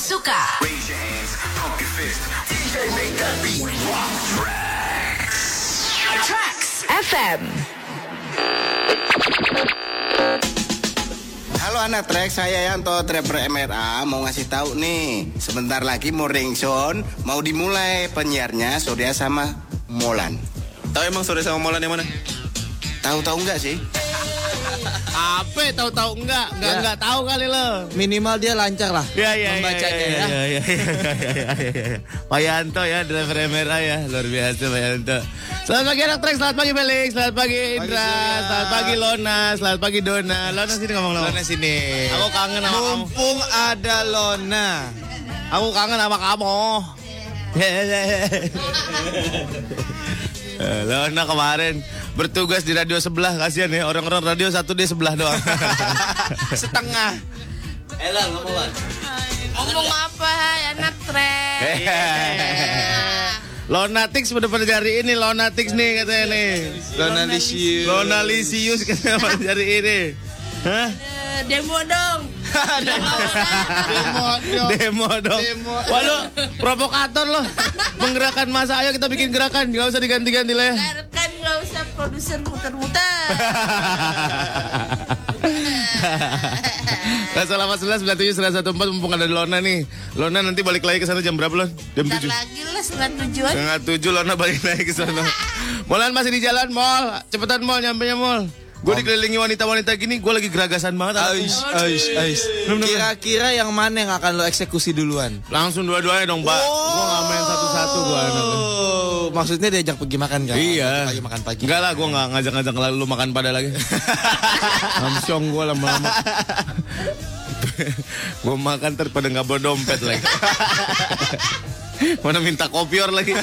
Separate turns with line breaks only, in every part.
suka.
Raise your hands, pump your fist. DJ make that beat drop.
Tracks FM.
Halo anak trek, saya Yanto Trapper MRA mau ngasih tahu nih. Sebentar lagi mau ringtone, mau dimulai penyiarnya Surya sama Molan.
Tahu emang sore sama Molan yang mana?
Tahu-tahu nggak sih?
Apa tahu-tahu enggak? Enggak enggak tahu kali lo.
Ya. Minimal dia lancar lah
Ya ya
membacanya ya.
Ya, ya, ya, ya, ya, ya, ya. Pak Yanto ya, driver MRA ya, luar biasa Pak Yanto.
Selamat pagi anak trek, selamat pagi Felix, selamat pagi Indra,
Surya.
selamat pagi Lona, selamat pagi Dona. Lona sini ngomong lo.
Lona sini.
Aku kangen sama kamu.
Mumpung ada Lona.
Aku kangen sama kamu.
Iya.
Eh,
nah,
Lona kemarin bertugas di radio sebelah, kasihan ya orang-orang radio satu dia sebelah doang.
Setengah.
Ngomong apa anak trek?
Lonatix udah pada cari ini, Lonatix nih katanya nih.
iya,
Lona Lisius.
Lona Lisius katanya pada cari ini. Hah?
Eh, Demo dong.
Demo dong. Wah lo provokator lo. Menggerakkan masa ayo kita bikin gerakan. Gak usah diganti-ganti lah ya.
Kan nggak usah produser muter-muter.
Rasa lama 11, 97, 114 Mumpung ada Lona nih Lona nanti balik lagi ke sana jam berapa Lon? Jam
Ntar
7
lagi lah setengah tujuan.
Setengah 7 Lona balik lagi ke sana Molan masih di jalan Mol Cepetan Mol nyampe nya Mol Gue dikelilingi wanita-wanita gini Gue lagi geragasan banget Iya. anak.
Ais, ais, ais. Kira-kira yang mana yang akan lo eksekusi duluan?
Langsung dua-duanya dong mbak Gue gak main satu-satu gue anaknya
Oh, maksudnya diajak pergi makan kan?
Iya.
Pagi makan pagi.
Enggak lah, gue nggak ngajak-ngajak lalu lu makan pada lagi. Hamsong gue lama-lama. gue makan ntar pada nggak bawa dompet lagi. Mana minta kopior lagi?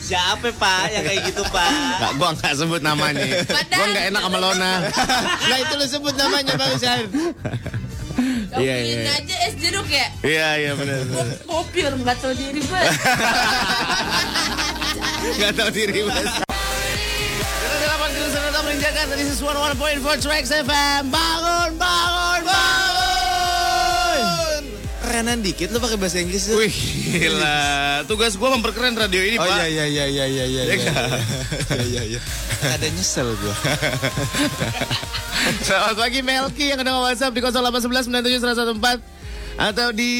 Siapa pak yang kayak gitu pak?
Nggak, gue nggak sebut namanya. Gue nggak enak sama Lona.
Nah itu lo sebut namanya barusan.
Iya
Beliin
iya.
aja es jeruk ya.
Iya iya benar.
Kopi orang nggak tahu diri banget.
Gak tau diri mas. This is 101.4 Tracks FM Bangun, bangun, bangun
Kerenan dikit lo pakai bahasa Inggris tuh.
Wih, gila. Tugas gue memperkeren radio ini,
Oh
Pak.
iya iya iya iya iya iya.
Iya,
iya,
nggak?
Iya iya iya. Ada nyesel gua.
Selamat pagi Melki yang ada WhatsApp di 0811 97114 atau di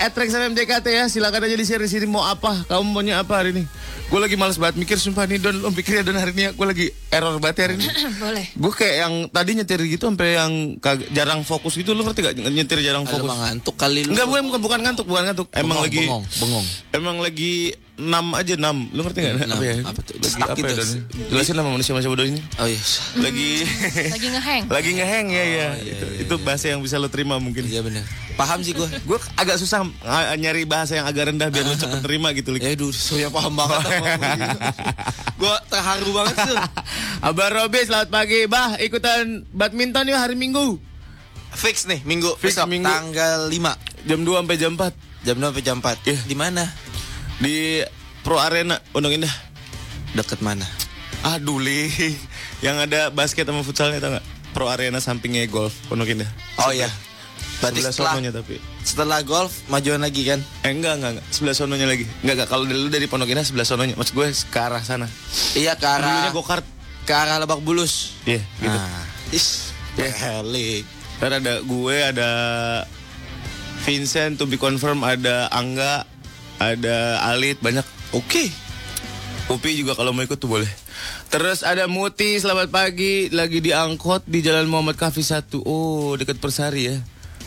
Atrex MDKT ya. Silakan aja di share di sini mau apa, kamu maunya apa hari ini. Gue lagi males banget mikir sumpah nih Don, lo mikirnya Don hari ini ya. Gue lagi error banget ya hari ini.
Boleh.
Gue kayak yang tadi nyetir gitu sampai yang kag- jarang fokus gitu lo ngerti gak nyetir jarang
Kalau
fokus.
ngantuk kali lu.
Enggak bukan bukan bukan ngantuk, bukan ngantuk.
Bengong,
Emang lagi
bengong, bengong.
Emang lagi 6 aja 6. Lu ngerti enggak?
Enam,
Apa ya?
apa tuh?
Lagi
Stuck
apa ya,
gitu.
Don? Jelasin sama manusia manusia bodoh ini.
Oh iya.
Lagi
Lagi ngeheng.
lagi ngeheng
Oh,
ya ya. itu, itu bahasa yang bisa lo terima mungkin.
Iya benar. Paham sih gua.
Gue agak susah ng- nyari bahasa yang agak rendah biar lo cepet terima gitu. Oh, iya.
Ya dulu saya paham banget. gua terharu banget tuh.
Abah Robi, selamat pagi. Bah, ikutan badminton yuk hari Minggu.
Fix nih minggu
Fix
besok
minggu.
tanggal 5
Jam 2 sampai jam 4
jam 2 sampai jam 4.
Iya.
Di mana?
di Pro Arena Pondok Indah.
Deket mana?
Ah, Duli. Yang ada basket sama futsalnya tau gak? Pro Arena sampingnya golf Pondok Indah.
Oh iya. Berarti
Sebelah
setelah
sononya tapi.
setelah golf majuan lagi kan?
Eh enggak, enggak, enggak. Sebelah sononya lagi. Enggak, enggak. Kalau dulu dari Pondok Indah sebelah sononya. Maksud gue ke arah sana.
Iya ke
Dulunya
arah
go-kart.
ke arah Lebak Bulus.
Iya, gitu.
Nah, Iya. is pelik.
Ntar ada gue, ada Vincent, to be confirm, ada Angga, ada Alit, banyak. Oke. Upi juga kalau mau ikut tuh boleh. Terus ada Muti, selamat pagi. Lagi di angkot di Jalan Muhammad Kafi 1. Oh, deket Persari ya.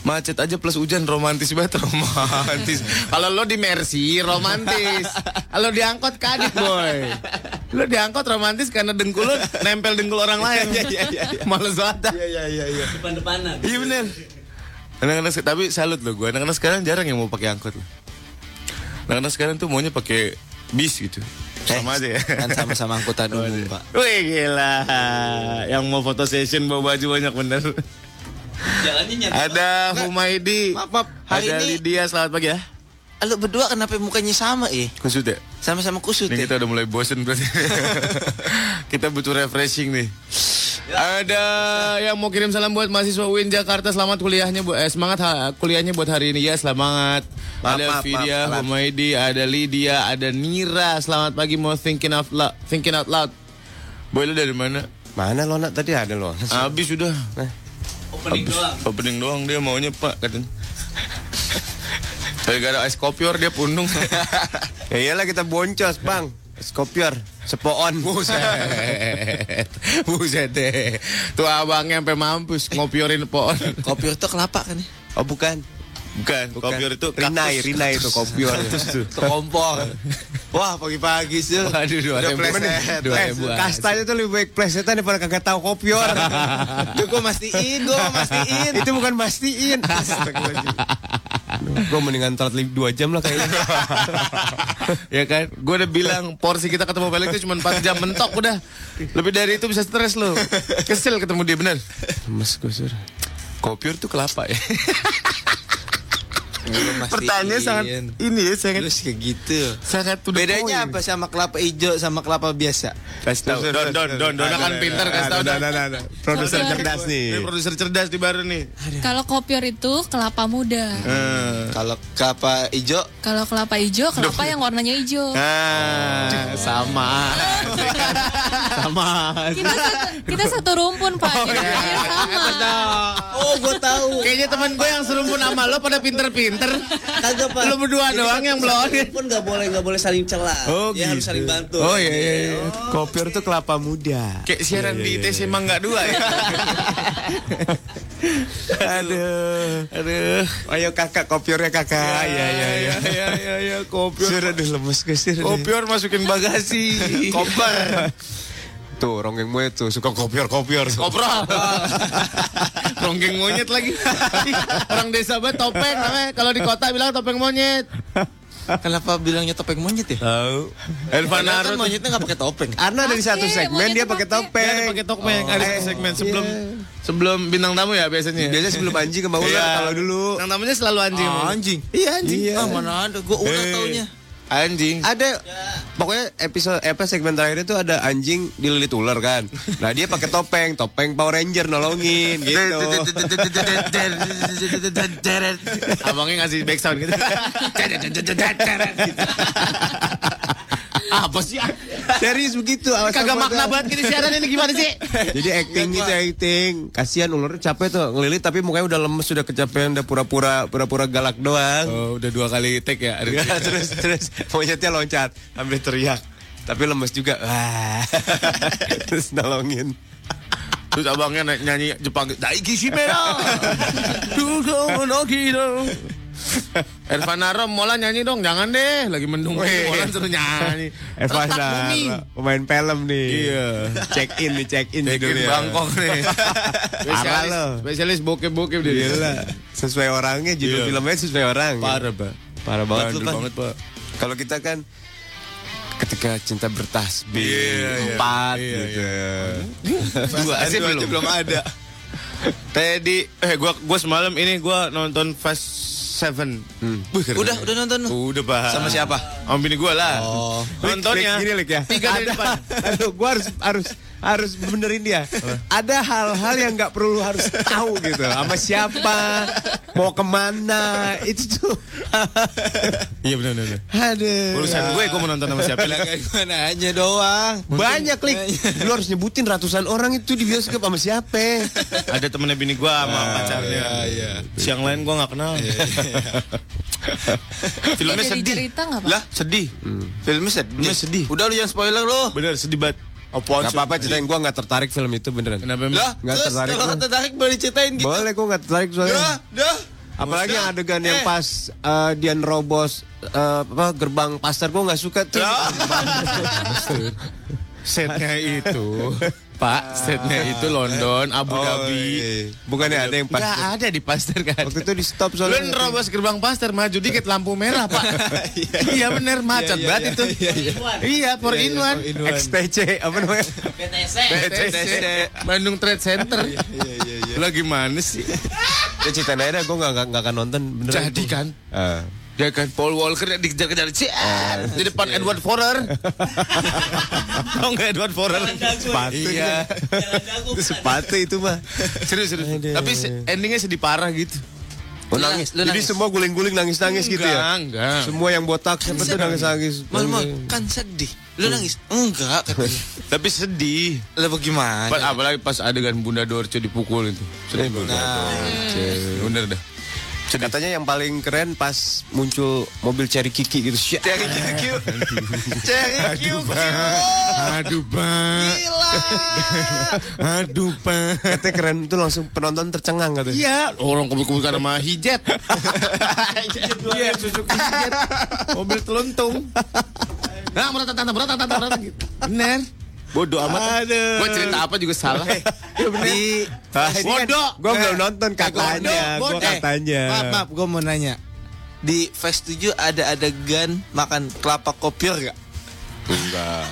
Macet aja plus hujan romantis banget romantis. Kalau lo di Mercy romantis. Kalau di angkot kadit boy. Lo di angkot romantis karena dengkul lo nempel dengkul orang lain. Males banget. dah.
Depan-depanan.
Iya bener Anak-anak se- tapi salut loh gue. Anak-anak sekarang jarang yang mau pakai angkot. loh. Anak-anak sekarang tuh maunya pakai bis gitu. Sama aja ya.
Kan sama-sama angkutan umum, Pak.
Wih gila. Yang mau foto session bawa baju banyak bener.
Jalannya nyampe.
Ada Humaidi.
Maaf, maaf. Hari
Ada
ini-
Lydia, selamat pagi ya.
Ah, Lu berdua kenapa mukanya sama, eh?
Kusut ya?
Gitu
Sama-sama kusut ya?
Ini kita udah mulai bosen berarti. kita butuh refreshing nih.
Ya,
Ada yang mau kirim salam buat mahasiswa UIN Jakarta. Selamat kuliahnya buat eh, semangat ha- kuliahnya buat hari ini ya. Selamat.
Maaf,
ada
maaf,
Fidia,
maaf, maaf.
Humaidi, ada Lydia, ada Nira. Selamat pagi mau thinking out loud. Thinking out loud. Boy lu dari mana?
Mana lo nak tadi ada lo.
Habis sudah.
Nah.
Opening
Abis-
doang.
Opening doang dia maunya Pak katanya. Gara-gara es kopior dia pundung.
Ya iyalah kita boncos, Bang. Skopior, sepoon.
Buset. Buset deh. Tuh abangnya sampai mampus ngopiorin pohon.
Kopi itu kelapa kan ya?
Oh bukan.
Bukan,
bukan.
kopior itu
Rinai,
kaktus.
Rinai itu kopior.
ya. Itu Kompor. Wah pagi-pagi sih.
Waduh, dua
Udah
ribu.
pleset.
Dua
Eh,
ribu.
kastanya tuh lebih baik plesetan daripada kagak tahu kopior.
Duh gue mastiin, gue mastiin.
Itu bukan mastiin. Gue mendingan telat li- dua jam lah kayaknya.
ya kan? Gue udah bilang porsi kita ketemu balik itu cuma 4 jam mentok udah. Lebih dari itu bisa stres lo. Kesel ketemu dia bener.
Mas gue suruh.
Kopior tuh kelapa ya.
Lu mastiin.
Pertanyaannya Iya, sangat
Iya.
ini ya sangat
Terus kayak gitu.
sangat to the
Bedanya apa
point.
sama kelapa hijau sama kelapa biasa?
Kasih tahu.
Don don don don kan pinter kasih tahu. Don.
Produser
Saudara.
cerdas
Ini
nih.
produser cerdas di baru nih.
Kalau kopior itu kelapa muda.
Eh.
Eh.
Kalau kelapa hijau
Kalau kelapa hijau, kelapa yang warnanya hijau.
Ah, sama. sama.
Kita satu, kita satu rumpun, Pak.
Oh,
Jadi
iya.
kayaknya sama.
Oh, gue tahu.
Kayaknya teman gue yang serumpun sama lo pada pinter-pinter.
Kagak pak.
Lu berdua doang yang belon.
Pun nggak boleh nggak boleh saling celah.
Oh,
ya harus
gitu.
saling bantu.
Oh iya iya. iya.
Kopior tuh kelapa muda. Iya,
Kayak siaran di ITC Mangga 2 ya.
Aduh.
Aduh. Iya,
Ayo kakak kopiornya kakak. Ya ya ya.
ya ya ya kopior.
Sur aduh lemes gue sur.
Kopior masukin bagasi. Koper.
Tuh ronggeng gue tuh suka kopior kopior.
Kopral. Ronggeng monyet lagi. Orang desa banget topeng namanya. Kalau di kota bilang topeng monyet.
Eh, Kenapa bilangnya topeng monyet
Eh.
ya?
Tahu.
Irfan
Padahal kan
Arut.
monyetnya nggak pakai topeng.
Karena dari
Pakai,
satu segmen
monyet
dia
tuh
pakai
Iya, pakai.
topeng.
Ada pakai topeng.
Oh.
Ada satu segmen sebelum sebelum bintang tamu ya biasanya.
Eh, iya. Biasanya sebelum anjing sama ular
Iya.
kalau dulu.
Bintang tamunya selalu anjing.
anjing.
Iya anjing.
Ah, mana ada gue
Eh.
udah taunya.
Anjing.
Ada pokoknya episode apa segmen terakhir itu ada anjing dililit ular kan. Nah dia pakai topeng, topeng Power Ranger
Oh.
nolongin gitu.
Abangnya ngasih back sound gitu. Apa sih? ah?
Serius begitu. alasan
Kagak makna
modal.
banget gini siaran ini gimana sih?
Jadi acting gitu acting. Kasihan ularnya capek tuh ngelilit tapi mukanya udah lemes, udah kecapean, udah pura-pura pura-pura galak doang.
Oh, udah dua kali take ya.
Ya, terus terus monyetnya loncat, ambil teriak. Tapi lemes juga. Wah. terus nolongin.
Terus abangnya na- nyanyi Jepang Daiki Shimera Dugo no Kido Ervan Arom Mola nyanyi dong Jangan deh Lagi mendung
Weh.
Mola suruh nyanyi
Evan
Retak bumi.
Eh, pemain film nih.
Iya.
Check in nih, check in
Bikin
judulnya.
Bangkok nih
Parah
Spesialis
lo.
Spesialis bokep-bokep dia
Gila. Sesuai orangnya judul
Iya.
filmnya sesuai orang.
Parah pak
Parah banget lu,
Bandel
Pan.
banget pak
Kalau kita kan ketika cinta bertasbih
Iya, iya.
empat
Iya,
gitu.
Dua aja belum ada Teddy Eh gua, gua semalam ini gua nonton Fast Seven Hmm. Wih, keren.
Udah, udah nonton lu.
Udah pak Oh.
Sama siapa?
Sama bini gue lah Nontonnya
Lik, gini, Lik, ya.
Tiga dari depan
Aduh, gua harus harus harus benerin dia. Ada hal-hal yang nggak perlu harus tahu gitu. Sama siapa, mau kemana, itu tuh.
Iya benar benar.
Aduh.
Urusan gue, gue mau nonton sama siapa
Bilang kayak gimana aja doang.
Banyak klik. Lu harus nyebutin ratusan orang itu di bioskop sama siapa.
Ada temennya bini gue sama pacarnya. Siang lain gue nggak kenal. Filmnya
Jadi
sedih.
cerita nggak, Pak?
Lah sedih.
Filmnya sedih.
Hmm. Filmnya sedih.
Udah lu yang spoiler lu.
Bener sedih banget.
Gak apa-apa ceritain gue gak tertarik film itu beneran
Kenapa
Lah,
emang?
Nggak
terus
tertarik
kalau
gua.
nggak tertarik boleh diceritain gitu.
Boleh gue gak tertarik soalnya
Dah, dah.
Apalagi yang adegan yang
Eh.
pas Ya. eh, dia nerobos eh, apa gerbang pasar gue gak suka tuh
Setnya itu, Pak, setnya itu London, Abu
Oh,
Dhabi.
Bukannya iya, ada yang
Nggak
pas
ada di pasar kan.
Waktu itu di stop
Lu
soalnya
nerobos gerbang pasar maju dikit lampu merah pak Iya bener macet
Iya,
banget
iya,
itu
iya, iya.
Iya for in one
XTC apa namanya
BTS.
BTC Bandung Trade Center. Lagi manis sih.
Ya ceritain aja dah gue gak, gak, gak akan nonton beneran
Jadi kan
Eh,
Dia kan Paul Walker dikejar-kejar Cie, di depan Edward Forer. Tahu nggak Edward Forer?
Sepatu
Iya.
Itu sepatu itu mah.
Serius, serius. Tapi se- endingnya sedih parah gitu. Lu nangis, lu
Jadi
nangis.
semua guling-guling nangis-nangis gitu ya.
enggak.
Semua yang botak siapa tuh nangis-nangis.
Mal, mal, kan sedih. Lu nangis? Enggak katanya.
Tapi sedih.
Lah bagaimana?
Apa- apalagi pas adegan Bunda Dorce dipukul itu. Sedih banget. Bener dah.
Katanya yang paling keren pas muncul mobil Cherry Kiki gitu. Shit.
Cari Q, cari Q,
Aduh, Pak.
gila.
Aduh, Pak.
Katanya keren itu langsung penonton tercengang katanya.
Iya, orang kebuk-kebuk sama hijet. Iya, Suzuki hijet. Mobil teluntung. Nah, berat, berat, berat, berat, berat, berat. Bener. Bodoh amat.
Aduh.
Gue cerita apa juga salah.
Di
Ya
Eh,
Ah, ini kan
Bodoh.
Gua belum nonton katanya.
bodoh.
Gua katanya.
Eh, Maaf, maaf, gue mau nanya. Di Fast 7 ada adegan makan kelapa kopior gak?
Enggak,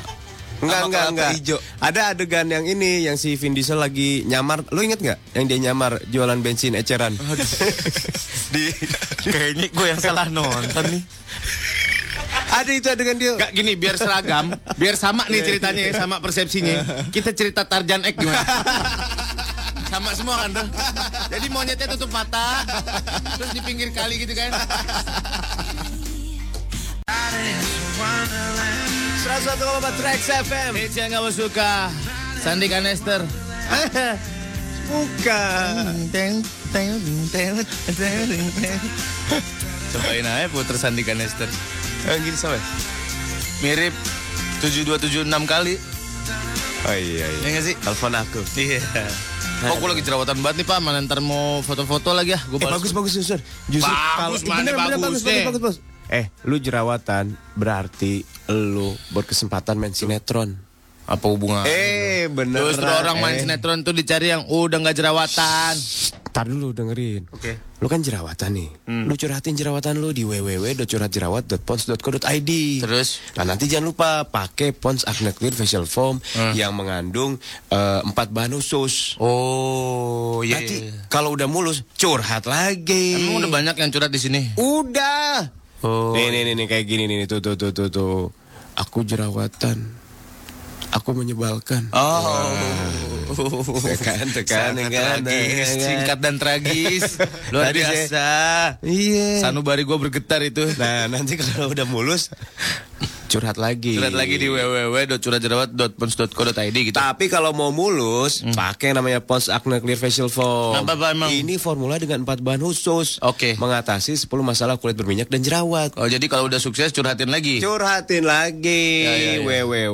Sama
enggak,
kelapa
enggak.
hijau.
Ada adegan yang ini yang si Vin Diesel lagi nyamar. Lu inget nggak yang dia nyamar jualan bensin eceran?
Di kayaknya gue Eh, yang salah nonton nih.
Ada itu adegan dia.
Gak gini biar seragam, biar sama nih ceritanya ya, sama persepsinya. Kita cerita Tarjan Ek gimana? sama semua kan tuh. Jadi monyetnya tutup mata, terus di pinggir kali gitu kan.
101,4 Trax FM.
Hits yang kamu suka, Sandi kan, Kanester.
Bukan.
Cobain aja puter Sandi Kanester. Eh, gini sampai. Mirip 7276 kali.
Oh iya iya.
Ya nggak sih?
Telepon aku. Nah.
Iya. Oh, gue lagi jerawatan banget nih, Pak. Mana ntar mau foto-foto lagi ya. Gue
Eh bagus bagus Susur. Justru
Bagus,
kalau Eh,
mana
bener,
bagus,
bener, bagus,
deh.
bagus, bagus. Eh, lu jerawatan berarti lu berkesempatan main sinetron.
Apa hubungan?
Eh, bener.
Justru orang main sinetron tuh dicari yang "Oh, udah nggak jerawatan.
Tar dulu dengerin. Oke. Lu kan jerawatan nih.
Hmm.
Lu curhatin jerawatan lu di www.curhatjerawat.pons.co.id.
Terus?
Nah, nanti jangan lupa pakai Pons Acne Clear Facial Foam
Hmm.
yang mengandung eh, empat bahan khusus.
Oh, iya.
Nanti kalau udah mulus, curhat lagi.
Emang udah banyak yang curhat di sini.
Udah.
Oh.
Nih, nih, nih, nih, kayak gini nih, nih, tuh, tuh, tuh, tuh, tuh. Aku jerawatan. Aku menyebalkan. Ya kan,
Oh.
Tekan, tekan,
Sangat
tekan,
ya kan?
tragis,
tekan.
singkat dan tragis. Luar
Tadi saya-
biasa.
Iya.
Sanubari gue bergetar itu.
Nah, nanti kalau udah mulus curhat lagi.
Curhat lagi di
Iya.
www.curhatjerawat.pons.co.id gitu.
Tapi kalau mau mulus, pakai namanya Pons Acne Clear Facial Foam.
Apa, Hmm. Pak, emang?
Ini formula dengan empat bahan khusus.
Oke.
Mengatasi 10 masalah kulit berminyak dan jerawat.
Oh, jadi kalau udah sukses curhatin lagi.
Curhatin lagi
Ya, ya, ya.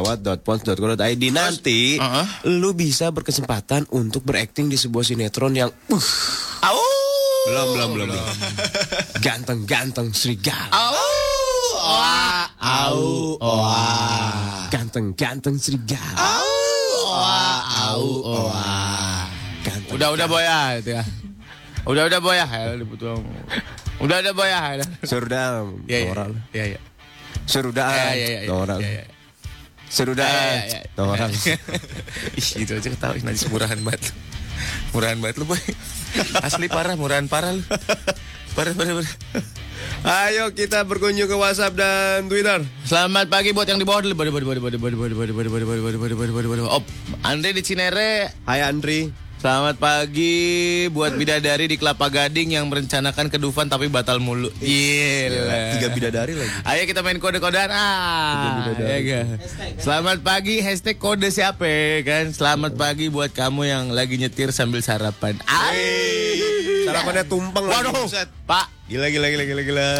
www.curhatjerawat.pons.co.id nanti
Uh-uh.
lu bisa berkesempatan untuk berakting di sebuah sinetron yang uh,
Au!
belum belum belum belum. ganteng-ganteng serigala.
Au! Wah! Au! Wah!
Ganteng-ganteng serigala.
Au! Wah! Au! Wah!
Ganteng.
Udah udah boy ya itu ya. Udah udah boy ya. Ya, udah butuh. Udah udah boy ya. Ya
Serudam.
ya.
Norak lu.
Ya ya. Ya
Serudaan.
ya ya.
Norak lu.
Ya, ya.
Serudaan.
Ya, ya, ya.
Norak lu.
Ih, gitu aja ketawain nanti murahan banget. Murahan banget lu boy. Asli parah murahan parah lu. Parah parah parah.
Ayo kita berkunjung ke WhatsApp dan Twitter.
Selamat pagi buat yang di bawah dulu. Bodi bodi bodi bodi bodi bodi bodi bodi bodi bodi bodi bodi bodi bodi. Op, Andre di Cinere.
Hai Andri.
Selamat pagi buat bidadari di Kelapa Gading yang merencanakan ke Dufan tapi batal mulu. Gila.
Tiga bidadari lagi.
Ayo kita main kode-kodean ah. Ya ga? Selamat pagi hashtag kode siapa ya kan? Selamat pagi buat kamu yang lagi nyetir sambil sarapan. Ay.
Sarapannya tumpeng lagi.
Waduh,
Buset.
Pak.
Gila, gila, gila, gila, gila.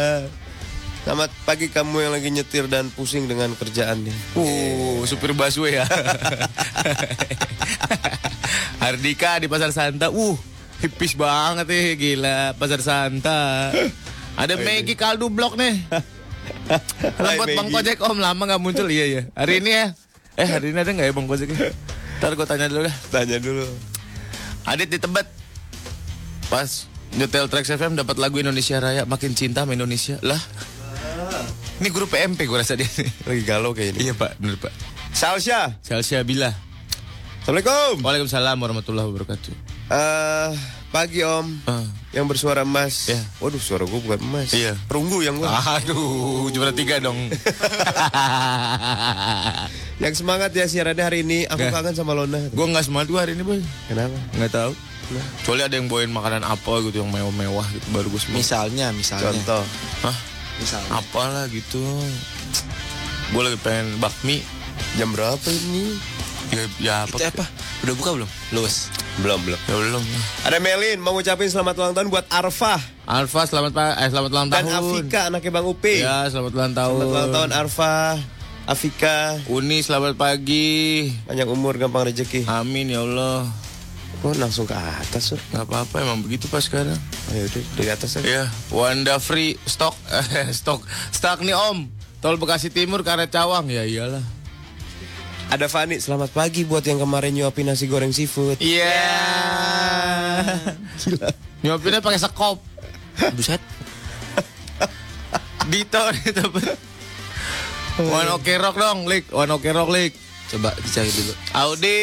Selamat pagi kamu yang lagi nyetir dan pusing dengan kerjaannya.
Uh, supir busway ya. Hardika di Pasar Santa. Uh, hipis banget nih, gila Pasar Santa. Ada Maggie Kaldu Blok nih. Halo
Hai,
buat Bang
Maggie.
Kojek, Om lama nggak muncul. Iya, iya. Hari ini ya. Eh, hari ini ada nggak ya Bang Kojek? Ntar gue tanya dulu dah.
Tanya dulu.
Adit di Tebet. Pas nyetel Trax FM dapat lagu Indonesia Raya, makin cinta sama Indonesia. Lah. Ini guru PMP gue rasa dia.
Lagi galau kayak ini.
iya, Pak. Bener, Pak.
Salsya.
Selsia Bila.
Assalamualaikum.
Waalaikumsalam warahmatullahi wabarakatuh.
Eh, pagi om.
Ah.
Yang bersuara emas.
Iya.
Waduh, suara gue bukan emas.
Iya.
Perunggu yang gue.
Aduh, cuma tiga dong.
Yang semangat ya siarannya hari ini. Aku
Nggak.
kangen sama Lona.
gue nggak semangat gue hari ini, Boy.
Kenapa?
Nggak tahu. Kecuali ada yang bawain makanan apa gitu yang mewah-mewah gitu baru gue semangat.
Misalnya,
Ya.
misalnya.
Contoh.
Hah?
Misalnya.
Apalah gitu. Gue lagi pengen bakmi.
Jam berapa ini?
Ya, ya apa?
Itu apa? Udah buka belum? Luwes.
Belum, belum.
Ya belum.
Ada Melin mau ngucapin selamat ulang tahun buat Arfah
Alfa selamat pa- eh, selamat ulang
dan
tahun.
Afika anaknya Bang Upi.
Ya, selamat ulang tahun.
Selamat ulang tahun Arfah, Afika.
Uni selamat pagi.
Banyak umur, gampang rezeki.
Amin ya Allah.
Oh, langsung ke atas, Sur.
Gak apa-apa emang begitu pas sekarang.
Ayo deh, dari atas aja.
Ya, Wanda Free stok eh, stok stok nih Om. Tol Bekasi Timur karet Cawang ya iyalah.
Ada Fani, selamat pagi buat yang kemarin nyuapin nasi goreng seafood.
Iya. Nyuapinnya pakai sekop.
Buset.
Dito Dito. One Ok Rock dong, Lik. One Ok Rock, Lik.
Coba dicari dulu.
Audi.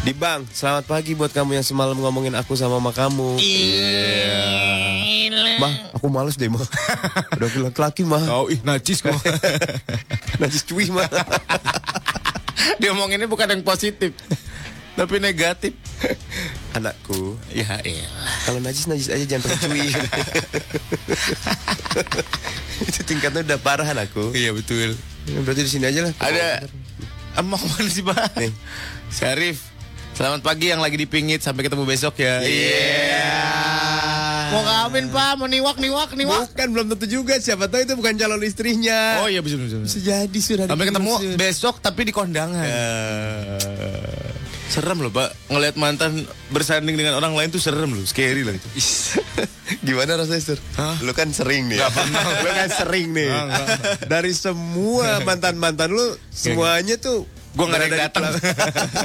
Di Bang, selamat pagi buat kamu yang semalam ngomongin aku sama mama kamu.
Iya.
Mah, aku males deh, Mah. Udah bilang laki, Mah.
Oh, ih najis kok.
Najis cuy, Mah.
Dia omonginnya bukan yang positif. Tapi negatif.
Anakku,
Ya, iya.
kalau najis-najis aja jangan pakai cuy. Itu tingkatnya udah parah anakku.
Iya, betul.
Ya, Berarti di sini aja lah.
Ada Emang mana sih, Pak?
Nih.
Syarif. Selamat pagi yang lagi dipingit sampai ketemu besok ya. Iya. Mau kawin, Pak? Mau niwak, niwak, niwak.
Bukan belum tentu juga siapa tahu itu bukan calon istrinya.
Oh iya bisa bisa. bisa.
Jadi sudah
Sampai ketemu
diusir.
besok tapi di kondangan. Ya. Serem loh, Pak. Ngelihat mantan bersanding dengan orang lain tuh serem loh, scary loh itu.
Gimana rasanya, Sur? Lu kan sering nih. Ya? Lu kan sering nih.
dari semua mantan-mantan lu semuanya tuh
Gua nggak ada yang datang.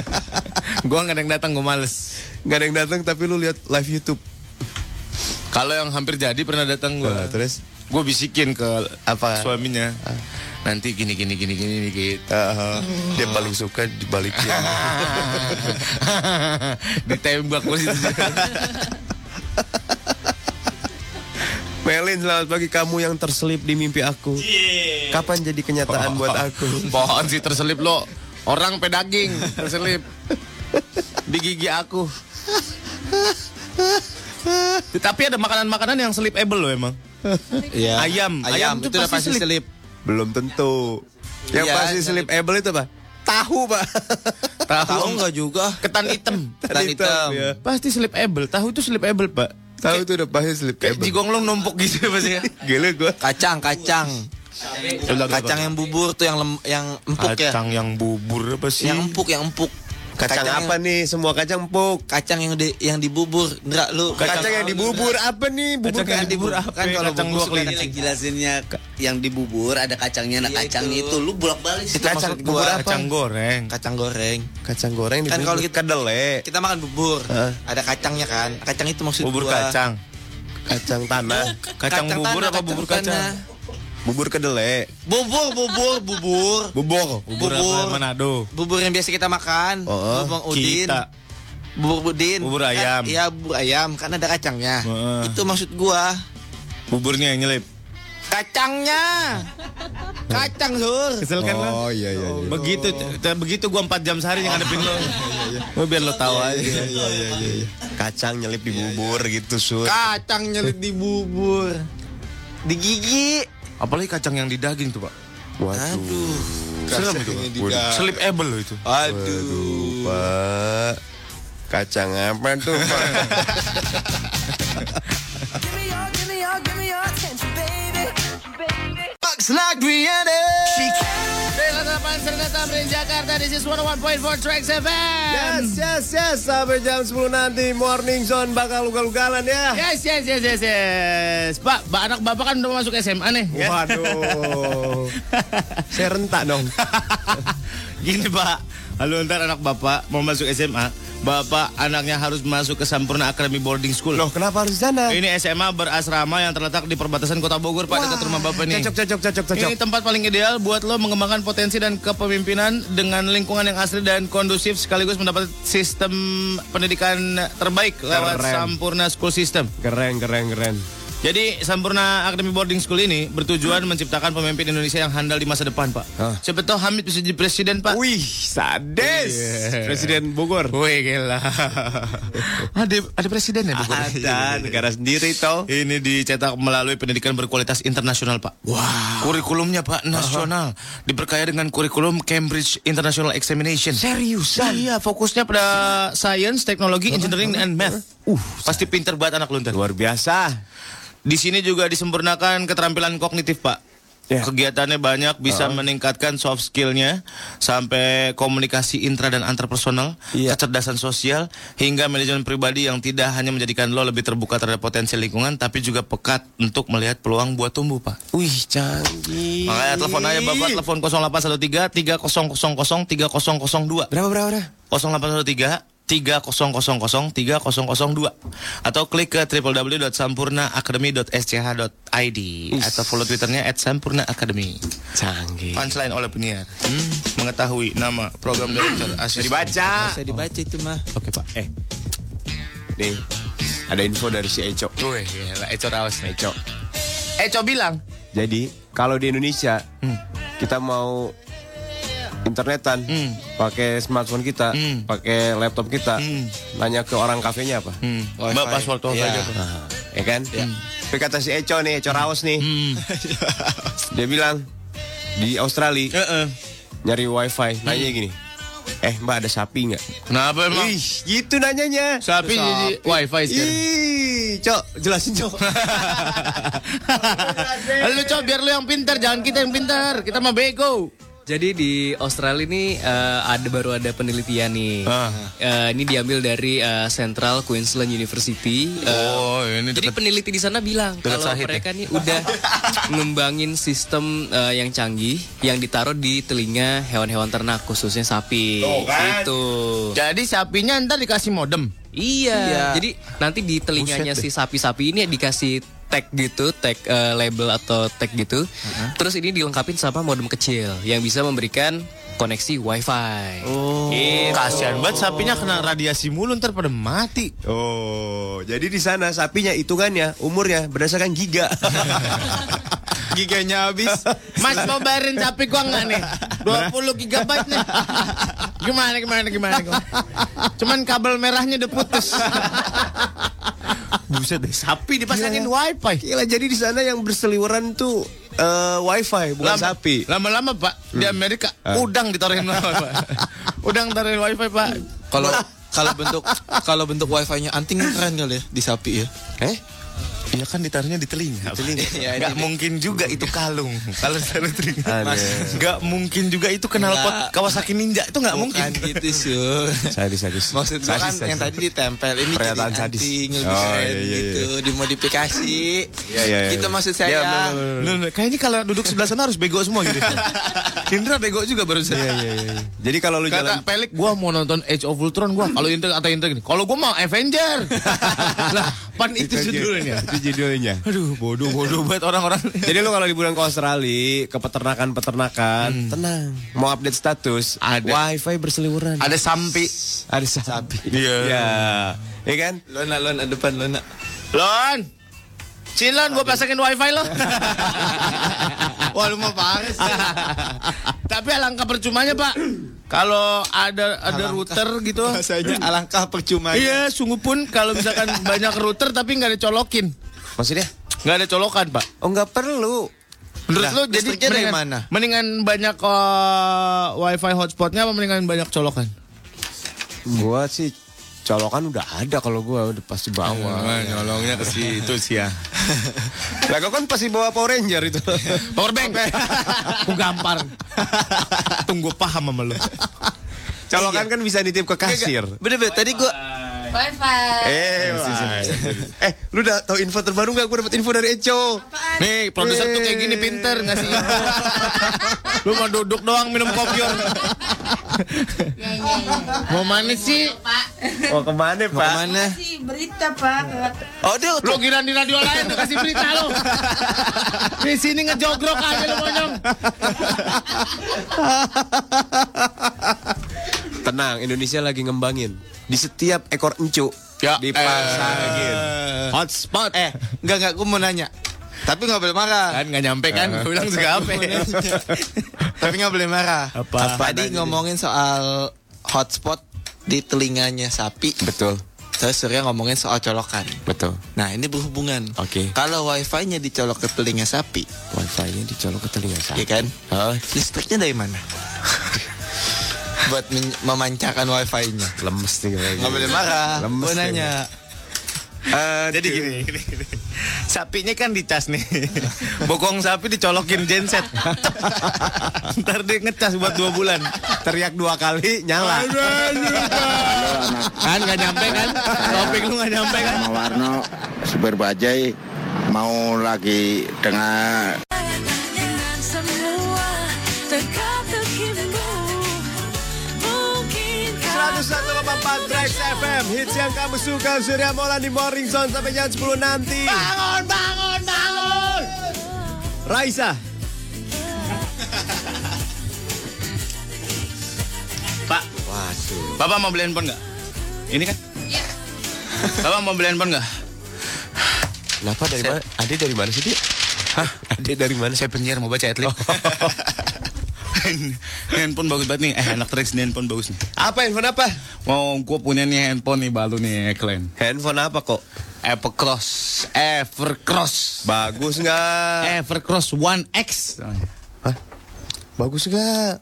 gua nggak ada yang datang, gua males.
Gak ada yang datang tapi lu lihat live YouTube.
Kalau yang hampir jadi pernah datang gua.
Nah, terus
Gua bisikin ke
Apa?
suaminya. Nanti gini gini gini gini nih gitu.
uh, dia paling suka dibalikin.
Ditembak gua situ.
Melin, selamat pagi kamu yang terselip di mimpi aku. Kapan jadi kenyataan
Oh.
buat aku?
Pohon sih terselip lo. Orang pedaging terselip di gigi aku. Tapi ada makanan-makanan yang sleepable loh emang.
Iya.
Ayam. Ayam
Ayam,
tuh
itu udah
pasti
pasti
selip.
selip.
Belum tentu. Yang
Iya,
pasti
nanti-
sleep able itu apa? Tahu, Pak.
Tahu enggak juga?
Ketan hitam.
Dan hitam. iya.
ya.
Pasti sleepable. Tahu itu sleepable, Pak.
Tahu itu udah pasti sleep
Kayak
able.
jigonglong numpuk gitu pasti ya.
Gila gua.
Kacang, kacang. Kacang yang bubur tuh yang lem- yang empuk ya.
Kacang yang bubur apa sih?
Yang empuk, yang empuk.
Kacang, Oh, apa
yang,
nih? Semua kacang empuk.
Kacang yang di, yang dibubur, Ndra lu.
Kacang, yang dibubur apa nih? Bubur
Kacang yang
kan
dibubur apa? Kan kalau
Kacang
bubur
dua
suka
kelinci.
ada-
jelasinnya yang dibubur ada kacangnya nah kacangnya itu. lu bolak-balik
Itu kacang maksud gua.
Iya, Kacang goreng.
Kacang goreng.
Kacang goreng
Kan
dibubur.
kalau kita
kedelai,
Kita makan bubur,
Heeh.
ada kacangnya kan. Kacang itu maksud
Bubur
gua.
kacang.
kacang tanah,
Kacang bubur
tanah,
apa bubur kacang?
tanah.
bubur kedelai,
Bubur, bubur, bubur.
bubur.
Bubur,
Bubur.
apa? Manado.
Bubur yang biasa kita makan,
Oh,
Heeh.
bubur Bang Udin.
Kita.
Bubur Udin.
Bubur
Kan-
ayam.
Iya, bubur ayam kan ada kacangnya.
Heeh.
Itu maksud gua.
Buburnya yang nyelip.
Kacangnya. Kacang, Sur.
Kesel kan lo?
Oh iya iya. iya.
Begitu, te- begitu gua 4 jam sehari yang ngadepin lo. Gua biar lo tahu
Iya,
aja.
Kacang nyelip di bubur gitu, Sur.
Kacang nyelit di bubur. Di gigi.
Apalagi kacang yang di daging tuh, Pak.
Waduh.
Serem itu, Pak. Sleep able lo itu.
Aduh, Pak. Kacang apa tuh, Pak?
oh
Yes, yes, yes. Sampai jam 10 nanti Morning Zone bakal ugal-ugalan ya.
Yes, yes, yes, yes, yes. Pak, ba- anak bapak kan udah Ya. masuk SMA nih.
Waduh. Saya rentak dong.
Gini pak, lalu ntar anak bapak mau masuk SMA, bapak anaknya harus masuk ke Sampurna Academy Boarding School.
Loh, kenapa harus di sana?
Ini SMA berasrama yang terletak di perbatasan kota Bogor pak dekat rumah bapak nih.
Cocok, cocok, cocok, cocok.
Ini tempat paling ideal buat lo mengembangkan potensi dan kepemimpinan dengan lingkungan yang asli dan kondusif sekaligus mendapat sistem pendidikan terbaik lewat
Keren.
Sampurna School System.
Keren, keren, keren.
Jadi Sampurna Academy Boarding School ini bertujuan menciptakan pemimpin Indonesia yang handal di masa depan, Pak.
Hah?
Siapa tahu Hamid bisa jadi presiden, Pak.
Ah. Wih, sadis.
Iya.
Presiden Bogor.
Wih, gila. ada ada presiden ya,
Iya,
Bogor?
Ada negara sendiri toh.
Ini dicetak melalui pendidikan berkualitas internasional, Pak. Wah. Kurikulumnya, Pak, nasional. Diperkaya dengan kurikulum Cambridge International Examination. Seriusan? Iya, fokusnya pada science, teknologi, engineering, and math. Uh, pasti pinter banget anak lu ntar.
Luar biasa.
Di sini juga disempurnakan keterampilan kognitif, Pak.
Ya.
Kegiatannya banyak bisa meningkatkan soft skillnya sampai komunikasi intra dan antarpersonal,
Iya.
kecerdasan sosial hingga manajemen pribadi yang tidak hanya menjadikan lo lebih terbuka terhadap potensi lingkungan tapi juga pekat untuk melihat peluang buat tumbuh, Pak.
Wih, canggih.
Makanya telepon aja Bapak telepon 0813 3000 3002.
Berapa, berapa, berapa?
0813 3000 3002 atau klik ke www.sampurnaacademy.sch.id atau follow twitternya at Sampurna Academy
Canggih.
punchline oleh penyiar Hmm, mengetahui nama program director asisten
Dibaca.
Saya dibaca itu mah.
oke pak eh
Nih, ada info dari si Eco.
tuh Eco Rawas nih Eco Eco Eh, bilang
Jadi, kalau di Indonesia
Hmm.
kita mau internetan, pakai smartphone kita,
Hmm.
pakai laptop kita,
Hmm.
nanya ke orang kafenya apa?
hmm, mbak password tuh
Iya.
aja Pak.
Nah, ya kan? Tapi kata si Eco nih, Eco Raos nih,
hmm.
dia bilang di Australia
Eh, eh.
nyari wifi, nanya gini, eh mbak ada sapi nggak?
kenapa emang
Ih, gitu nanyanya.
sapi jadi wifi sekarang
Ih, Cok, jelasin Cok.
lu coba biar lu yang pintar jangan kita yang pintar kita mah bego
Jadi di Australia ini eh, ada baru ada penelitian nih. Eh, ini diambil dari eh, Central Queensland University. Eh,
oh ini
jadi peneliti di sana bilang
dekat
kalau
Sahid
mereka nih udah ngembangin sistem eh, yang canggih yang ditaruh di telinga hewan-hewan ternak khususnya sapi. Itu.
Jadi sapinya ntar dikasih modem.
Iya. Jadi nanti di telinganya si sapi-sapi ini dikasih tag gitu, tag eh, label atau tag gitu. Terus ini dilengkapin sama modem kecil yang bisa memberikan koneksi WiFi.
Kasihan banget sapinya kena radiasi mulu ntar pada mati.
Oh, jadi di sana sapinya hitungannya umurnya berdasarkan giga.
Giganya habis. Mas mau bayarin sapi gua nggak nih? 20 gigabyte nih. Gimana gimana gimana? gimana? Cuman kabel merahnya udah putus. Buset deh, sapi dipasangin wifi.
Gila, jadi di sana yang berseliweran tuh eh, wifi bukan
Lama-
sapi.
Lama-lama pak di Amerika udang ditaruhin wifi. Pak. udang taruhin wifi pak.
Kalau kalau bentuk kalau bentuk wifi-nya anting keren kali ya di sapi ya.
Eh?
Iya kan ditaruhnya di telinga.
Iya,
Gak mungkin juga itu kalung. Kalau ditaruh telinga.
Mas.
Gak mungkin juga itu kenal pot
Nggak.
Kawasaki Ninja itu gak mungkin.
Bukan gitu Syul.
Sadis sadis.
Maksud gua kan yang tadi ditempel ini
Pernyataan
jadi
sadis.
anting lebih
Oh,
keren
iya, iya,
gitu, dimodifikasi.
Iya, iya, iya.
Gitu maksud saya.
Nah, nah, kayaknya kalau duduk sebelah sana harus bego semua gitu. Indra bego juga barusan.
Jadi kalau lu
Kata
jalan
Pelik, gua mau nonton Age of Ultron gua. Kalau Indra atau Indra gini, kalau gua mau Avenger. lah, pan itu judulnya.
Itu judulnya.
Aduh, bodoh-bodoh banget orang-orang.
Jadi lu kalau liburan ke Australia, ke peternakan-peternakan, tenang. Mau update status,
Hmm. Ada.
wifi berseliweran.
Ada sampi.
Ada sapi.
Iya.
Iya. Iya kan?
Lona lona depan lona.
Lon. Cilon gue pasangin wifi lo. Wah lu mah parah sih. Tapi alangkah percumanya pak. Kalau ada ada router gitu.
Bahasanya alangkah percuma.
Iya sungguh pun kalau misalkan banyak router tapi nggak dicolokin.
Maksudnya?
Nggak ada colokan pak.
Oh nggak perlu.
Menurut
Nah,
lo jadi
listriknya dari
mendingan,
mana?
mendingan banyak eh, wifi hotspotnya apa mendingan banyak colokan?
Gua sih colokan udah ada kalau gua udah pasti bawa.
nyolongnya ke situ sih ya.
Lah gua kan pasti bawa Power Ranger itu. Oh,
Power bank. Aku gampar. Tunggu paham sama lo.
Colokan kan bisa nitip ke kasir.
Bener bener tadi gua
Wifi.
Eh, eh, lu udah tahu info terbaru nggak? Gue dapat info dari Eco.
Nih, produser tuh kayak gini pinter ngasih. Lu mau duduk doang minum kopi. orang.
Ya, ya, ya.
Mau mana sih?
Mau kemana
Mau
Pak?
kemana?
Kasih berita, Pak.
Oh, dia
Lo kira di radio lain tuh kasih berita lo. Di sini ngejogrok aja lo monyong.
Tenang, Indonesia lagi ngembangin. Di setiap ekor encu
Ya,
eh.
dipasangin.
Hotspot.
Eh, enggak enggak gue mau nanya. Tapi nggak boleh marah. Eh.
Kan nggak nyampe kan? Gue bilang juga apa?
Tapi nggak boleh marah.
Apa?
Tadi ngomongin soal hotspot di telinganya sapi.
Betul,
Terus Surya ngomongin soal colokan.
betul.
Nah, ini berhubungan.
Oke.
Kalau wifi-nya dicolok ke telinga sapi,
Wifi-nya dicolok ke telinga saya.
ya kan?
Oh,
Listriknya dari mana? Buat men- memancarkan wifi-nya.
lemes nih kayaknya.
Nggak
Iya.
boleh marah.
Lemes
Gue
deh.
nanya. Eh,
Jadi gini, gini, gini. Sapinya kan dicas nih. Bokong sapi dicolokin genset. Ntar dia ngecas buat dua bulan.
Teriak dua kali nyala.
Kan nggak nyampe kan?
Ah,
Topik lu nggak nyampe kan?
Sama Warno, super bajai, mau lagi dengar
Dengan semua teka-tekimu, mungkinkah
101,4 Trax FM Hits yang kamu suka Surya Molan di Morning Zone Sampai jam 10 nanti Bangun, bangun, bangun Raisa
Pak. Bapak mau beli handphone nggak? Ini kan? Bapak mau beli handphone nggak?
Kenapa dari mana? Ade dari mana sih dia? Hah? Ade dari mana?
Saya penyiar mau baca atlet. handphone bagus banget nih. Eh, anak Trax nih handphone bagus nih.
Apa handphone apa?
Mau gua punya nih handphone nih baru nih kalian.
Handphone apa kok?
Apple Cross, Evercross,
Bagus
Eh,
nggak?
Eh, Evercross One X.
Bagus nggak?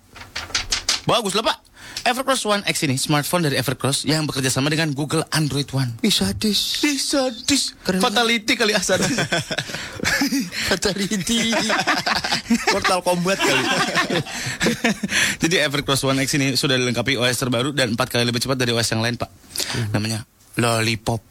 Bagus lah pak. Evercross One X ini smartphone dari Evercross yang bekerja sama dengan Google Android One. Ih sadis. Ih sadis. Fatality kali ah sadis. Fatality.
Portal Combat kali.
Jadi Evercross One X ini sudah dilengkapi OS terbaru dan empat kali lebih cepat dari OS yang lain pak. Namanya Lollipop.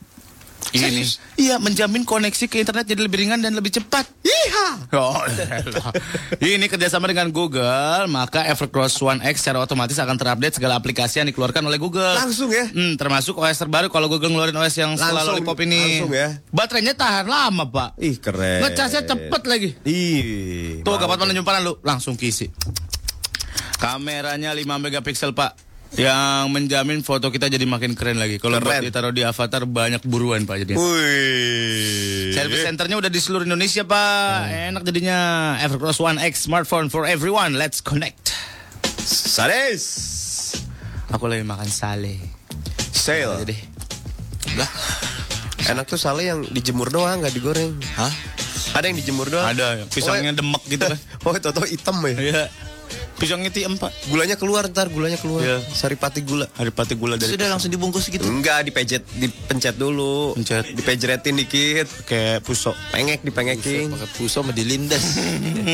Ini. Iya, menjamin koneksi ke internet jadi lebih ringan dan lebih cepat. Iya. Oh, elah. ini kerjasama dengan Google, maka Evercross One X secara otomatis akan terupdate segala aplikasi yang dikeluarkan oleh Google.
Langsung ya?
Hmm, termasuk OS terbaru kalau Google ngeluarin OS yang setelah
Langsung-
Lollipop ini.
langsung ya? Eh.
Baterainya tahan lama, Pak.
Ih keren.
Ngecasnya cepet lagi.
Ih.
Tuh kapan mana jumparan lu langsung kisi. Kameranya 5 megapiksel Pak. Yang menjamin foto kita jadi makin keren lagi. Kalau buat ditaruh di avatar banyak buruan Pak jadinya.
Wih.
Service centernya udah di seluruh Indonesia Pak. Enak jadinya. Evercross One X smartphone for everyone. Let's connect.
Sales.
Aku lagi makan sale.
Sale.
Jadi
Enak tuh sale yang dijemur doang nggak digoreng.
Hah?
Ada yang dijemur doang.
Ada pisangnya demek gitu kan.
Oh, toto hitam ya.
Iya. Pisangnya tiem Pak.
Gulanya keluar ntar, gulanya keluar.
Iya.
Saripati gula.
Adipati gula dari
Sudah langsung dibungkus gitu.
Enggak, dipejet, dipencet dulu.
Pencet.
Dipejetin dikit.
kayak pusok.
Pengek,
Iya,
Iya.
dipengekin.
Pakai puso sama dilindas.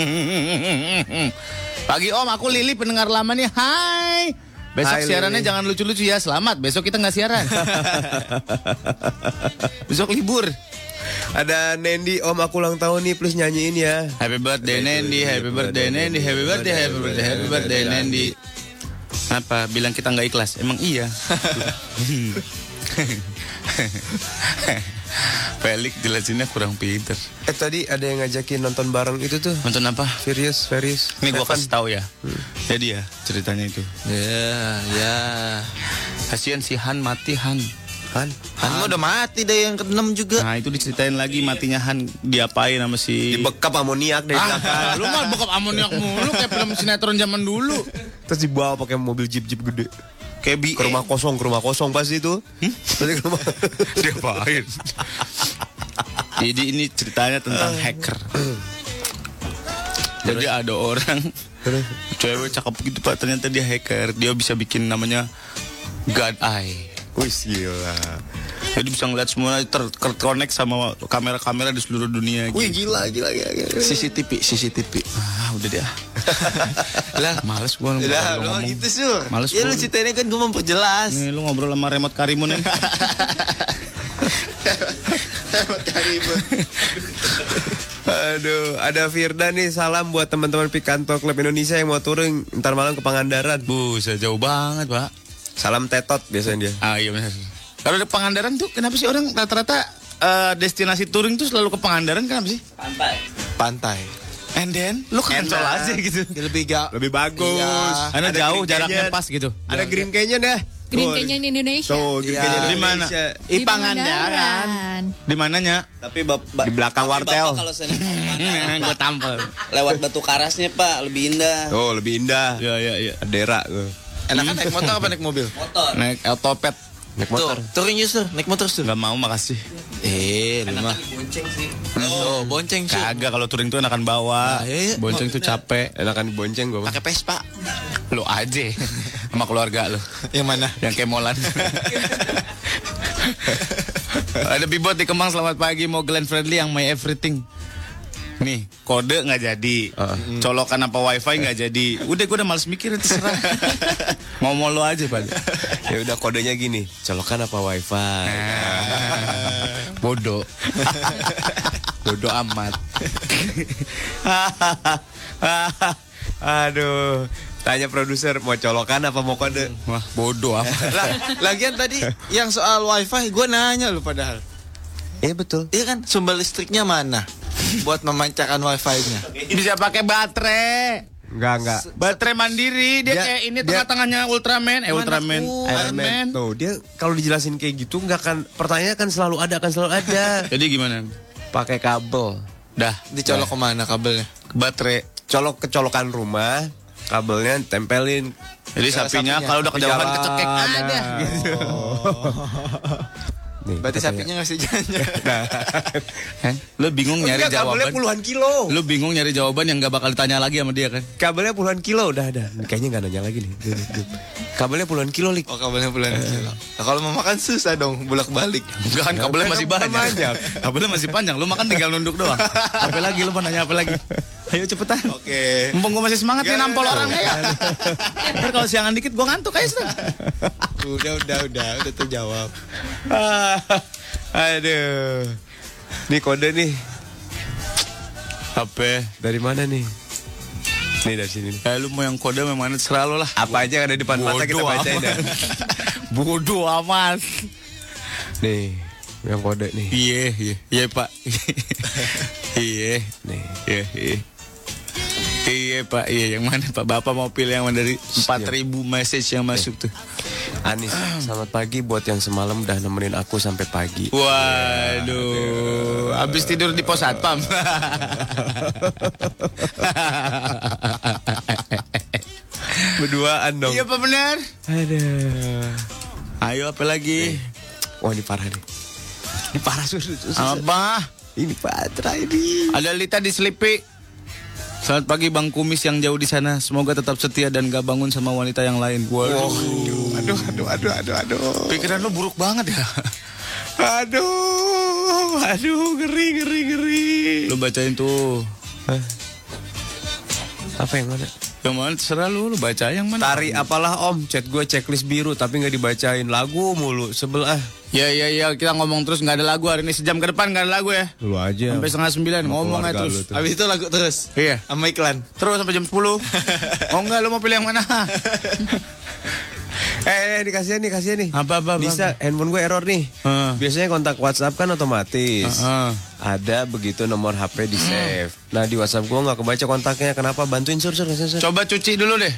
Pagi Om, aku Lili pendengar lama nih. Hai. Besok
Hai,
siarannya
Lili.
jangan lucu-lucu ya. Selamat. Besok kita nggak siaran. Besok libur.
Ada Nendi, Om aku ulang tahun nih, please nyanyiin ya.
Happy birthday Nendi, happy birthday Nendi, happy birthday, happy birthday, happy birthday Nendi. Apa bilang kita nggak ikhlas? Emang iya. Felix jelasinnya kurang pinter.
Eh tadi ada yang ngajakin nonton bareng itu tuh.
Nonton apa?
Serius, serius.
Ini gua kasih tahu ya. Jadi ya ceritanya itu.
Ya, ya.
Kasihan si Han mati Han.
kan.
Kan lu udah mati deh yang keenam juga.
Nah itu diceritain lagi matinya Han diapain sama si
Dibekap amoniak dari belakang.
Ah, lu mah bokap amoniak mulu kayak film sinetron zaman dulu.
Terus dibawa pakai mobil jeep-jeep gede.
Kayak bi
Ke rumah kosong, ke rumah kosong pasti itu. Tadi ke rumah.
diapain? Jadi ini ceritanya tentang hacker. Jadi ada orang cewek cakep gitu pak ternyata dia hacker dia bisa bikin namanya God Eye.
Wih, gila.
Jadi bisa ngeliat semua ter- terkonek sama kamera-kamera di seluruh dunia. Gitu.
Wih, gila, gila, gila. gila.
CCTV, CCTV.
Ah, udah deh. ah.
Lah,
Males gua ngomong.
lah lu
ngomong.
gitu sur.
Males
ya lu
gua.
ceritainnya kan gue memperjelas.
Nih lu ngobrol sama remote Karimun ya. remote Karimun.
Aduh, ada Firda nih salam buat teman-teman Pikanto Club Indonesia yang mau touring ntar malam ke Pangandaran.
Bu, saya jauh banget, Pak.
Salam tetot biasanya dia.
Ah, iya benar. Kalau ada Pangandaran tuh kenapa sih orang rata-rata eh, destinasi touring tuh selalu ke Pangandaran kenapa sih?
Pantai.
pantai.
And then lu cancel aja gitu.
Ya, Lebih gak
Lebih bagus.
Iya.
Karena
Ada
jauh
Green
jaraknya
Canyon.
pas gitu.
Ada Green Canyon ya? dah.
Green
Tuh,
Canyon Indonesia.
Tuh, Green
Iya.
Canyon
Di mana?
Indonesia.
Di Pangandaran. Di mananya?
Tapi bap- ba-
Di belakang
tapi
wartel.
Bapak kalau sering pantai,
Gue tampil.
lewat batu karasnya Pak, lebih indah.
Tuh, lebih indah.
Ya ya ya.
Adera tuh.
Enakan naik motor apa naik mobil?
Motor.
Naik otopet.
Naik
Tuh,
motor.
touring user, naik motor tuh.
Gak mau makasih.
Eh, lu mah. Oh, bonceng sih.
Kagak kalau touring tuh enakan bawa.
Ah, iya, iya.
Bonceng tuh capek.
Enakan bonceng gue.
Pakai Vespa.
Lu aja sama keluarga lu.
Yang mana?
Yang kemolan. Ada Bibot di Kemang selamat pagi mau Glenn Friendly yang my everything. Nih, kode nggak jadi. Hmm. Colokan apa wifi nggak jadi. Udah gue udah males mikir terserah. mau mau lo aja, Pak.
Ya udah kodenya gini. Colokan apa wifi?
Bodoh. Bodoh amat.
Aduh. Tanya produser mau colokan apa mau kode?
Wah, bodoh amat.
Lah, lagian tadi yang soal wifi gue nanya lu padahal.
Iya betul.
Iya kan, sumber listriknya mana? Buat memancarkan wifi-nya.
Bisa pakai baterai.
Enggak, enggak.
Baterai mandiri, dia,
Dia-
kayak ini
dia-
tengah-tengahnya
Kan
Ultraman, eh Ultraman, Iron
Iron
Man.
Man. Tuh, dia kalau dijelasin kayak gitu nggak akan pertanyaan kan selalu ada akan selalu ada.
Jadi gimana?
Pakai kabel.
Dah,
Dicolok kemana kabelnya?
ke baterai.
Colok kecolokan rumah, kabelnya tempelin.
Jadi sapinya kalau udah kejauhan
Jalan.
kecekek ada.
Nih,
Berarti sapinya
katanya. Nah,
ngasih janji.
Heh, Lu bingung nyari
Enggak, kabelnya
jawaban.
puluhan kilo.
Lu bingung nyari jawaban yang gak bakal ditanya lagi sama dia kan?
Kabelnya puluhan kilo udah ada. Kayaknya nggak nanya lagi nih. Kabelnya puluhan kilo, Lik.
Oh, kabelnya bulan kilo. Nah, kalau mau makan susah dong, bolak-balik.
Enggak kan kabelnya masih banyak.
banyak.
kabelnya masih panjang. Lu makan tinggal nunduk doang. apa lagi lu mau nanya apa lagi? Ayo cepetan.
Oke.
Mumpung gue masih semangat nih nampol orang ya. Ntar kalau siangan dikit gue ngantuk aja. Stan.
Udah, udah, udah, udah terjawab.
Aduh. Nih kode nih.
Apa?
Dari mana nih? Nih dari sini. nih.
Eh, lu mau yang kode memang terserah lu lah.
Apa aja yang ada di depan mata kita bacain ya.
Bodoh amat.
Nih, yang kode nih.
Iya, iya, iya pak. Iya,
Nih.
iya, iya. Iya pak, iya yang mana pak? Bapak mau pilih yang mana dari 4000 message yang masuk tuh.
Anis, selamat pagi buat yang semalam udah nemenin aku sampai pagi.
Iya, Waduh, habis tidur di pos satpam.
Berduaan dong.
Iya pak benar. Ayo apa lagi?
Wah, ini parah nih. Ini parah susu.
Apa?
Ini parah ini.
Ada Lita di Selipi. Selamat pagi Bang Kumis yang jauh di sana. Semoga tetap setia dan gak bangun sama wanita yang lain. Waduh.
Oh. Aduh, aduh, aduh, aduh, aduh.
Pikiran lu buruk banget ya.
Aduh, aduh, ngeri, ngeri, ngeri.
Lu bacain tuh.
Apa yang mana?
Yang mana terserah lu, lu baca yang mana.
Tari apalah om, chat gue checklist biru tapi nggak dibacain lagu mulu ah. sebelah.
Ya ya ya, kita ngomong terus nggak ada lagu hari ini sejam ke depan nggak ada lagu ya.
Lu aja.
Sampai setengah sembilan ngomong aja
Iya.
terus.
keluarga lu tuh.
Habis itu lagu terus.
Iya.
Sama iklan.
Terus sampai jam 10 Oh enggak, lu mau pilih yang mana?
Eh, eh dikasih nih, kasih nih.
Apa, apa, apa,
Bisa handphone gue error nih.
Heeh.
Biasanya kontak WhatsApp kan otomatis.
Heeh.
Ada begitu nomor HP di save. Nah di WhatsApp gue nggak kebaca kontaknya. Kenapa? Bantuin sur sur sur. sur.
Coba cuci dulu deh.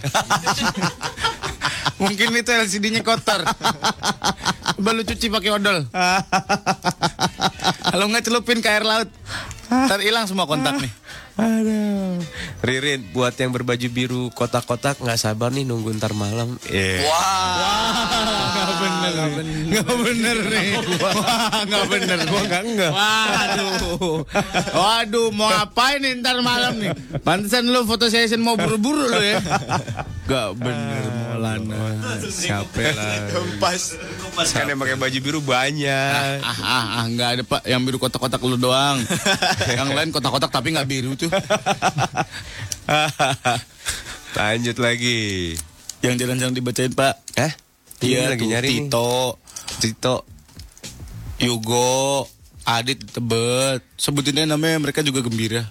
Mungkin itu LCD-nya kotor. Coba lu cuci pakai odol. Kalau nggak celupin ke air laut. Ntar hilang semua kontak nih.
Aduh. Ririn, buat yang berbaju biru kotak-kotak nggak sabar nih nunggu ntar malam. Eh.
Nggak bener. Nggak bener nih. Wah, nggak bener. Gua nggak
enggak.
Waduh. Waduh, mau ngapain nih ntar malam nih? Pantesan lu foto session mau buru-buru lu ya. Gak bener Maulana.
Capek lah.
Kempas.
Kan yang pakai baju biru banyak.
Ah, ah, ah, nggak ada pak. Yang biru kotak-kotak lu doang. Yang lain kotak-kotak tapi nggak biru tuh.
Lanjut lagi.
Yang jarang-jarang dibacain pak.
Eh?
Iya,
Ini lagi
tuh,
nyari nih.
Tito,
Tito.
Yugo, Adit Tebet. Sebutinnya namanya mereka juga gembira.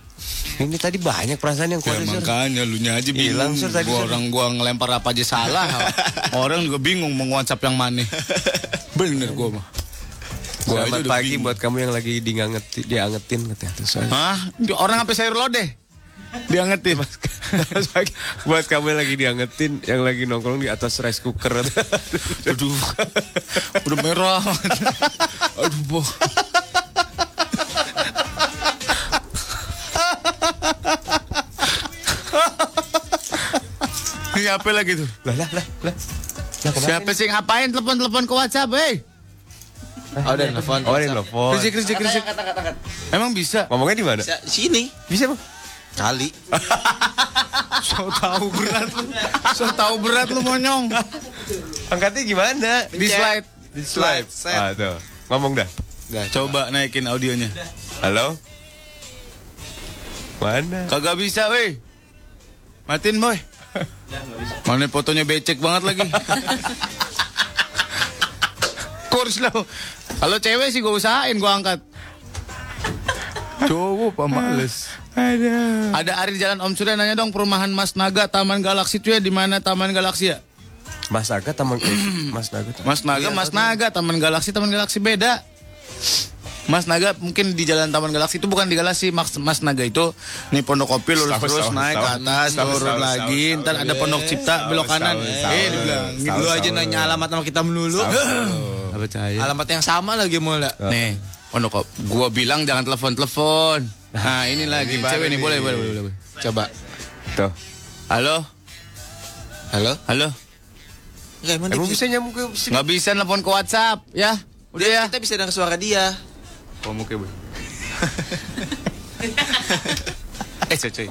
Ini tadi banyak perasaan yang
Ya,
kode, Iya, Sur.
makanya lu nya aja bingung.
Hilang, Sur, tadi,
gua
Sur.
orang gua ngelempar apa aja salah. orang juga bingung mau WhatsApp yang mana. Bener gua mah. Gua aja
Selamat
udah
pagi
bingung.
buat kamu yang lagi diangeti, diangetin katanya. Terus,
Hah? Di- Orang sampai sayur lodeh. Dia ngerti.
terus pagi, buat kamu yang lagi diangetin, yang lagi nongkrong di atas rice cooker.
Aduh. Udah merah. Aduh, boh. Ini apa lagi tuh?
lah lah lah lah.
Ya, Siapa sih ngapain telepon-telepon ke WhatsApp, eh? hei?
Oh, udah telepon.
Oh, ini telepon.
Krisik, krisik, krisik. Emang bisa?
Ngomongnya di mana?
Bisa- Ya, Sini.
Bisa, Bang.
Kali.
So tahu berat lu. So tahu berat lu monyong.
Angkatnya gimana?
Di slide.
Di slide. Set.
Ah, tuh. Ngomong dah.
Ya, Coba naikin audionya.
Halo? Mana?
Kagak bisa, weh. Matiin, boy. Mana fotonya becek banget lagi. Kurs lo. Kalau cewek sih gue usahain gue angkat. Cowok pemales. Ada. Ada Ari di Jalan Om Surya nanya dong perumahan Mas Naga Taman Galaksi itu ya di mana Taman Galaksi ya?
Mas Naga teman Mas Naga. teman-
Mas Naga, Mas Naga, Taman Galaksi, Taman Galaksi beda. Mas Naga mungkin di jalan Taman Galaksi itu bukan di Galaksi Mas, Mas Naga itu nih Pondok Kopi lurus
Tahu,
terus
tahu,
naik
tahu.
ke atas
Tahu,
turun
tahu,
lagi
tahu,
ntar ada Pondok Cipta belok kanan
tahu,
eh
tahu.
dibilang gitu.
Tahu,
Lu aja
tahu.
nanya alamat sama kita melulu.
Nggak percaya.
Alamat yang sama lagi mula.
nih Pondok Kopi gua bilang jangan telepon telepon nah ini lagi cewek nih boleh boleh boleh boleh. coba
Tuh.
halo halo halo
Enggak emang, dia
Emang
bisa.
bisa nyambung ke sini?
nggak bisa telepon ke WhatsApp ya udah ya
Kita bisa dengar suara dia.
eh cuy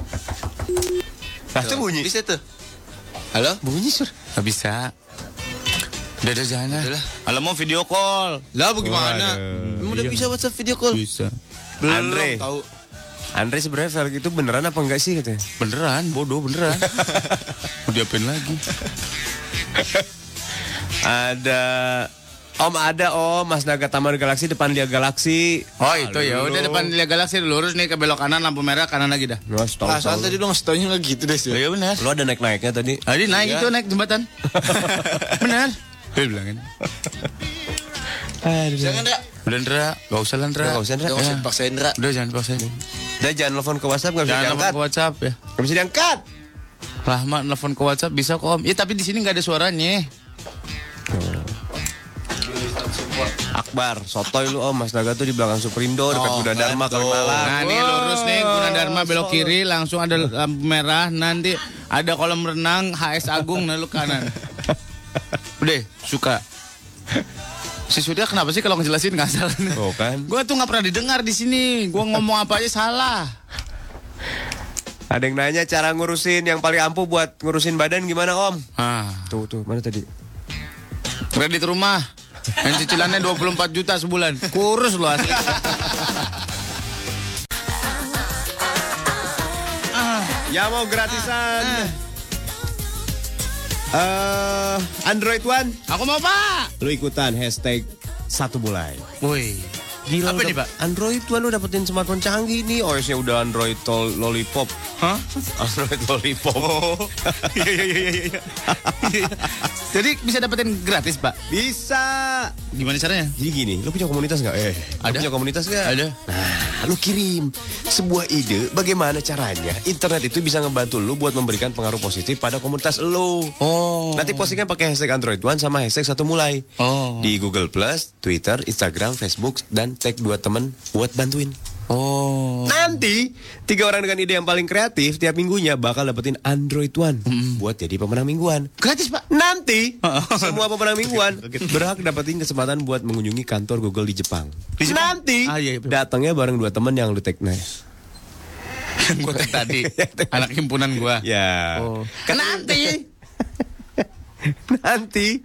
Nah, itu bunyi.
Bisa tuh.
Halo? Bunyi sur. Gak bisa. Udah ada jangan. Halo mau video call.
Lah bagaimana? Emang udah bisa WhatsApp video call?
Iya. Bisa.
Andre.
Tahu.
Andre sebenarnya Felg itu beneran apa enggak sih katanya?
Beneran, bodoh beneran. Mau diapain lagi?
Ada Om ada Om Mas Naga Taman Galaksi depan dia Galaksi.
Oh itu ya udah depan Lia Galaksi lurus nih ke belok kanan lampu merah kanan lagi dah.
Mas tahu.
Ah, soalnya tadi lu ngasih taunya lagi gitu deh sih.
Iya benar.
Lu ada naik-naiknya tadi.
Tadi naik itu naik jembatan. benar. Dia Iya. bilangin.
Jangan, Ra.
Udah Ndra, gak usah lah Ndra.
Nggak usah, Ndra.
Jangan usah dipaksain, Ra.
Ya. Udah jangan paksain.
Dan jangan telepon ke WhatsApp enggak bisa
Iya,
Jangan telepon
diangkat.
ke WhatsApp ya.
Enggak bisa diangkat.
Rahmat telepon ke WhatsApp bisa kok Om. Ya tapi di sini nggak ada suaranya.
Akbar, sotoy lu Om Mas Naga tuh di belakang Superindo dekat Bunda Dharma kalau malam.
Nah, nih lurus nih Gunadarma belok kiri langsung ada lampu merah nanti ada kolam renang HS Agung nah lu kanan. Udah, suka. Si Surya kenapa sih kalau ngejelasin nggak salah?
Oh, kan.
Gue tuh nggak pernah didengar di sini. Gue ngomong apa aja salah.
Ada yang nanya cara ngurusin yang paling ampuh buat ngurusin badan gimana Om?
Ah,
Tuh tuh, mana tadi?
kredit rumah. Yang cicilannya 24 juta sebulan. Kurus lu asli.
Ya mau gratisan.
Ah.
Eh, Android One,
Aku mau pak.
lu ikutan hashtag satu mulai.
Woi.
Gila,
Apa
lu
nih,
dap- Android tuan lu dapetin smartphone canggih nih. OS-nya udah Android tol- lollipop.
Hah?
Android lollipop.
Iya iya iya iya. Jadi bisa dapetin gratis pak?
Bisa.
Gimana caranya?
Jadi gini, lu punya komunitas nggak? Eh,
Ada.
Lu punya komunitas nggak?
Ada.
Nah, lu kirim sebuah ide bagaimana caranya internet itu bisa ngebantu lu buat memberikan pengaruh positif pada komunitas lu.
Oh.
Nanti postingnya pakai hashtag Android One sama hashtag satu mulai.
Oh.
Di Google Plus, Twitter, Instagram, Facebook, dan tag dua temen buat bantuin.
Oh.
Nanti tiga orang dengan ide yang paling kreatif tiap minggunya bakal dapetin Android One buat jadi pemenang mingguan.
Gratis pak?
Nanti semua pemenang mingguan berhak dapetin kesempatan buat mengunjungi kantor Google di Jepang. Nanti
Ah, iya, iya.
datangnya bareng dua temen yang lu tag nice.
gue tadi anak himpunan gue.
Ya.
Nanti.
Nanti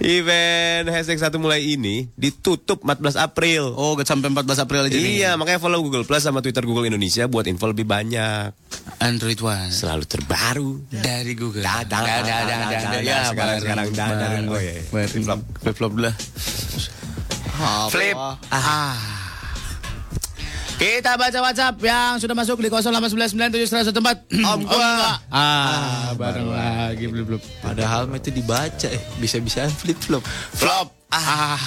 event hashtag satu mulai ini ditutup 14 April.
Oh, gak sampai 14 April aja nih.
Iya, makanya follow Google Plus sama Twitter Google Indonesia buat info lebih banyak.
Android One
Selalu terbaru.
dari Google.
Dadang,
Dadang, dadang, dadang.
Iya,
Ya,
sekarang sekarang dadang. Oh, iya, iya.
Oh.
Flip flop, flip flop lah.
Flip.
Ah. Kita baca WhatsApp yang sudah masuk di 089971014. Om gua. Oh, Ah, bareng lagi belum belum.
Padahal mah itu dibaca eh bisa-bisaan flip flop.
Flop. Ah,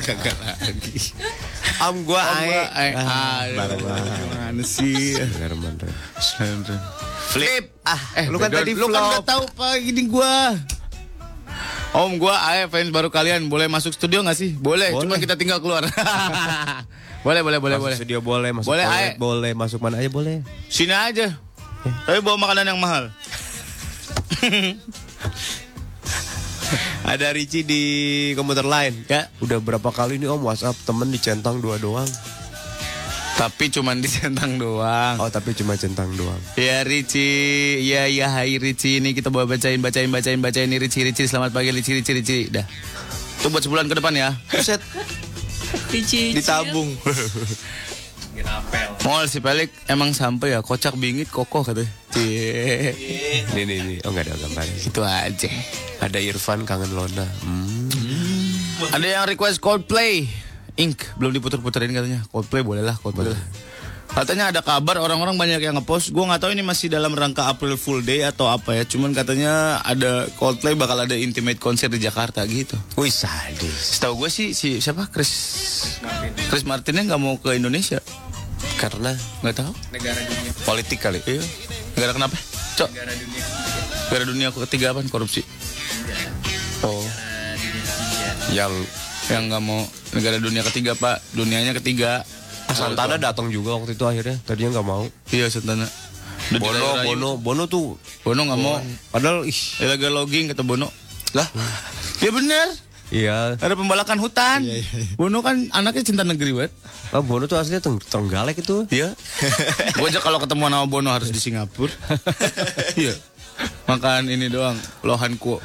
gagal lagi.
Am gua ae.
Ah, bareng lagi. Gimana
Iya.
sih? Flip. Ah, eh,
lu kan
bedon.
tadi
lu kan
flop.
udah tahu apa gini gua. Om gua ae fans baru kalian boleh masuk studio nggak sih? Boleh, cuma kita tinggal keluar. boleh, boleh, boleh, boleh.
Masuk studio boleh, masuk
Boleh,
toilet
Ae.
boleh, masuk mana aja boleh.
Sini aja.
Eh.
Tapi bawa makanan yang mahal.
Ada Ricci di komputer lain.
Ya.
Udah berapa kali nih om WhatsApp temen dicentang dua doang.
Tapi cuman disentang doang.
Oh tapi cuma centang doang.
Ya Ricci, ya ya hai Ricci ini kita bawa bacain bacain bacain bacain ini Ricci Ricci selamat pagi Ricci Ricci Ricci. Dah. Itu buat sebulan ke depan ya.
Buset,
Dicicil.
ditabung.
Mall si Pelik emang sampai ya kocak bingit kokoh katanya. Cie.
Nih nih nih. Oh nggak ada gambarnya.
Gitu aja.
Ada Irfan kangen Lona. Hmm.
Ada yang request Coldplay. Ink belum diputer-puterin katanya. Coldplay bolehlah, Coldplay. lah. Katanya ada kabar orang-orang banyak yang ngepost. Gue nggak tahu ini masih dalam rangka April Fool Day atau apa ya. Cuman katanya ada Coldplay bakal ada intimate konser di Jakarta gitu.
Wih sadis.
Setahu gue sih si siapa Chris Chris Martinnya nggak mau ke Indonesia.
Karena
Nggak tahu.
politik kali.
Iya. Negara kenapa? Cok. Negara dunia. Negara dunia ketiga apa? Korupsi. Oh.
Yang
Yang nggak mau negara dunia ketiga pak. Dunianya ketiga.
Santana datang juga waktu itu akhirnya. Tadinya nggak mau.
Iya Santana. Udah
Bono,
dirayu-rayu.
Bono, Bono tuh.
Bono nggak mau.
Padahal ih.
Dia lagi logging kata Bono. Lah. Ya bener.
Iya.
Ada pembalakan hutan. Bono kan anaknya cinta negeri banget.
Oh, Bono tuh aslinya Teng- Trenggalek itu.
Iya. gue aja kalau ketemu sama Bono harus di Singapura. Iya. Makan ini doang, lohan kuo.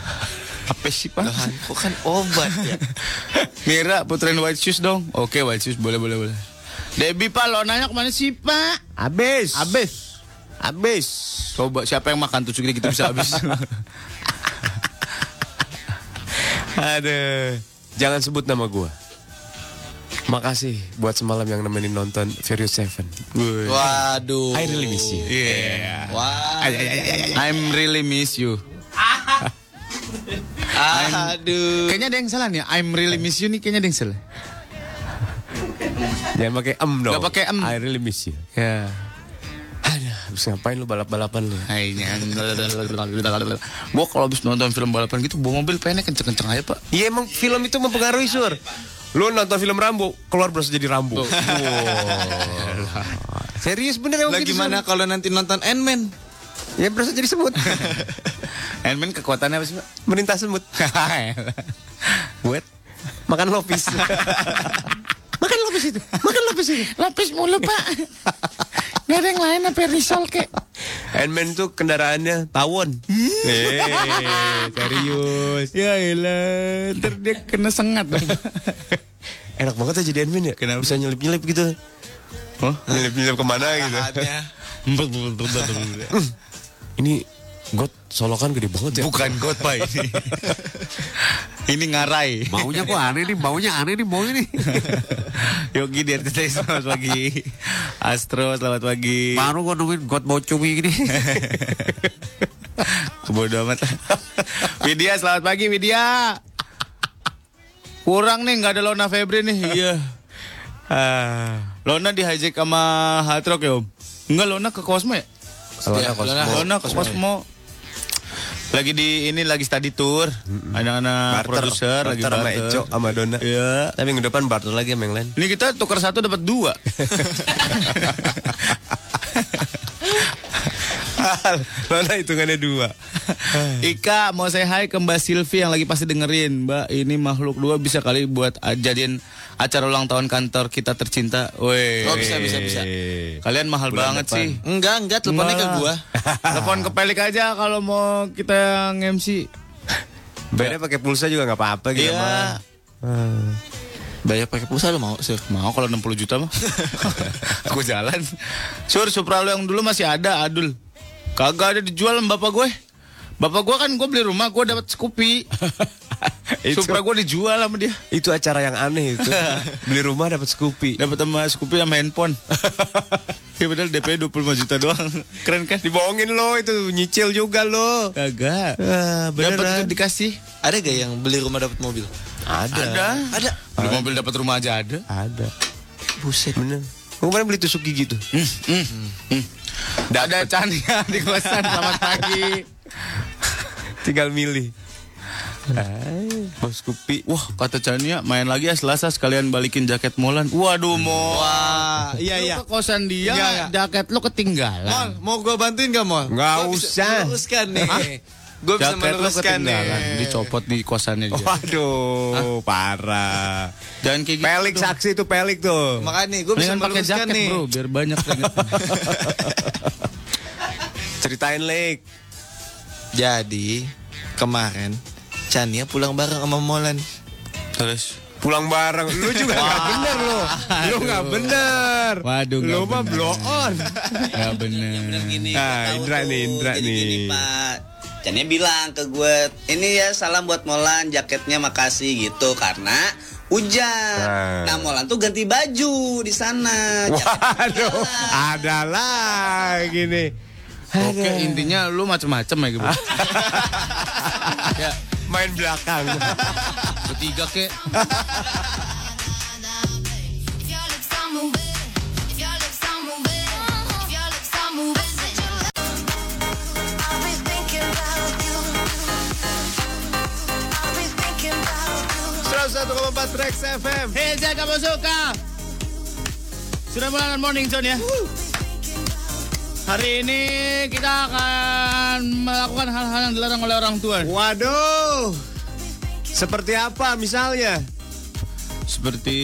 Apa sih, Pak?
Kok kan obat ya?
Mira, puterin White Shoes dong. Oke, White Shoes. Boleh, boleh, boleh. Debbie, Pak, lonanya kemana sih, Pak?
Abis.
Habis.
Abis.
Coba siapa yang makan tusuk ini kita bisa habis.
Aduh. Jangan sebut nama gua. Makasih buat semalam yang nemenin nonton Furious Seven.
Oh.
Waduh.
I really miss you.
Iya. Yeah.
Wah.
I'm really miss you.
Aduh.
Kayaknya ada yang salah nih. I'm really miss you nih kayaknya ada yang salah.
Jangan pakai em dong.
Nggak pakai em.
I really miss you.
Ya.
Aduh, habis ngapain lu balap-balapan lu?
Kayaknya. Gua kalau habis nonton film balapan gitu, bawa mobil pengen kenceng-kenceng aja, Pak.
Iya emang film itu mempengaruhi sur. Lu nonton film Rambo, keluar berasa jadi
Oh.
Rambo. Serius bener emang
Lah
gitu,
gimana
Sur.
kalau nanti nonton Ant-Man?
Ya berasa jadi semut.
Handman kekuatannya apa sih, Pak?
Merintah semut.
Buat
Makan lopis. Makan lopis itu. Makan lopis itu.
lapis mulu, Pak. Gak ada yang lain apa risol kek.
Handman tuh kendaraannya tawon. Eh, serius.
Ya elah, ntar dia kena sengat.
Enak banget ya jadi admin ya.
Kenapa?
Bisa nyelip-nyelip gitu.
Hah?
Nyelip-nyelip kemana gitu. Ini got solokan gede banget ya.
Bukan God, Pak ini. ini ngarai.
Maunya kok aneh nih, maunya aneh nih, maunya nih.
Yogi dari Tete, selamat pagi. Astro, selamat pagi.
Baru gua nungguin God mau cumi gini.
Bodoh amat. Widya, selamat pagi Widya. Kurang nih nggak ada Lona Febri nih. Iya. Ah, Lona di hijack sama Hard Rock ya Om? Enggak Lona ke Cosmo ya?
Lona Cosmo.
Lona, Lona ke Cosmo. Lagi di ini lagi study tour. Anak-anak produser lagi
barter sama Eco
barter.
sama Dona.
Iya.
Tapi minggu depan barter lagi sama yang lain.
Ini kita tukar satu dapat dua.
Lona hitungannya dua.
Eh.
Ika mau saya hai ke Mbak Silvi yang lagi pasti dengerin Mbak ini makhluk dua bisa kali buat a- jadiin acara ulang tahun kantor kita tercinta Weh.
Oh, bisa, bisa, bisa.
Kalian mahal banget sih
Enggak, enggak, teleponnya ke
Enggak
gua.
lah. Telepon ke Pelik aja kalau mau kita yang MC
Bayarnya pakai pulsa juga nggak apa-apa gitu.
Iya
Bayar pakai pulsa lu mau, Sir?
Mau kalau 60 juta mah Aku jalan Sur Supra lu yang dulu masih ada Adul Kagak ada dijual sama bapak gue Bapak gue kan gue beli rumah Gue dapat Scoopy
Itu-
Supra gue dijual sama dia.
Itu acara yang aneh itu. Beli rumah dapat Scoopy.
Dapat sama Scoopy sama handphone. ya padahal DP 25 juta doang. Keren kan?
Dibohongin lo itu nyicil juga lo.
Kagak.
Ah,
Dapat tuh
beneran.
dikasih.
Ada gak yang beli rumah dapat mobil?
Ada.
Ada. Beli mobil dapat rumah aja ada.
Ada. Buset. Bener. Gua Kemarin beli tusuk gigi tuh.
Dada Chania di kosan selamat pagi.
Tinggal milih. Ah, Mau Scoopy.
Wah, kata Chania main lagi ya Selasa sekalian balikin jaket Molan. Waduh, Mo.
Wah, iya
Lu
iya.
ke kosan dia,
Enggak, enggak.
jaket lu ketinggalan.
Mol, mau gue bantuin gak Mol?
Nggak
Gua bisa
usah.
Meluruskan nih. Gue bisa
Jaket lu
meluruskan nih.
ketinggalan, dicopot di kosannya dia.
Waduh, parah.
Jangan kayak gitu.
Pelik
dong.
saksi tuh pelik tuh.
Makanya gue bisa
Kan
Mendingan pakai
meluruskan
jaket,
nih.
Bro, biar banyak keringetnya.
Ceritain lek.
Jadi kemarin Chania pulang bareng sama Molan.
Terus
Pulang bareng. Lu juga nggak bener lo. Lu nggak bener.
Waduh, nggak
Lu mah
bener.
blow on.
ya bener.
Gini,
Ah,
gua tahu tuh.
Indra nih, Indra
Jadi gini,
nih.
Pak. Chania Nah, bilang ke gue, ini ya salam buat Molan, jaketnya makasih gitu karena hujan.
Ah.
Nah Molan tuh ganti baju di sana.
Waduh, ada lagi nih.
Oke, intinya lu macem-macem ya, Bro.
Main belakang.
Ketiga kek. Hei, saya kamu suka. Sudah mulai morning zone ya. Hari ini kita akan melakukan hal-hal yang dilarang oleh orang tua.
Waduh. Seperti apa misalnya?
Seperti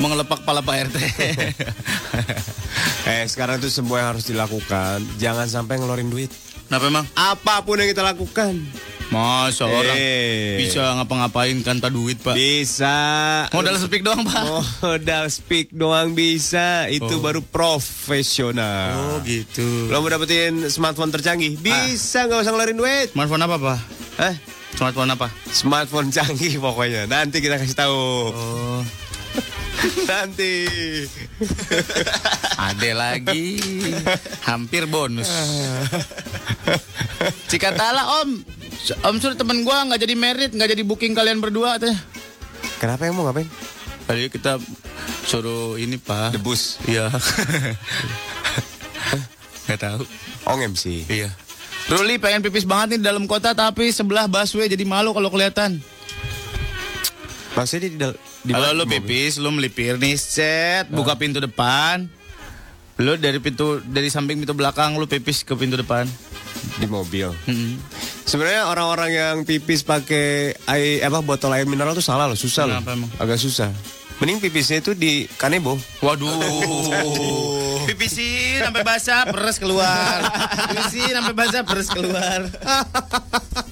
mengelepak kepala Pak RT.
Eh sekarang tuh semua yang harus dilakukan Jangan sampai ngeluarin duit
Kenapa emang?
Apapun yang kita lakukan
Masa orang
Eh.
bisa ngapa-ngapain kan tanpa duit, Pak?
Bisa
Modal speak doang, Pak.
Oh. Modal speak doang bisa Itu
Oh.
baru profesional
gitu.
Lo mau dapetin smartphone tercanggih Bisa nggak usah ngeluarin duit
Smartphone apa, Pak?
Ah. Hah?
Smartphone apa?
Smartphone canggih pokoknya Nanti kita kasih tahu
Oh,
Nanti
ada lagi. Hampir bonus. Cikatala, Om. Om Sur temen gua nggak jadi merit, nggak jadi booking kalian berdua katanya.
Kenapa yang mau ngapain?
Tadi kita suruh ini, Pak.
Debus
Iya. Gak tahu.
Ong MC
Iya. Ruli pengen pipis banget nih di dalam kota tapi sebelah busway jadi malu kalau kelihatan.
Maksudnya di, dal- di Ah.
Kalau
mana?
lu pipis, lu melipir nih, set, buka pintu depan. Lu dari pintu dari samping pintu belakang lu pipis ke pintu depan.
di mobil. Sebenarnya orang-orang yang pipis pakai air apa botol air mineral tuh salah loh, susah
Kenapa
loh.
emang?
Agak susah. Mending pipisnya itu di kanebo.
Waduh. Pipisin sampai basah, peres keluar. Pipisin sampai basah, peres keluar.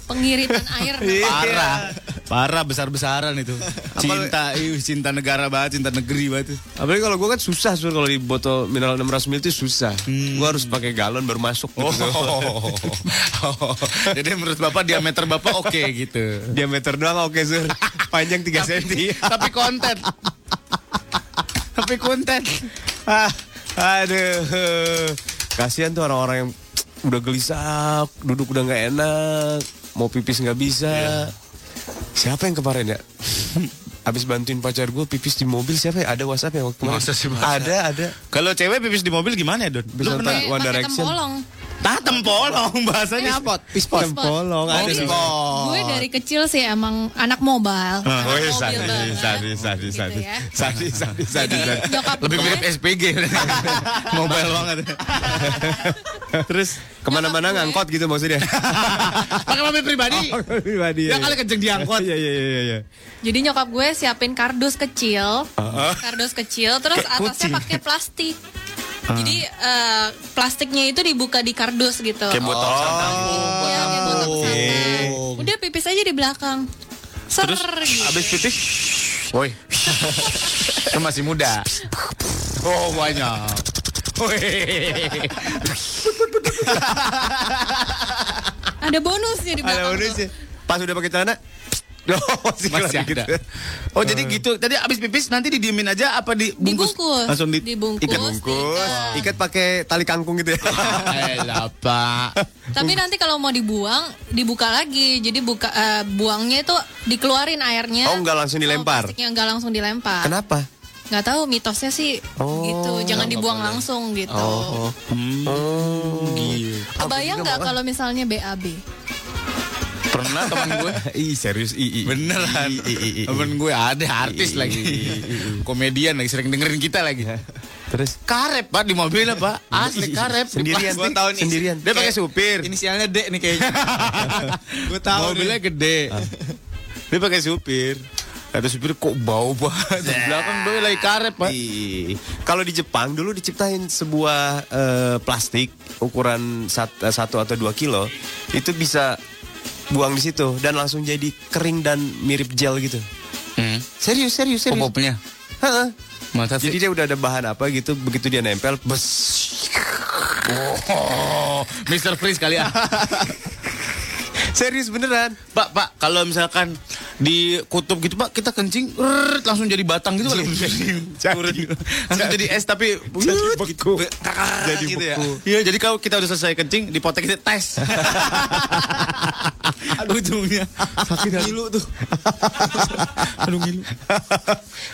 Pengiritan air.
Iya,
Parah. Parah besar-besaran itu. Iya. Cinta, ih, cinta negara banget, cinta negeri banget.
Apalagi kalau gue kan susah Sur, kalau di botol mineral 600 ml itu susah. Gue harus pakai galon baru masuk gitu.
Jadi menurut Bapak diameter Bapak oke gitu.
Diameter doang oke Sur. Panjang 3 cm.
Tapi konten. Tapi konten.
Ah, aduh. Kasihan tuh orang-orang yang udah gelisah, duduk udah nggak enak, mau pipis nggak bisa.
Iya.
Siapa yang kemarin ya? Abis bantuin pacar gue pipis di mobil siapa ya? Ada WhatsApp ya waktu kemarin?
Masa sih, masa?
Ada, ada.
Kalau cewek pipis di mobil gimana ya, Don?
Bisa
Lu pernah
One
One
Direction.
Tembolong.
tatem polong bahasanya apa?
Pispot. Polong, ada.
Jadi,
dong.
Gue dari kecil sih emang anak mobile.
Ah,
anak
Oh iya,
mobil
sadis,
banget.
sadis, sadis,
Gitu
sadis,
ya.
sadis, sadis, sadis,
Jadi,
sadis.
nyokap kan?
Lebih
gue-
mirip SPG. Mobile banget. Terus
Kemana-mana ngangkot gitu maksudnya.
pakai mobil pribadi.
Pribadi.
Ya kali kenceng diangkot.
Iya, iya, iya, iya.
Jadi nyokap gue siapin kardus kecil, kardus kecil, terus atasnya pakai plastik. Jadi eh, plastiknya itu dibuka di kardus gitu. Kayak
botol gitu.
Iya, kayak botol kesana. Udah pipis aja di belakang. Ser gitu.
Habis pipis. Woi. Lu Kan masih muda. Oh, banyak.
Ada bonusnya di belakang.
Ada bonus
tuh.
ya. Pas udah pakai celana, masih,
Masih
ada. Hmm.
ada. Oh jadi gitu. Tadi abis pipis nanti didiemin aja apa dibungkus?
Dibungkus.
Langsung di
Dibungkus,
ikat.
diikat.
Ikat pakai tali kangkung gitu ya.
Elah, Pak.
Tapi nanti kalau mau dibuang, dibuka lagi. Jadi buka eh, buangnya itu dikeluarin airnya.
Oh, nggak langsung dilempar?
Plastiknya nggak langsung dilempar.
Kenapa? Oh,
Nggak tahu mitosnya sih gitu. Jangan dibuang langsung gitu.
Hmm.
Oh,
Gitu.
gitu.
Kebayang nggak kalau misalnya BAB?
Pernah teman gue.
Ih serius i, i.
Beneran. Temen gue ada
Iya.
artis lagi. Komedian lagi sering dengerin kita lagi.
Terus Iya,
Karep pak di mobilnya pak. Asli karep. Di
Sendirian,
plastik.
Dik. Sendirian.
Dia pakai supir.
Inisialnya D nih kayaknya. Gue tahu.
Mobilnya gede.
Ah.
Dia pakai supir. Ada supir kok bau banget. Di belakang dia lagi karet, Pak.
Iya.
Ih, Kalau di Jepang dulu diciptain sebuah eh, plastik ukuran sat- eh, satu atau dua kilo itu bisa buang di situ dan langsung jadi kering dan mirip gel gitu.
Hmm.
Serius serius serius.
Popopnya.
Heeh.
Masa sih?
Jadi dia udah ada bahan apa gitu begitu dia nempel bes.
Oh, Mr. Freeze kali ya.
Serius beneran.
Pak, Pak, kalau misalkan di kutub gitu, Pak, kita kencing rrrt, langsung jadi batang gitu kali. Turun. Langsung jadi es tapi jadi beku. Jadi gitu ya. Iya, jadi kalau kita udah selesai kencing, dipotek kita tes. Ujungnya sakit ngilu tuh. Aduh ngilu.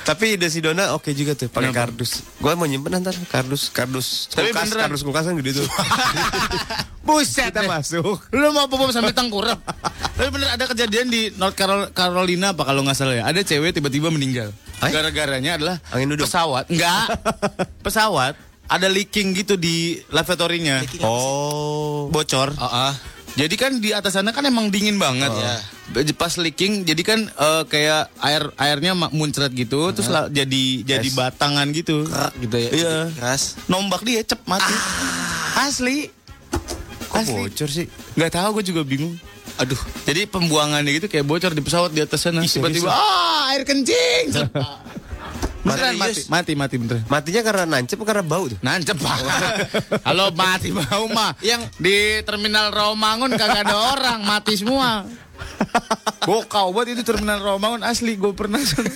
Tapi ide si Dona oke juga tuh pakai
Kenapa?
kardus. Gua mau nyimpen ntar kardus kardus
Tapi
kulkas
beneran.
kardus kulkas kan gede tuh.
Buset.
Kita
deh.
masuk.
Lu mau popom sambil tengkurap. Tapi bener ada kejadian di North Carol- Carolina apa kalau nggak salah ya. Ada cewek tiba-tiba meninggal. Gara-garanya adalah
Eh? Angin duduk.
pesawat. Enggak. pesawat ada leaking gitu di lavatory-nya.
Oh.
Bocor. Jadi kan di atas sana kan emang dingin banget ya. Pas leaking jadi kan eh, kayak air airnya ma- muncrat gitu terus la- jadi jadi
Es.
batangan gitu.
gitu ya.
Iya.
Keras.
Nombak dia cep mati. Asli.
Kok bocor sih?
Gak tahu gue juga bingung. Aduh, jadi pembuangannya gitu kayak bocor di pesawat di atas sana. Tiba-tiba, ah air kencing. beneran mati,
Serius?
mati, mati beneran.
Matinya karena nancep apa karena bau tuh.
Nancep Pak. Halo mati bau mah. Yang di terminal Romangun kagak ada orang, mati semua. Bokau buat itu terminal Romangun asli gue pernah sana.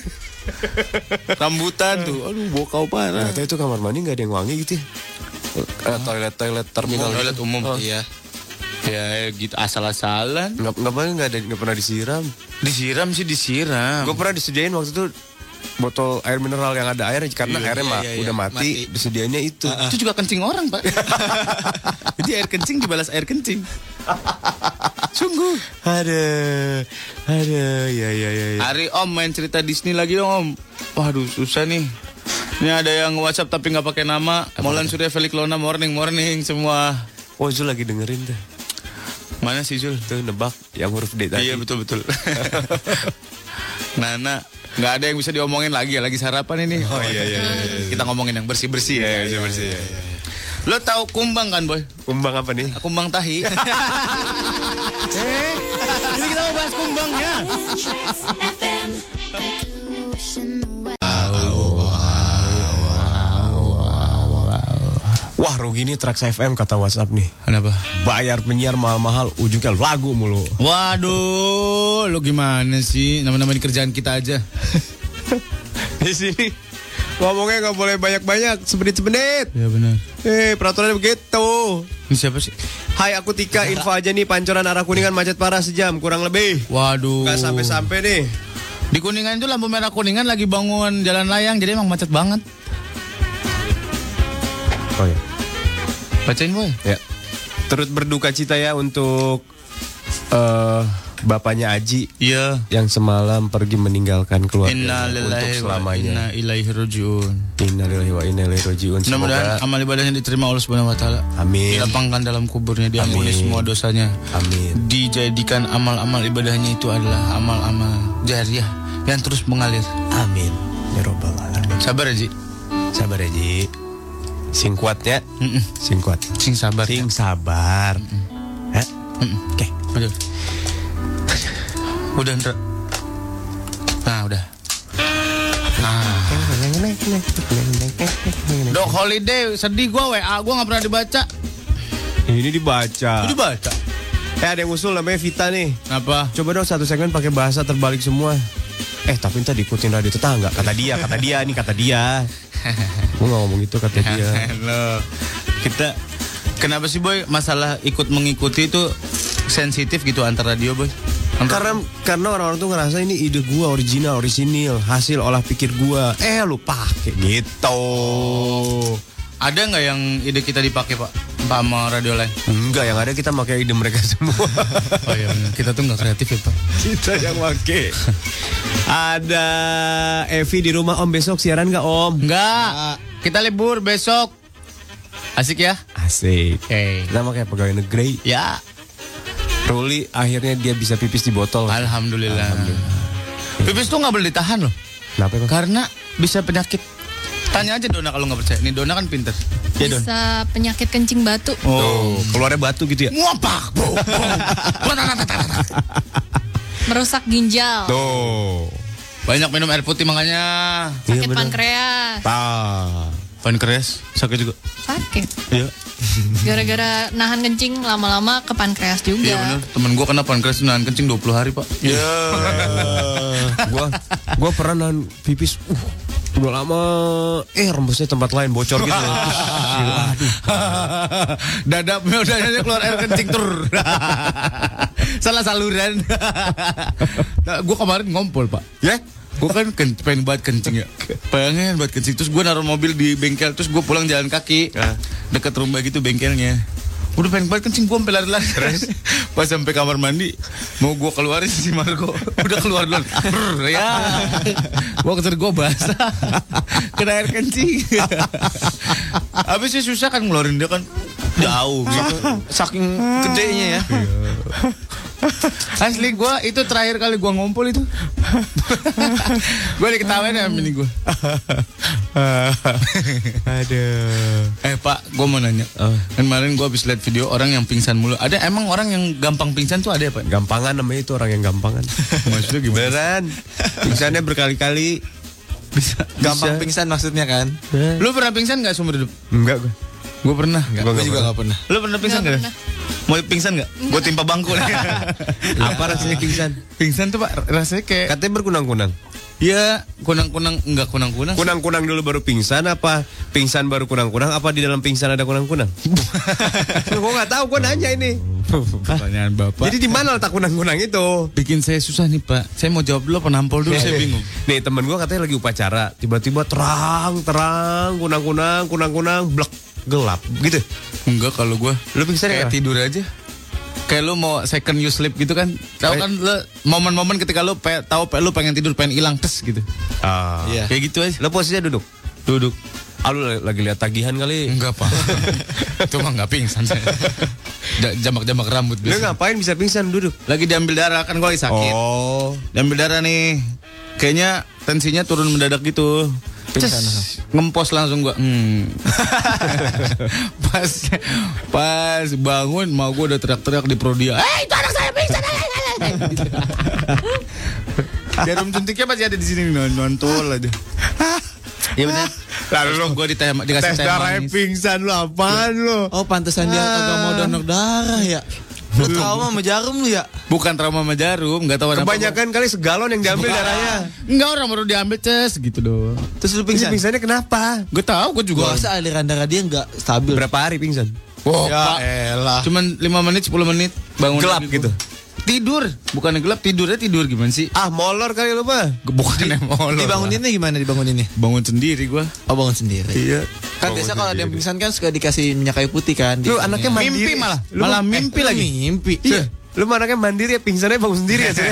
Rambutan tuh, aduh bokau parah.
Ternyata Nah, itu kamar mandi nggak ada yang wangi gitu. ya. Eh, toilet toilet terminal. Oh.
Toilet umum. Iya. Ya gitu asal-asalan.
Nggak nggak pernah nggak ada nggak pernah disiram.
Disiram sih disiram.
Gue pernah disediain waktu itu botol air mineral yang ada air karena
Iya,
airnya mah udah mati, disediainnya itu.
Itu juga kencing orang, Pak. Jadi air kencing dibalas air kencing. Sungguh.
Ada, ada, ya ya ya. ya.
Hari Om main cerita Disney lagi dong, Om. Waduh, susah nih. Ini ada yang WhatsApp tapi nggak pakai nama. Molan Surya Feliklona morning morning semua.
Oh Zul lagi dengerin tuh,
Mana sih Jul?
tuh nebak yang huruf D tadi.
Iya betul betul. Nana, nggak ada yang bisa diomongin lagi ya lagi sarapan ini. Oh iya iya. Kita ngomongin yang bersih bersih ya. bersih bersih. Lo tahu kumbang kan boy?
Kumbang apa nih?
Kumbang tahi. eh, ini kita mau bahas kumbang ya.
Wah rugi nih Trax FM kata WhatsApp nih.
Kenapa?
Bayar penyiar mahal-mahal ujungnya lagu mulu.
Waduh, lo gimana sih? Nama-nama kerjaan kita aja.
Di sini ngomongnya nggak boleh banyak-banyak, sebenit-sebenit.
Ya benar.
Eh, peraturannya begitu.
Ini siapa sih?
Hai, aku Tika, info aja nih pancoran arah kuningan macet parah sejam, kurang lebih.
Waduh.
Nggak sampai-sampai nih.
Di Kuningan itu lampu merah Kuningan lagi bangun jalan layang jadi emang macet banget.
Oh ya.
Bacain boy.
Ya. Turut berduka cita ya untuk eh bapaknya Aji
Iya.
yang semalam pergi meninggalkan keluarga untuk
Innalillahi wa inna
selamanya.
ilaihi rajiun.
Innalillahi wa inna ilaihi rajiun.
Mudah-mudahan
Semoga
amal ibadahnya diterima Allah Subhanahu wa taala.
Amin.
Dilapangkan dalam kuburnya, diampuni
Amin.
semua dosanya.
Amin.
Dijadikan amal-amal ibadahnya itu adalah amal-amal jariah yang terus mengalir.
Amin. Ya robbal alamin.
Sabar Ji.
Sabar ya, Ji. Sing kuat ya.
Mm-mm.
Sing kuat.
Sing sabar.
Sing sabar. Ya. Oke.
Udah. udah, Ndra. Nah, udah. Nah. Dok holiday sedih gua WA gua nggak pernah dibaca.
Ini dibaca.
Lu dibaca.
Eh ada yang usul namanya Vita nih.
Kenapa?
Coba dong satu segmen pakai bahasa terbalik semua. Eh tapi ntar diikutin radio tetangga. Kata dia, kata dia nih, kata dia. Gue gak ngomong gitu kata dia.
Loh, kita kenapa sih boy masalah ikut mengikuti itu sensitif gitu antar radio boy? Antar-
Karena karena orang-orang tuh ngerasa ini ide gua original, orisinil, hasil olah pikir gua. Eh lu pakai gitu.
ada nggak yang ide kita dipakai pak pak sama radio lain?
Enggak yang ada kita pakai ide mereka semua.
Oh iya bener. kita tuh nggak kreatif ya pak.
kita yang pakai. Ada Evi di rumah Om besok siaran nggak Om?
Nggak, kita libur besok. Asik ya?
Asik.
Eh,
Kita pakai pegawai negeri.
ya.
Ruli akhirnya dia bisa pipis di botol.
Alhamdulillah. Pipis tuh nggak boleh ditahan loh,
Kenapa emang?
karena bisa penyakit. Tanya aja Dona kalau nggak percaya. Nih Dona kan pinter. Ya Don.
Bisa penyakit kencing batu.
Oh, keluarnya batu gitu ya.
Ngopak, bro.
Merusak ginjal.
Tuh.
Banyak minum air putih makanya.
Sakit
Iya, bener.
pankreas.
Tah.
Pankreas sakit juga.
Sakit.
Iya.
Gara-gara nahan kencing lama-lama ke pankreas juga.
Iya benar. Temen gua kena pankreas nahan kencing 20 hari, Pak. Iya.
Eh, gua gua pernah nahan pipis uh, udah lama eh rembusnya tempat lain bocor gitu.
Dadap dadanya keluar air kencing tur. Salah saluran. nah, gua kemarin ngompol, Pak.
ya?
Gue kan ken- pengen buat kencing ya Pengen buat kencing Terus gue naruh mobil di bengkel Terus gue pulang jalan kaki Deket rumah gitu bengkelnya Udah pengen buat kencing Gue sampai lari-lari Pas sampai kamar mandi Mau gue keluarin si Marco Udah keluar duluan Brr, ya Gue keser gue basah Kena air kencing Habis sih susah kan ngeluarin dia kan Jauh gitu
Saking gedenya ya.
Asli gue itu terakhir kali gue ngompol itu Gue diketawain ya mini gue
Aduh.
Eh pak, gue mau nanya Kan Kemarin gue habis lihat video orang yang pingsan mulu Ada emang orang yang gampang pingsan tuh ada ya pak?
Gampangan namanya itu orang yang gampangan.
Maksudnya gimana?
Beneran. Pingsannya berkali-kali. Bisa.
Gampang pingsan maksudnya kan?
Eh. Lu pernah pingsan gak seumur hidup?
Enggak gua.
Gue pernah
Gua
Gue
nggak
juga
pernah.
gak pernah.
Lu pernah pingsan
Nggak
gak? Mau pingsan gak? Gue timpa bangku
Apa rasanya pingsan?
Pingsan tuh pak rasanya kayak
Katanya berkunang-kunang.
Ya kunang-kunang Enggak kunang-kunang sih.
Kunang-kunang dulu baru pingsan apa? Pingsan baru kunang-kunang apa di dalam pingsan ada kunang-kunang? gua nggak tahu, gua nanya ini.
Pertanyaan bapak
Jadi di mana letak kunang-kunang itu? Eh,
bikin saya susah nih pak Saya mau jawab dulu apa nampol
Iya,
dulu saya bingung
Nih temen gue katanya lagi upacara Tiba-tiba terang, terang, kunang-kunang, kunang-kunang, blek, gelap gitu
Enggak kalau gue
Lu pingsan ya?
Kayak tidur aja Kayak lu mau second you sleep gitu kan Tahu kan lu momen-momen ketika lu pe, tahu pe, lu pengen tidur pengen hilang tes gitu
Ah.
Iya.
Kayak gitu aja
Lu posisinya duduk? Duduk Ah lu lagi lihat tagihan kali
Enggak pak Itu mah enggak pingsan saya Ja- Jamak-jamak rambut
Lu
biasa
ngapain bisa pingsan duduk?
Lagi diambil darah kan gue lagi sakit
Oh
Diambil darah nih Kayaknya tensinya turun mendadak gitu Ces, ngempos langsung gua hmm. pas pas bangun mau gua udah teriak-teriak di prodia eh itu anak saya pingsan eh, eh, eh, eh, gitu. jarum suntiknya masih ada di sini nih, nonton aja ya benar lalu lu gua ditema, dikasih teh manis
pingsan lu apaan lu?
Oh pantesan
Ah.
dia kagak mau donor darah ya. Lu trauma sama jarum lu ya?
bukan trauma sama jarum nggak tahu kenapa
Kebanyakan kali segalon yang diambil darahnya
gua- enggak orang baru diambil ces gitu doang
Terus lu pingsan.
Pingsan. Pingsannya kenapa?
gue tahu gue juga
Gua rasa aliran darah dia nggak stabil.
Berapa hari pingsan?
Wah, Pak. Cuman 5 menit, 10 menit bangun
Gelap
lagi gua.
gitu?
Tidur, bukannya gelap, tidurnya tidur gimana sih?
Ah molor kali lu mah
Bukannya molor.
Dibanguninnya gimana dibanguninnya?
bangun sendiri gua.
Oh bangun sendiri.
Iya.
Kan biasa kalau ada yang pingsan kan suka dikasih minyak kayu putih kan.
Lu anaknya
Mimpi
mandiri
malah,
Lu-
malah
eh,
mimpi lagi.
Mimpi.
Iya. Lu mah anaknya mandiri ya pingsannya bangun sendiri ya Cek?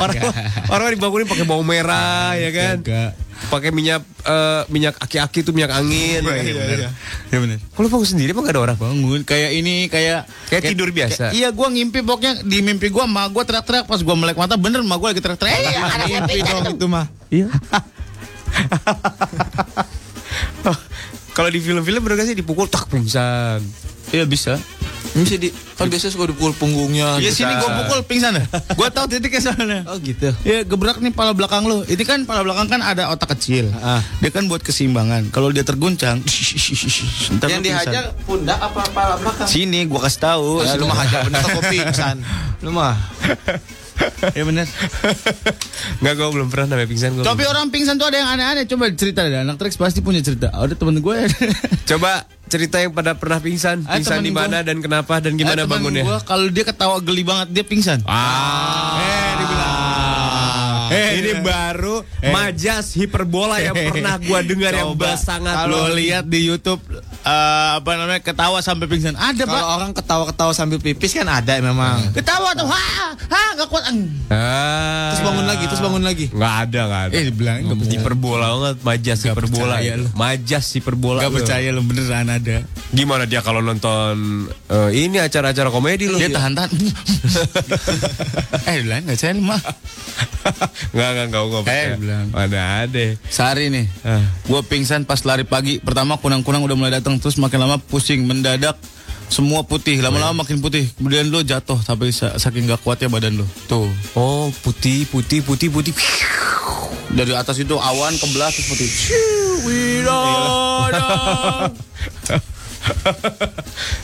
orang orang dibangunin pakai bawang merah ya kan.
Ah, Enggak.
Pakai minyak eh, minyak aki-aki tuh minyak angin. ya
Iya benar. Iya benar.
Kalau bangun sendiri mah gak ada orang.
Bangun kayak ini kayak
Kayak tidur biasa.
kayak- iya, gua ngimpi pokoknya di mimpi gua ma gua teriak-teriak pas gua melek mata bener ma gua lagi teriak-teriak. Eh, ada yang
Mimpi dong itu mah.
Oh,
Kalau di film-film bener gak sih dipukul tak pingsan.
Iya bisa.
Ini bisa di kan biasanya suka dipukul punggungnya.
Ya
gitu.
sini gue pukul ping sana. Gue tahu titiknya sana.
Oh gitu.
Ya gebrak nih pala belakang lo. Ini kan pala belakang kan ada otak kecil.
Ah.
Dia kan buat keseimbangan. Kalau dia terguncang, ntar
Yang
lu pingsan.
dihajar pundak apa pala belakang?
Oh, Sini gue kasih tahu.
Si lu mah hajar bener kok pingsan. Lu mah.
Ya bener.
Enggak, gue belum pernah namanya pingsan. Gua
Tapi
belum.
orang pingsan tuh ada yang aneh-aneh. Coba cerita deh. Anak Trix pasti punya cerita. Ada temen ya. gue.
Coba cerita yang pada pernah pingsan.
Ah,
Pingsan
temen
di mana
gua-
dan kenapa dan gimana
Ada temen
bangunnya?
gua, Kalau dia ketawa geli banget dia pingsan.
Ah.
Eh, dibilang. Eh, ini
Iya.
baru majas hiperbola yang pernah gua dengar yang
Coba
sangat
Kalau lihat di YouTube eh, apa namanya ketawa sampai pingsan. Ada pak.
Kalau orang ketawa-ketawa sambil pipis kan ada memang.
Ketawa tuh, ha, ha, gak kuat. eng.
Ah.
Terus bangun lagi, terus bangun lagi.
Nggak ada, nggak ada.
Eh, dibilang nggak
Ngomong
percaya.
hiperbola banget, majas hiperbola. ya?
percaya lu.
Majas hiperbola.
Gak
lu.
percaya lo beneran ada.
Gimana dia kalau nonton eh, ini acara-acara komedi lu? ya.
Dia tahan-tahan. eh, bilang gak percaya lu, mah.
Nggak, nggak, nggak, nggak percaya.
bilang.
Mana ada.
Sehari nih,
Ah.
gue pingsan pas lari pagi. Pertama kunang-kunang udah mulai datang, terus makin lama pusing, mendadak semua putih,
Iya.
lama-lama makin putih. Kemudian lo jatuh, tapi sa- saking gak kuatnya badan lo. Tuh,
Oh, putih, putih, putih, putih.
dari atas itu awan ke belah terus putih.
Iya.
Widodong.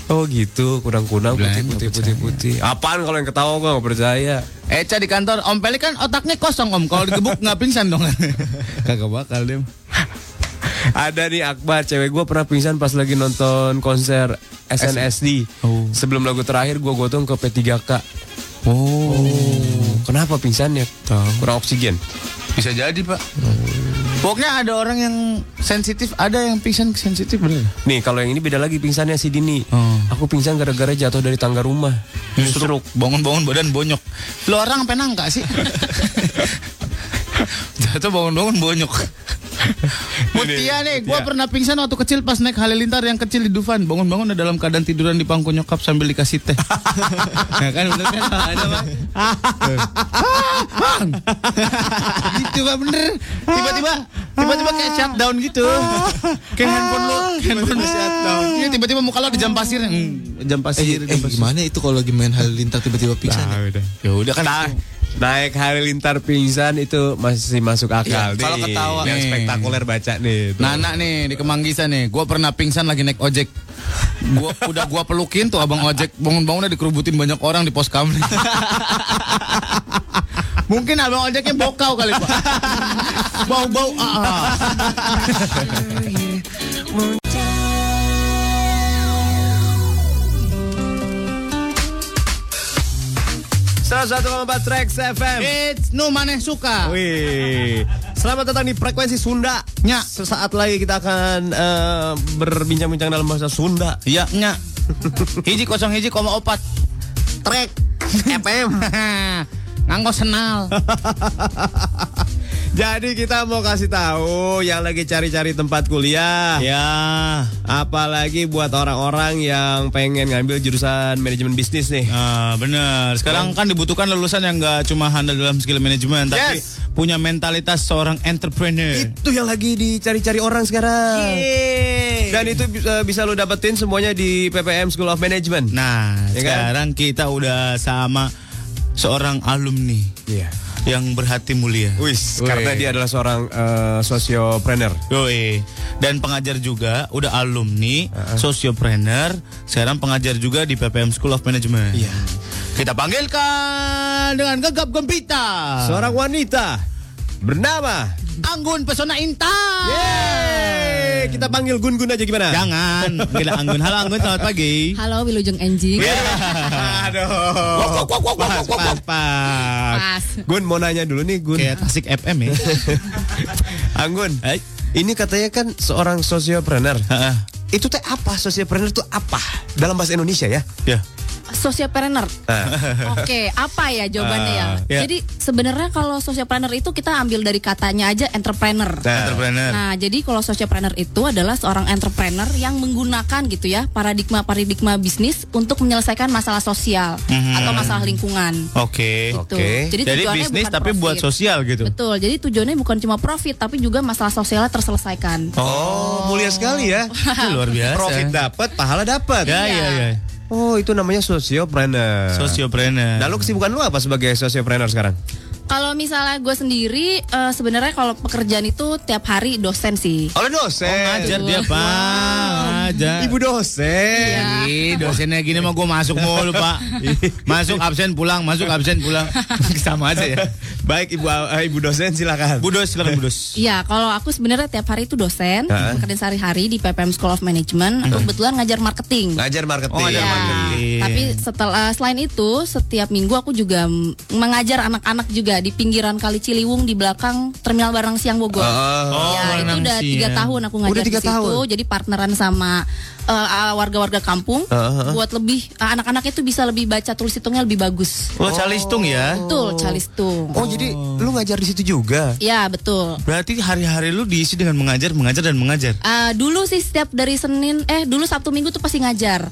Oh gitu, kunang-kunang putih,
Bilang,
putih,
nggak
putih, putih. Apaan kalau yang ketawa gua nggak percaya.
Eca di kantor, Om Peli kan otaknya kosong Om. Kalau digebuk nggak pingsan dong. Kagak bakal dia.
Ada nih Akbar, cewek gue pernah pingsan pas lagi nonton konser SNSD.
Oh.
Sebelum lagu terakhir gue gotong ke P3K.
Oh,
Kenapa pingsannya? Kurang oksigen.
bisa jadi pak. Pokoknya ada orang yang sensitif, ada yang pingsan sensitif bener.
Nih kalau yang ini beda lagi pingsannya si Dini.
Oh.
Aku pingsan gara-gara jatuh dari tangga rumah. Justru.
Bangun-bangun badan bonyok. Lo orang sampai nangka sih. Jatuh bangun-bangun bonyok. Mutia nih, gue pernah pingsan waktu kecil pas naik halilintar yang kecil di Dufan. Bangun-bangun udah dalam keadaan tiduran di pangku nyokap sambil dikasih teh. nah kan bener kan? Ada Pak. Tuh. Ah, ah. gitu Pak bener. Tiba-tiba tiba-tiba kayak shutdown gitu. Kayak handphone lo, handphone lo shutdown. Iya tiba-tiba muka lo di jam pasir. Hmm, jam pasir.
Eh,
jam
eh,
pasir.
gimana itu kalau lagi main halilintar tiba-tiba pingsan? ya?
Ya udah kan
Nah, naik halilintar pingsan itu masih masuk
Iya,
akal.
kalau
nih.
ketawa.
Yang
Nih.
spektakuler baca nih. tuh.
Nana nih di Kemanggisan nih. Gua pernah pingsan lagi naik ojek. Gua udah gua pelukin tuh abang ojek bangun-bangun udah dikerubutin banyak orang di pos kamling. Mungkin abang ojeknya bokau kali pak. Bau-bau. ah, ah.
Salah satu tracks FM.
It's nu maneh suka.
Wih, selamat datang di frekuensi Sunda.
Nya.
Sesaat lagi kita akan eh, berbincang-bincang dalam bahasa Sunda.
Iya nya. Hiji kosong hiji koma opat. Trek. FM. Nah, Nganggo senal.
Jadi kita mau kasih tahu yang lagi cari-cari tempat kuliah.
Ya.
Apalagi buat orang-orang yang pengen ngambil jurusan manajemen bisnis nih.
Ah, bener. Sekarang kan dibutuhkan lulusan yang gak cuma handal dalam skill manajemen, tapi
Yes.
punya mentalitas seorang entrepreneur.
Itu yang lagi dicari-cari orang sekarang. Dan itu bisa, bisa lo dapetin semuanya di PPM School of Management.
Nah,
Ya kan?
sekarang kita udah sama seorang alumni
Iya.
yang berhati mulia.
Wis,
Wih.
karena dia adalah seorang eh, sosiopreneur.
Yoi. Dan pengajar juga, udah alumni, sosiopreneur, sekarang pengajar juga di PPM School of Management.
Iya.
Kita panggilkan dengan gegap gempita.
Seorang wanita bernama
Anggun Pesona Intan.
Yeay, kita panggil Gun Gun aja gimana?
Jangan. Gila Anggun. Halo Anggun, selamat pagi.
Halo Wilujeng Enjing.
Iya. Aduh. Pas, pas, pas.
Pas.
Gun mau nanya dulu nih Gun.
Kayak Tasik FM ya.
Anggun.
Eh?
Ini katanya kan seorang sosiopreneur.
Heeh.
Itu teh apa? Sosiopreneur itu apa? Dalam bahasa Indonesia ya.
Ya.
Socialpreneur. Oke, apa ya jawabannya ya?
ya.
Jadi sebenarnya kalau socialpreneur itu kita ambil dari katanya aja entrepreneur.
Entrepreneur.
Nah, jadi kalau socialpreneur itu adalah seorang entrepreneur yang menggunakan gitu ya paradigma-paradigma bisnis untuk menyelesaikan masalah sosial atau masalah lingkungan.
Oke.
Gitu.
Oke.
Jadi,
Jadi
tujuannya
bisnis
bukan
tapi
profit.
buat sosial gitu.
Betul. Jadi tujuannya bukan cuma profit tapi juga masalah sosialnya terselesaikan.
Oh, mulia sekali ya.
Itu luar biasa. Iya,
Profit dapat, pahala dapat.
Ya, ya, ya.
Oh, itu namanya sosiopreneur.
Sosiopreneur.
Nah, lu kesibukan lu apa sebagai sosiopreneur sekarang?
Kalau misalnya gue sendiri, eh, sebenarnya kalau pekerjaan itu tiap hari dosen sih.
Oh, lu dosen. Oh,
ngajar dia, Pak. Ngajar. Iya.
Ibu dosen.
Ih, dosennya gini mah gue masuk mulu, Pak. Masuk absen pulang, masuk absen pulang. Sama aja ya. Eh.
Baik, Ibu eh, Ibu dosen silakan.
Bu dos, silakan Bu dos.
Iya, kalau aku sebenarnya tiap hari itu dosen,
Heeh.
pekerjaan sehari-hari di PPM School of Management. Aku kebetulan ngajar marketing.
Ngajar marketing.
Oh, ada
Iya.
marketing.
Tapi setelah selain itu, setiap minggu aku juga mm, mengajar anak-anak juga di pinggiran Kali Ciliwung di belakang Terminal Barang Siang Bogor.
Oh,
ya, itu
Barang
udah tiga
Siang.
tahun aku ngajar
Udah
di
tiga
situ.
tahun?
Jadi partneran sama eh, ah, warga-warga kampung
Heeh.
buat lebih ah, anak-anaknya tuh bisa lebih baca tulis hitungnya lebih bagus.
Lo calistung ya.
Betul, calistung.
Oh, jadi lu ngajar di situ juga.
Ya, betul.
Berarti hari-hari lu diisi dengan mengajar, mengajar dan mengajar.
Eh, dulu sih setiap dari Senin eh dulu Sabtu Minggu tuh pasti ngajar.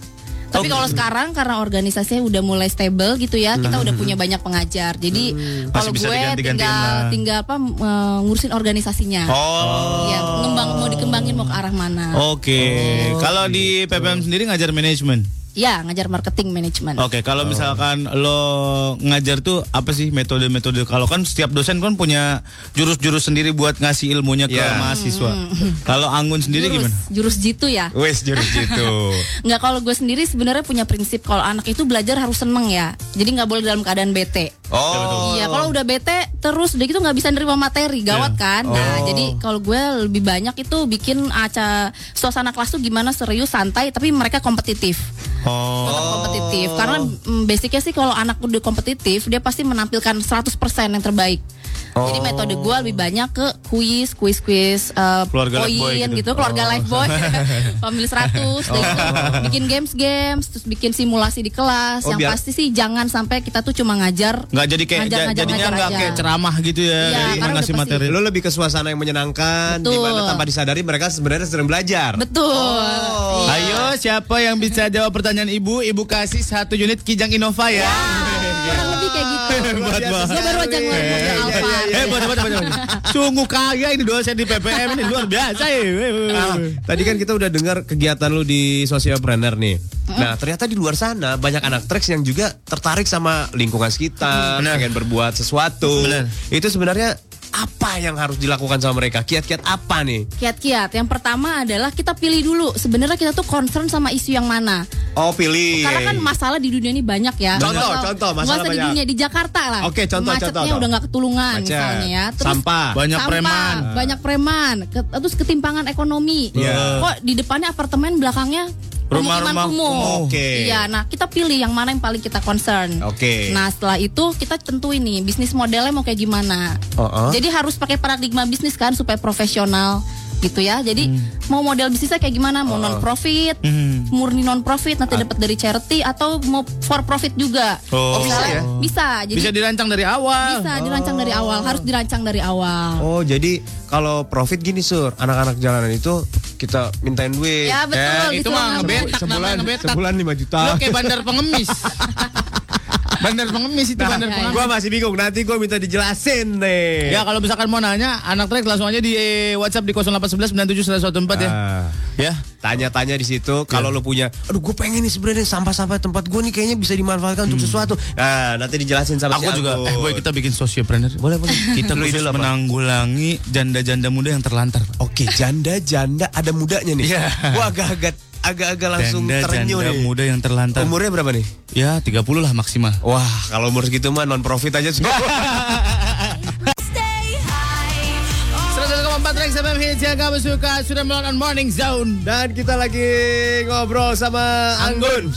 Oh,
Tapi kalau sekarang karena organisasinya udah mulai stable gitu ya, kita udah punya banyak pengajar. Jadi kalau
bisa
gue
kan?
diganti-gantiin
tinggal
lah.
tinggal apa m- eh, ngurusin organisasinya.
Oh.
Ya, ngembang mau dikembangin mau ke arah mana?
Oke.
Oh.
Kalau di PPM sendiri ngajar manajemen.
Ya, ngajar marketing manajemen.
Oke, kalau misalkan lo ngajar tuh apa sih metode-metode? Kalau kan setiap dosen kan punya jurus-jurus sendiri buat ngasih ilmunya ke
Ya.
mahasiswa. Kalau Anggun sendiri
Iya. Hmm. jurus,
gimana?
jurus jitu ya.
Wes jurus gitu.
Nggak kalau gue sendiri sebenarnya punya prinsip kalau anak itu belajar harus seneng ya. Jadi nggak boleh dalam keadaan bete.
Oh.
Iya, kalau udah bete terus udah gitu nggak bisa nerima materi,
Iya.
gawat kan?
Oh.
Nah, jadi kalau gue lebih banyak itu bikin aca suasana kelas tuh gimana serius, santai, tapi mereka kompetitif.
Oh.
Tetap kompetitif. Karena mm, basicnya sih kalau anak udah kompetitif, dia pasti menampilkan 100% yang terbaik.
Oh.
Jadi metode gue lebih banyak ke kuis, kuis, kuis, eh,
Keluarga
poin
Lifebuoy
gitu.
gitu.
keluarga life boy, pambil 100, dan itu
Oh.
bikin games games, terus bikin simulasi di kelas.
Oh,
yang
biar-
pasti sih jangan sampai kita tuh cuma ngajar
Nggak jadi kayak
Ngajar,
ja-
ngajar,
jadinya
ngajar
nggak
aja.
kayak ceramah gitu ya,
Iya,
jadi cuma
karena
ngasih
udah pasti.
materi.
Lu lebih ke suasana yang menyenangkan
Betul.
di mana tanpa disadari mereka sebenarnya terbelanjar.
Betul.
Ayo siapa yang bisa jawab pertanyaan ibu? Ibu kasih satu unit Kijang Innova ya.
Iya, Kurang lebih kayak gitu.
Hebat banget.
Gue baru aja ngeluarin
Iya,
mobil Alfa.
Hebat, hebat, hebat, hebat. Sungguh kaya ini dosen di PPM ini luar biasa. ya.
Ah, tadi kan kita udah dengar kegiatan lu di sosiopreneur nih. Nah, ternyata di luar sana banyak anak treks yang juga tertarik sama lingkungan sekitar, pengen berbuat sesuatu.
Bener.
Itu sebenarnya apa yang harus dilakukan sama mereka? Kiat-kiat apa nih?
Kiat-kiat. Yang pertama adalah kita pilih dulu. Sebenarnya kita tuh concern sama isu yang mana.
Oh, pilih.
Karena kan masalah di dunia ini banyak ya.
Contoh,
Nggak usah-
contoh,
nggak
masalah
usah di
banyak.
dunia di Jakarta lah.
Oke, contoh,
Macetnya
contoh, contoh.
udah nggak ketulungan
Macet.
misalnya ya.
Sampah.
Banyak
sampah,
preman.
Banyak preman. Ke- terus ketimpangan ekonomi.
Iya.
Kok di depannya apartemen, belakangnya
Rumah-rumah
pemukiman umum.
umum. Oke.
Iya, nah kita pilih yang mana yang paling kita concern.
Oke.
Nah setelah itu kita tentuin nih bisnis modelnya mau kayak gimana.
Uh-uh.
Jadi harus pakai paradigma bisnis kan supaya profesional gitu ya. Jadi
Hmm.
mau model bisnisnya kayak gimana? Mau
Uh-uh.
non profit, murni non profit nanti dapat dari charity atau mau for profit juga.
Oh.
bisa
iya.
ya? Bisa. Jadi
Bisa
bisa,
dirancang dari awal.
dirancang dari awal, harus dirancang dari awal.
Oh, jadi kalau profit gini, Sur. Anak-anak jalanan itu kita mintain duit.
Ya betul Iya,
Eh, itu
disuruh
mah
ngabung.
ngebetak namanya
Sebulan,
ngebetak.
sebulan 5 juta.
Lo kayak bandar pengemis. bandar pengemis
Nah,
itu bandar
ya, ya.
pengemis.
Gua masih bingung, nanti gua minta dijelasin nih.
Ya kalau misalkan mau nanya anak trek langsung aja di eh, WhatsApp di 0811 97114 ya.
Ah.
Ya.
Tanya-tanya di situ kalau lo punya, aduh gue pengen nih sebenarnya sampah-sampah tempat gue nih kayaknya bisa dimanfaatkan untuk sesuatu. Nah, nanti dijelasin sama si
Hmm.
Ya
Aku juga
Anggun.
eh boy kita bikin sosiopreneur.
boleh boleh.
Kita
Lu
khusus
ide lo apa? Oh,
menanggulangi janda-janda muda yang terlantar.
Oke, janda-janda ada mudanya nih.
Iya.
Gua agak-agak agak-agak langsung terenyuh
Janda-janda
nih.
muda yang terlantar.
Umurnya berapa nih?
Ya 30 lah maksimal.
Wah, kalau umur segitu mah non profit aja sudah.
101,4 Rex FM Hits yang kamu suka sudah melakukan Morning Zone.
Dan kita lagi ngobrol sama Anggun.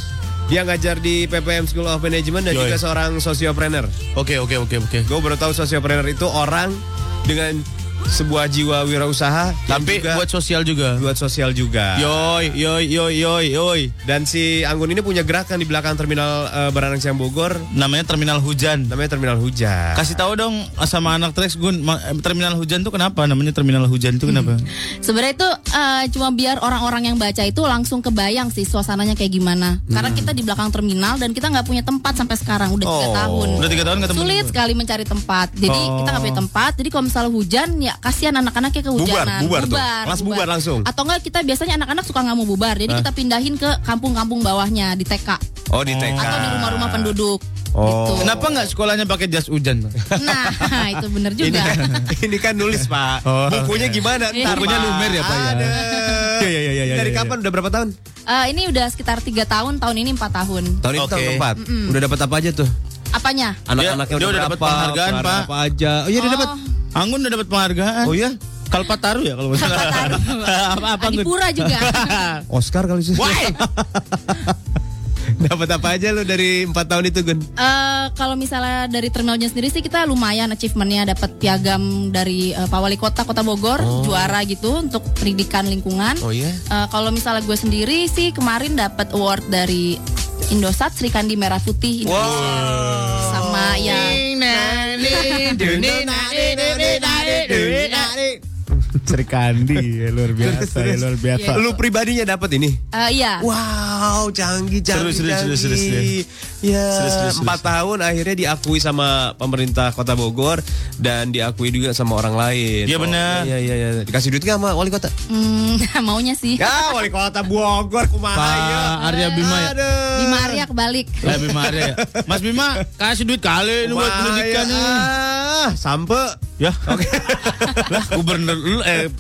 Dia ngajar di PPM School of Management dan
Yoi.
juga seorang sociopreneur.
Oke oke oke oke.
Gue baru tahu sociopreneur itu orang dengan sebuah jiwa wirausaha yang
Tapi
juga
buat sosial juga.
buat sosial juga.
Yoi yoi yoi yoi yoi.
Dan si Anggun ini punya gerakan di belakang terminal eh, Barang Siang Bogor
Namanya Terminal Hujan.
namanya Terminal Hujan.
Kasih tahu dong eh, sama anak Trax Gun ma- eh, Terminal Hujan tuh kenapa namanya Terminal Hujan tuh kenapa?
Sebenarnya itu eh, cuma biar orang-orang yang baca itu langsung kebayang sih suasananya kayak gimana. Karena kita di belakang terminal dan kita nggak punya tempat sampai sekarang udah tiga
Hmm. Oh.
tahun.
Udah tiga tahun nggak ketemu
Sulit
juga.
sekali mencari tempat. Jadi kita nggak punya tempat. Jadi kalau misalnya hujan ya enggak kasihan anak-anaknya kehujanan
Bubar, bubar tuh. Langsung bubar langsung. Ah.
atau enggak kita biasanya anak-anak suka nggak mau bubar jadi
Hah?
kita pindahin ke kampung-kampung bawahnya di TK
Oh di TK.
atau di rumah-rumah penduduk Gitu.
Oh.
Kenapa nggak sekolahnya pakai jas hujan? Pak?
nah itu bener juga
Iya.
Ini kan nulis pak.
Oh.
Bukunya gimana?
Iya.
Ntar,
Bukunya
Pak?
lumer ya, Pak, ya?
Ada.
Iya, iya, iya, iya,
Dari
iya, iya.
kapan? Udah berapa tahun?
Eh, ini udah sekitar tiga tahun tahun ini empat tahun
Tahun ini tahun
Oke.
keempat.
Mm-mm.
Udah dapat apa aja tuh?
apanya
Anak-anaknya
dia udah dapat
berapa,
penghargaan,
peran
Pak.
Apa aja? Oh iya dia
Oh.
dapat.
Anggun udah dapat penghargaan.
Oh iya.
Kalpataru ya kalau misalnya. apa apa Anggun?
Adipura juga
Oscar kali sih.
Why?
dapat apa aja lu dari empat tahun itu Gun?
Eh, kalau misalnya dari terminalnya sendiri sih kita lumayan achievementnya dapat piagam dari eh, Pak Wali Kota Kota Bogor juara gitu untuk pendidikan lingkungan.
Oh iya.
Eh, kalau misalnya gue sendiri sih kemarin dapat award dari Indosat Sri Kandi Merah Putih Indonesia. sama ya. yang
Serikandi ya, luar biasa, ya, luar biasa.
Lu pribadinya dapat ini?
eh,
Ah.
iya
Wow, canggih, canggih,
Serius, serius,
canggih.
serius, serius,
Ya,
Serius, serius,
empat tahun akhirnya diakui sama pemerintah kota Bogor dan diakui juga sama orang lain.
Iya,
Oh,
benar.
Iya, iya, iya. Dikasih duit nggak sama wali kota?
hmm, maunya sih
Ya, wali kota Bogor kumaha ya.
Pak Arya Bima ya.
di Maria kebalik.
Lah, Bima Arya ya. Mas Bima, kasih duit kali ini buat
Kumaha
pendidikan
ya.
ini.
Ah, Sampe.
iya. Ya, oke. lah, gubernur lu eh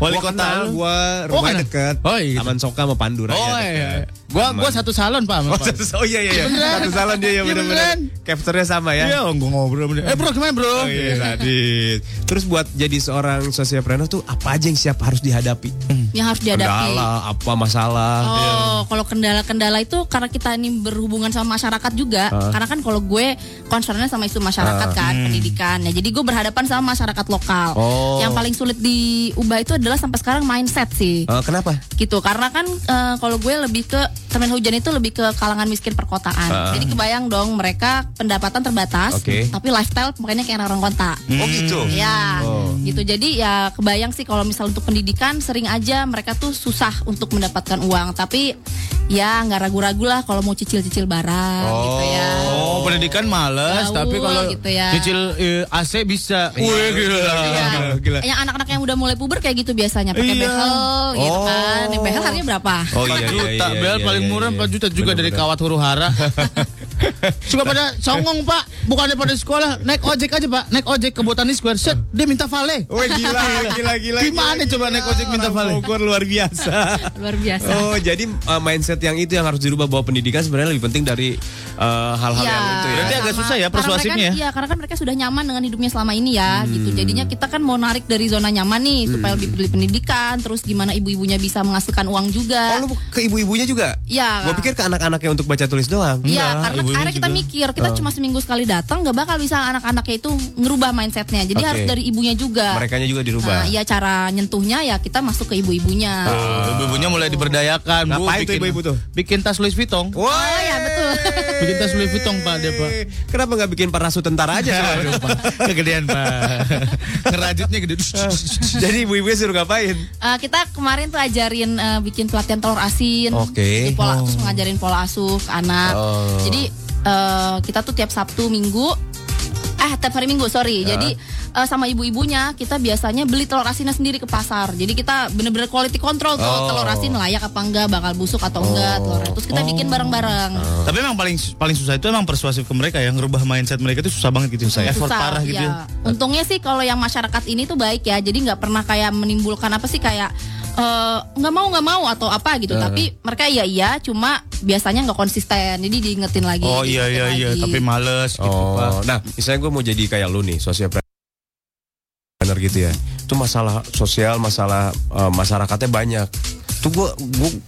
wali
Gua
kota
kenal,
lu.
gua rumah
kenal?
deket.
Oh, iya.
Taman Soka sama Pandu
Oh
Raya deket.
iya. Gua gua satu salon, Pak. sama
Oh,
Pak.
satu- oh iya iya iya.
Beneran.
Satu salon dia ya
Iya,
benar-benar.
beneran.
Capture-nya sama ya.
Iya, gua ngobrol. sama dia. Eh, Bro, gimana, Bro?
Oh iya, Radit. Terus buat jadi seorang sosialpreneur tuh apa aja yang siap harus dihadapi?
yang harus dihadapi.
Kendala, apa masalah? Iya.
Oh, kalau kendala-kendala itu karena kita ini berhubungan sama masyarakat juga.
Ah.
Karena kan kalau gue concernnya sama isu masyarakat kan, pendidikan. Ya, jadi gue berhadapan sama masyarakat lokal.
Hmm. Oh.
Yang paling sulit diubah itu adalah sampai sekarang mindset sih.
Eh, kenapa?
Gitu, karena kan eh, kalau gue lebih ke termin hujan itu lebih ke kalangan miskin perkotaan. Jadi kebayang dong mereka pendapatan terbatas,
Ah. Oke.
tapi lifestyle makanya kayak orang-orang kota.
Oh gitu.
Ya,
Oh.
gitu. Jadi ya kebayang sih kalau misal untuk pendidikan sering aja mereka tuh susah untuk mendapatkan uang. Tapi ya nggak ragu-ragu lah kalau mau cicil-cicil barang gitu ya.
Oh, pendidikan males,
Gaul,
tapi kalau
gitu ya.
cicil eh, AC bisa. Wih, gila.
Ya.
Iya. Gila.
Yang anak-anak yang udah mulai puber kayak gitu biasanya pakai
Iya.
behel gitu
Oh.
kan. Yang behel harganya berapa?
Oh
4 juta, Bel paling
iya,
murah 4 juta juga dari kawat huru hara. Suka pada songong pak, bukannya pada sekolah, naik ojek aja pak, naik ojek ke Botani Square, set, dia minta vale.
Wah gila, gila, gila.
Gimana coba naik ojek minta vale?
Bogor luar biasa.
Luar biasa.
Oh, jadi uh, mindset yang itu yang harus dirubah bahwa pendidikan sebenarnya lebih penting dari uh, hal-hal
Iya.
yang itu ya.
Berarti agak susah ya persuasifnya ya? Hmm.
Iya, karena kan mereka sudah nyaman dengan hidupnya selama ini ya, gitu. Jadinya kita kan mau narik dari zona nyaman nih supaya lebih pilih pendidikan, terus gimana ibu-ibunya bisa menghasilkan uang juga.
Oh, lu ke ibu-ibunya juga?
Iya.
Gua pikir ke anak-anaknya untuk baca tulis doang.
Iya,
Enggak,
karena
ibunya
akhirnya kita
juga.
mikir kita cuma seminggu sekali datang nggak bakal bisa anak-anaknya itu ngerubah mindsetnya. Jadi
Oke.
harus dari ibunya juga.
Merekanya juga dirubah.
Nah, iya cara nyentuhnya ya kita masuk ke ibu-ibunya.
Ibu-ibunya mulai diberdayakan. Bu,
Ngapain tuh
bikin- Oh, iya,
ibu-ibu tuh?
Bikin tas Louis Vuitton.
Wah,
ya, betul.
Bikin tas Louis Vuitton pak dia pak.
Eh, Kenapa nggak bikin parasu tentara aja?
Aduh, Pak. Kegedean pak. Ngerajutnya gede.
Jadi ibu-ibunya suruh ngapain?
Eh, kita kemarin tuh ajarin eh, bikin pelatihan telur asin.
Oke. Oh.
Jadi pola terus mengajarin pola asuh ke anak. Jadi eh, kita tuh tiap Sabtu Minggu eh tiap hari Minggu sorry.
Ya.
Jadi eh, sama ibu-ibunya kita biasanya beli telur asinnya sendiri ke pasar. Jadi kita bener-bener quality control tuh
Oh.
telur asin layak apa enggak, bakal busuk atau enggak telurnya. Terus kita
Oh.
bikin bareng-bareng.
Ah.
Tapi emang paling paling susah itu emang persuasif ke mereka ya, ngerubah mindset mereka itu susah banget gitu
ya?
saya. Effort
Susah,
parah gitu.
ya. Untungnya sih kalau yang masyarakat ini tuh baik ya, jadi nggak pernah kayak menimbulkan apa sih kayak eh, nggak mau nggak mau atau apa gitu.
Eh.
Tapi mereka iya iya, cuma biasanya nggak konsisten, jadi diingetin lagi.
Oh iya
diingetin
iya iya,
lagi.
tapi males gitu pak.
Oh, nah misalnya gue mau jadi kayak lu nih, sosial benar gitu ya. Itu masalah sosial, masalah eh, masyarakatnya banyak. Tuh gue,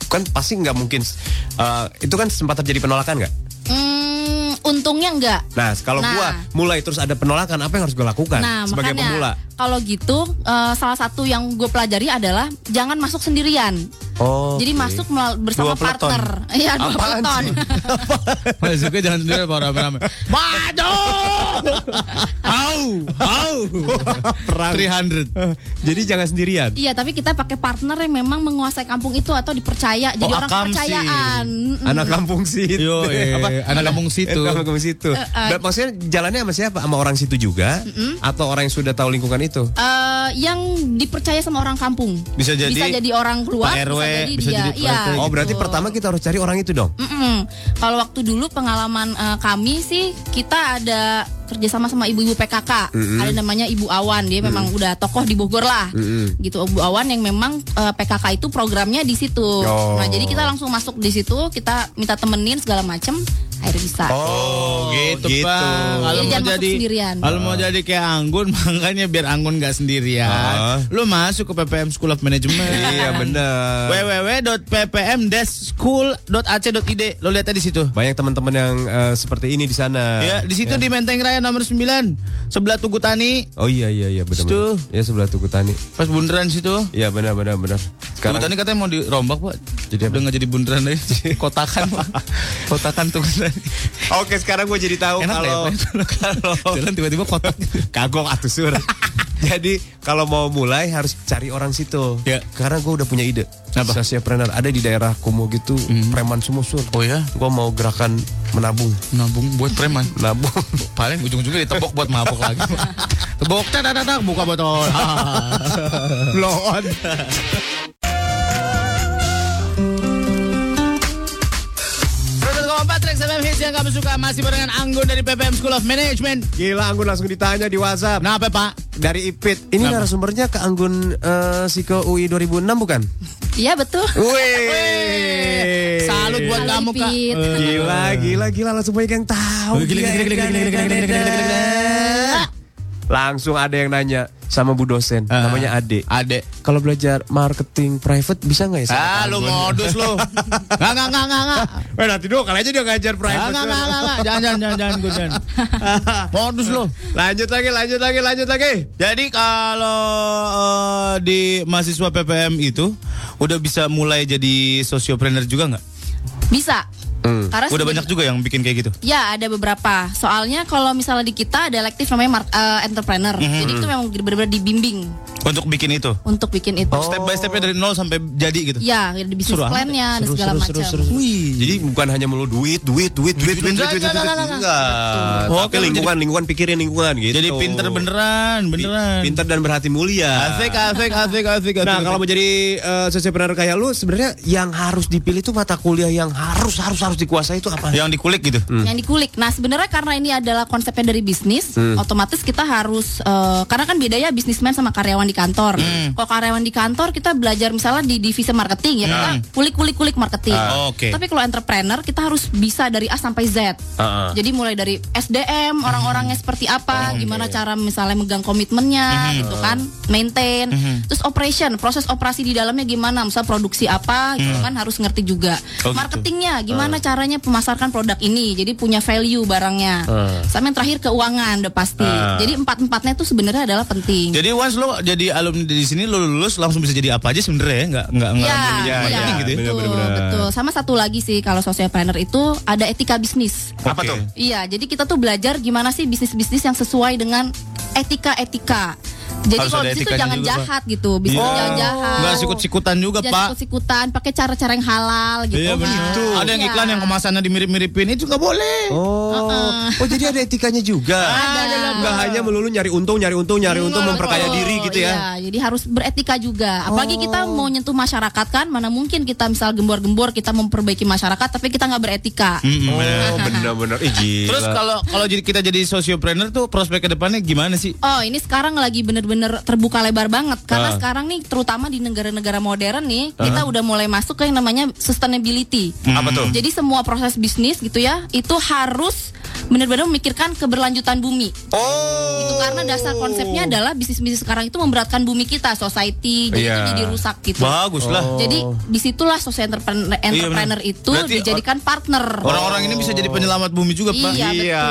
kan pasti nggak mungkin. eh, itu kan sempat terjadi penolakan nggak?
Hmm, untungnya nggak.
Nah, kalau
Nah.
gua mulai terus ada penolakan, apa yang harus gue lakukan
Nah,
sebagai
makanya
pemula?
kalau gitu eh, salah satu yang gue pelajari adalah jangan masuk sendirian.
Oh,
Jadi masuk melal- bersama
Dua peleton.
partner. Iya, dua
Apaan
peleton.
Masuknya jangan sendiri Pak rame-rame. Maju! Au! Au! Perang. 300.
Jadi jangan sendirian.
Iya, tapi kita pakai partner yang memang menguasai kampung itu atau dipercaya. Jadi
Oh,
orang
akam sih.
kepercayaan. Mm-mm.
Anak kampung situ.
Yo, eh,
Apa?
anak kampung situ.
Anak kampung situ.
eh.
Dan Maksudnya jalannya sama siapa? Sama orang situ juga atau orang yang sudah tahu lingkungan itu?
Eh, eh, yang dipercaya sama orang kampung.
Bisa jadi
bisa jadi orang keluar,
Pak RW,
bisa jadi
bisa
dia.
jadi
Iya,
Pak RT.
Oh berarti
betul.
pertama kita harus cari orang itu dong.
Mm-mm. Kalau waktu dulu pengalaman eh, kami sih kita ada kerjasama sama ibu-ibu PKK.
Mm-mm.
Ada namanya Ibu Awan, dia memang
Mm-mm.
udah tokoh di Bogor lah.
Mm-mm.
Gitu Ibu Awan yang memang eh, PKK itu programnya di situ.
Oh.
Nah, jadi kita langsung masuk di situ, kita minta temenin segala macem akhirnya bisa.
Oh, gitu,
gitu.
Jadi
Bang. Kalau mau
Iya, jangan masuk
jadi
sendirian.
Kalau mau jadi kayak Anggun makanya biar Anggun nggak sendirian.
Oh.
Lu masuk ke PPM School of Management.
Iya, bener.
www.ppm-school.ac.id. Lo lihat aja di situ.
Banyak teman-teman yang eh, seperti ini di sana.
Iya.
Iya.
Ya, di situ di Menteng
Eh,
Raya nomor 9, sebelah Tugu Tani.
Oh iya iya iya benar.
Situ.
benar. Ya sebelah Tugu Tani.
Pas bundaran situ.
Iya benar benar benar.
Sekarang... Tugu Tani katanya mau dirombak, Pak. Jadi udah nggak jadi bundaran lagi. Kotakan, Pak. Kotakan Tugu
kan.
Tani.
Oke, sekarang gue jadi tahu
ya,
Enak
kalau
kalau jalan tiba-tiba kotak.
kagok atuh sur. Jadi kalau mau mulai harus cari orang situ.
Iya.
Karena gue udah punya ide. Apa? Sasiapreneur ada di daerah Kumo gitu, preman semua sur.
Oh ya?
Gue mau gerakan menabung.
Nabung buat preman.
Nabung.
Paling ujung-ujungnya ditebok buat mabok lagi. Tebok, tak, tak, tak, tak, buka botol. Ah. Blow on. Hits yang kamu suka masih barengan Anggun dari PPM School of Management.
Gila Anggun langsung ditanya di WhatsApp.
Kenapa Pak?
Dari Ipit. Ini narasumbernya ke Anggun eh, Siko UI 2006 bukan?
Iya, betul.
Wih.
Salut buat kamu Kak.
Eh.
Gila, gila, gila langsung banyak yang tahu. Langsung ada yang nanya sama Bu dosen, namanya Ah. Ade.
Ade.
Kalau belajar marketing private bisa nggak ya? sama
Ah, lu
Anggun?
modus lu. Enggak, enggak, enggak, enggak, enggak.
Eh nanti dulu kali aja dia ngajar
Enggak,
private.
enggak, enggak, enggak, enggak. Jangan, jangan, jangan, jangan, Gun, jangan. Modus lu.
Lanjut lagi, lanjut lagi, lanjut lagi.
Jadi kalau eh, di mahasiswa PPM itu udah bisa mulai jadi sosiopreneur juga nggak?
Bisa.
Mm.
Karena
Udah
sebenarnya-
banyak juga yang bikin kayak gitu.
Ya ada beberapa. Soalnya kalau misalnya di kita ada elektif namanya mar- eh, entrepreneur.
Mhm.
Jadi itu memang benar-benar dibimbing
Untuk bikin itu.
untuk bikin itu.
Step by stepnya dari nol sampai jadi gitu.
Ya, ada bisnis
Suruh amat
plan-nya dan segala macam.
Jadi bukan hanya melulu duit, duit, duit, duit, duit, duit, duit, duit, duit, duit. Enggak.
Betul.
Tapi lingkungan, lingkungan pikirin lingkungan gitu.
Jadi pinter beneran, beneran.
Pinter dan berhati mulia.
Asik, asik, asik, asik.
Nah,
asik.
kalau mau jadi uh, entrepreneur kayak lu sebenarnya yang harus dipilih tuh mata kuliah yang harus harus harus dikuasai itu apa?
yang dikulik gitu.
Hmm.
Yang dikulik. Nah sebenarnya karena ini adalah konsepnya dari bisnis,
Hmm.
otomatis kita harus eh, karena kan bedanya bisnismen sama karyawan di kantor. Kalau karyawan di kantor kita belajar misalnya di divisi marketing ya kita
Hmm.
kulik-kulik-kulik marketing.
Ah, oke.
Tapi kalau entrepreneur kita harus bisa dari A sampai Z.
Ah, ah.
Jadi mulai dari SDM orang-orangnya seperti apa, gimana cara misalnya megang komitmennya,
Oh, iya, Mhm.
gitu kan, maintain,
Mhm.
terus operation, proses operasi di dalamnya gimana, misalnya produksi apa, gitu
Hmm.
kan harus ngerti juga.
Oh, gitu.
Marketingnya gimana
Ah.
caranya pemasarkan produk ini jadi punya value barangnya
Ah.
sama yang terakhir keuangan udah pasti
Ah.
jadi empat empatnya itu sebenarnya adalah penting
Jadi once lo jadi alumni di sini lo lulus langsung bisa jadi apa aja sebenarnya ya? Nggak nggak nggak
Ya, ya,
nggak- nggak penting gitu ya.
betul betul sama satu lagi sih kalau social planner itu ada etika bisnis
Apa tuh?
iya jadi kita tuh belajar gimana sih bisnis bisnis yang sesuai dengan etika etika jadi
Harus
kalau
ada
bisnis tuh
etikanya
jangan
juga,
jahat gitu bisnis
Iya.
jangan jahat
Nggak sikut-sikutan juga,
Jangan
Pak.
sikut-sikutan pakai cara-cara yang halal gitu
Iya
kan.
begitu. Ada yang
Iya.
iklan yang kemasannya dimirip-miripin itu nggak boleh.
Oh, oh jadi ada etikanya juga.
Ada. Iya,
Enggak hanya melulu nyari untung, nyari untung, nyari untung, memperkaya
Betul,
diri gitu ya. Oh.
iya. jadi harus beretika juga. Apalagi kita mau nyentuh masyarakat kan, mana mungkin kita misal gembor-gembor kita memperbaiki masyarakat tapi kita nggak beretika.
Oh, benar-benar. Ih, gila.
Terus kalau kalau jadi kita jadi sosiopreneur tuh prospek kedepannya gimana sih?
Oh ini sekarang lagi bener-bener terbuka lebar banget karena
Ah.
sekarang nih terutama di negara-negara modern nih
Ah.
kita udah mulai masuk ke yang namanya sustainability.
Hmm. Apa tuh?
Jadi semua proses bisnis gitu ya itu harus benar-benar memikirkan keberlanjutan bumi.
Oh.
Itu karena dasar konsepnya adalah bisnis-bisnis sekarang itu memberatkan bumi kita, society, jadi itu
Iya.
jadi rusak gitu.
Bagus lah. Oh.
Jadi disitulah social entrepreneur,
Iya,
entrepreneur
benar.
itu
Berarti
dijadikan partner.
Orang-orang ini bisa jadi penyelamat bumi juga, Pak.
Iya,
Iya,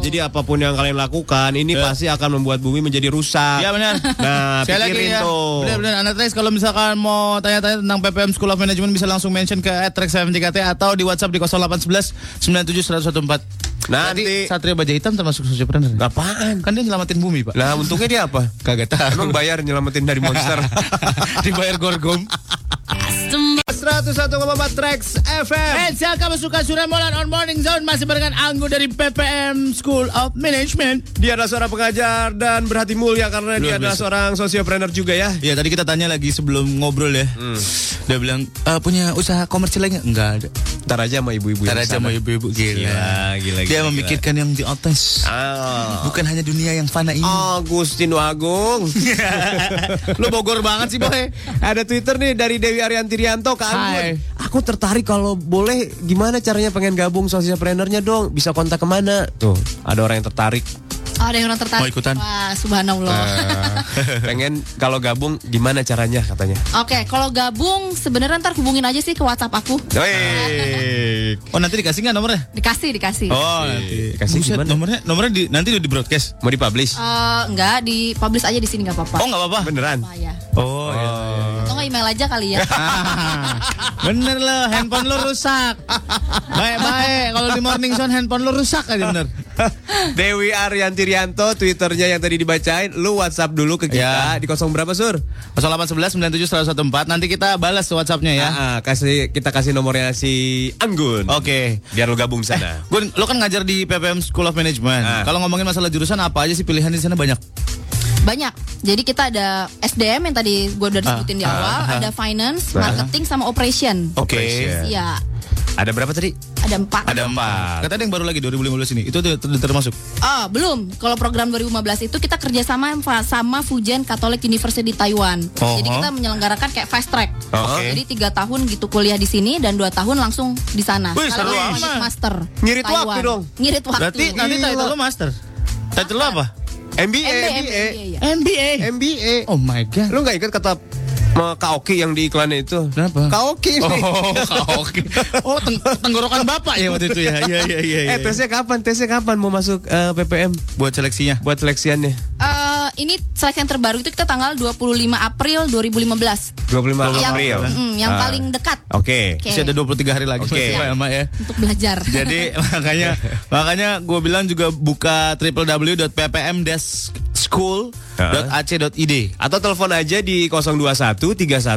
jadi apapun yang kalian lakukan ini pasti akan membuat bumi menjadi rusak.
Iya benar.
Nah, pikirin tuh.
Benar-benar ya. Anak Trace kalau misalkan mau tanya-tanya tentang PPM School of Management bisa langsung mention ke @trax73kt atau di WhatsApp di 0811 97114. Nanti Satria Baja Hitam termasuk sosiopreneur.
Apaan?
Kan dia nyelamatin bumi, Pak.
Nah, untungnya dia apa?
Kagak tahu.
Emang bayar nyelamatin dari monster.
Dibayar gorgom.
Astra
101,4 Tracks FM.
And kamu suka Suremolan on Morning Zone masih barengan Anggun dari PPM School of Management.
Dia adalah seorang pengajar dan berhati mulia karena dia
Luar
adalah
biasa.
seorang sosiopreneur juga ya.
Ya tadi kita tanya lagi sebelum ngobrol ya.
Hmm.
Dia bilang "Eh, punya usaha komersil lagi nggak? Nggak ada.
Ntar aja sama ibu-ibu.
Ntar
yang
aja
sana.
sama ibu-ibu gila.
gila,
Dia
gila,
memikirkan yang di atas.
Ah,
Ah.
Bukan hanya dunia yang fana ini.
Oh.
Agustino Agung.
Lu Bogor banget sih, Boy.
Ada Twitter nih dari Dewi Arianti Rianto ke Anggun. Aku tertarik kalau boleh gimana caranya pengen gabung sosialpreneurnya dong? Bisa kontak kemana? Tuh, ada orang yang tertarik.
Oh, ada yang orang tertarik.
Mau ikutan?
Wah, subhanallah.
Eh.
pengen kalau gabung gimana caranya katanya?
Oke, kalau gabung sebenarnya ntar hubungin aja sih ke WhatsApp aku.
Oh nanti dikasih nggak nomornya?
Dikasih, dikasih.
Oh nanti. Kasih Buset, nomornya nomornya di, nanti udah di broadcast.
Mau di publish?
Eh, enggak, di publish aja di sini nggak apa-apa.
Oh nggak apa-apa.
Beneran.
ya.
Oh. iya.
Atau nggak email aja kali ya.
Bener lo, handphone lo rusak. Baik-baik, kalau di morning zone handphone lo rusak aja bener.
Dewi Arianti Rianto Twitternya yang tadi dibacain Lu WhatsApp dulu ke kita Di kosong berapa sur?
0811 97 114 Nanti kita balas WhatsAppnya ya.
Ah, ah, kasih kita kasih nomornya si Anggun.
Oke.
Biar lu gabung sana.
Gun, lo kan ngajar di PPM School of Management. Kalau ngomongin masalah jurusan apa aja sih pilihan di sana banyak?
Banyak. Jadi kita ada SDM yang tadi gue udah sebutin di
Ah,
awal,
ah,
ada
ah.
finance,
Ah.
marketing sama operation.
Oke.
Iya,
Ada berapa tadi?
ada empat.
Ada empat. Kata ada yang baru lagi 2015 ini. Itu tuh ter- termasuk.
Oh, belum. Kalau program 2015 itu kita kerjasama fa- sama Fujian Catholic University Taiwan.
Oh.
Jadi kita menyelenggarakan kayak fast track.
Oh, oke.
Jadi tiga tahun gitu kuliah di sini dan dua tahun langsung di sana.
Wih,
Kalau
seru
yang
ah.
lanjut master.
Ngirit
Taiwan.
waktu dong.
Ngirit waktu.
Berarti nanti ya, title lo master. Title lo apa?
MBA,
MBA, iya.
MBA.
MBA.
Oh my god.
Lu nggak ikut kata ma- Kaoki yang di iklannya itu?
Kenapa?
Kaoki.
Oh, Kaoki. Oh, teng- tenggorokan bapak ya waktu itu ya. Iya, iya, iya.
Eh,
iya.
tesnya kapan? Tesnya kapan mau masuk eh, PPM?
Buat seleksinya.
Buat seleksiannya.
Eh, ini seleksi yang terbaru itu kita tanggal 25 April 2015.
25
yang,
April.
mm, yang
Ah.
paling dekat
Oke.
Oke.
Masih ada 23 hari lagi.
Oke.
Pak Emma ya.
untuk belajar.
Jadi makanya makanya gue bilang juga buka www.ppm-school.ac.id.
Atau telepon aja di 021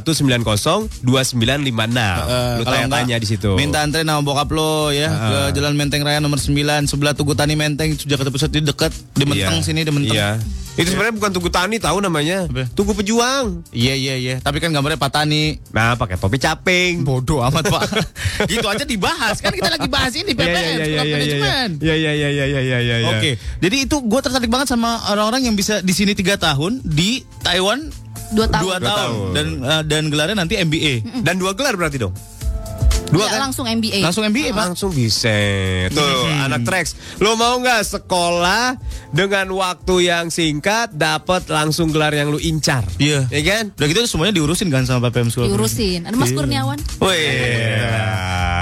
3190 2956.
Eh,
lu
kalau
tanya-tanya
enggak,
di situ.
Minta antren sama bokap lo ya ke
Heeh.
Jalan Menteng Raya nomor 9 sebelah Tugu Tani Menteng Jakarta Pusat di dekat di Menteng
Iya.
sini di Menteng.
Iya. Itu sebenarnya bukan Tugu Tani tahu namanya. Tugu Pejuang.
Iya iya iya, tapi kan gambarnya Pak Tani.
Nah, pakai topi caping.
Bodoh amat, Pak. gitu aja dibahas. Kan kita lagi bahas ini PPM, School of Management.
Iya iya iya iya iya iya iya.
Oke, iya, jadi itu gue tertarik banget sama orang-orang yang bisa di sini tiga tahun, di Taiwan
Dua tahun.
dua
Dua
tahun, dan eh, dan gelarnya nanti MBA.
Dan dua gelar berarti dong. kan?
Iya, langsung MBA.
kan? Langsung MBA, Pak.
Langsung bisa. Tuh, anak Trax. Lo mau nggak sekolah dengan waktu yang singkat dapat langsung gelar yang lu incar?
Iya.
Ya kan?
Udah gitu semuanya diurusin kan sama PPM School.
Diurusin. Ada Mas
Iya.
Kurniawan.
Wih.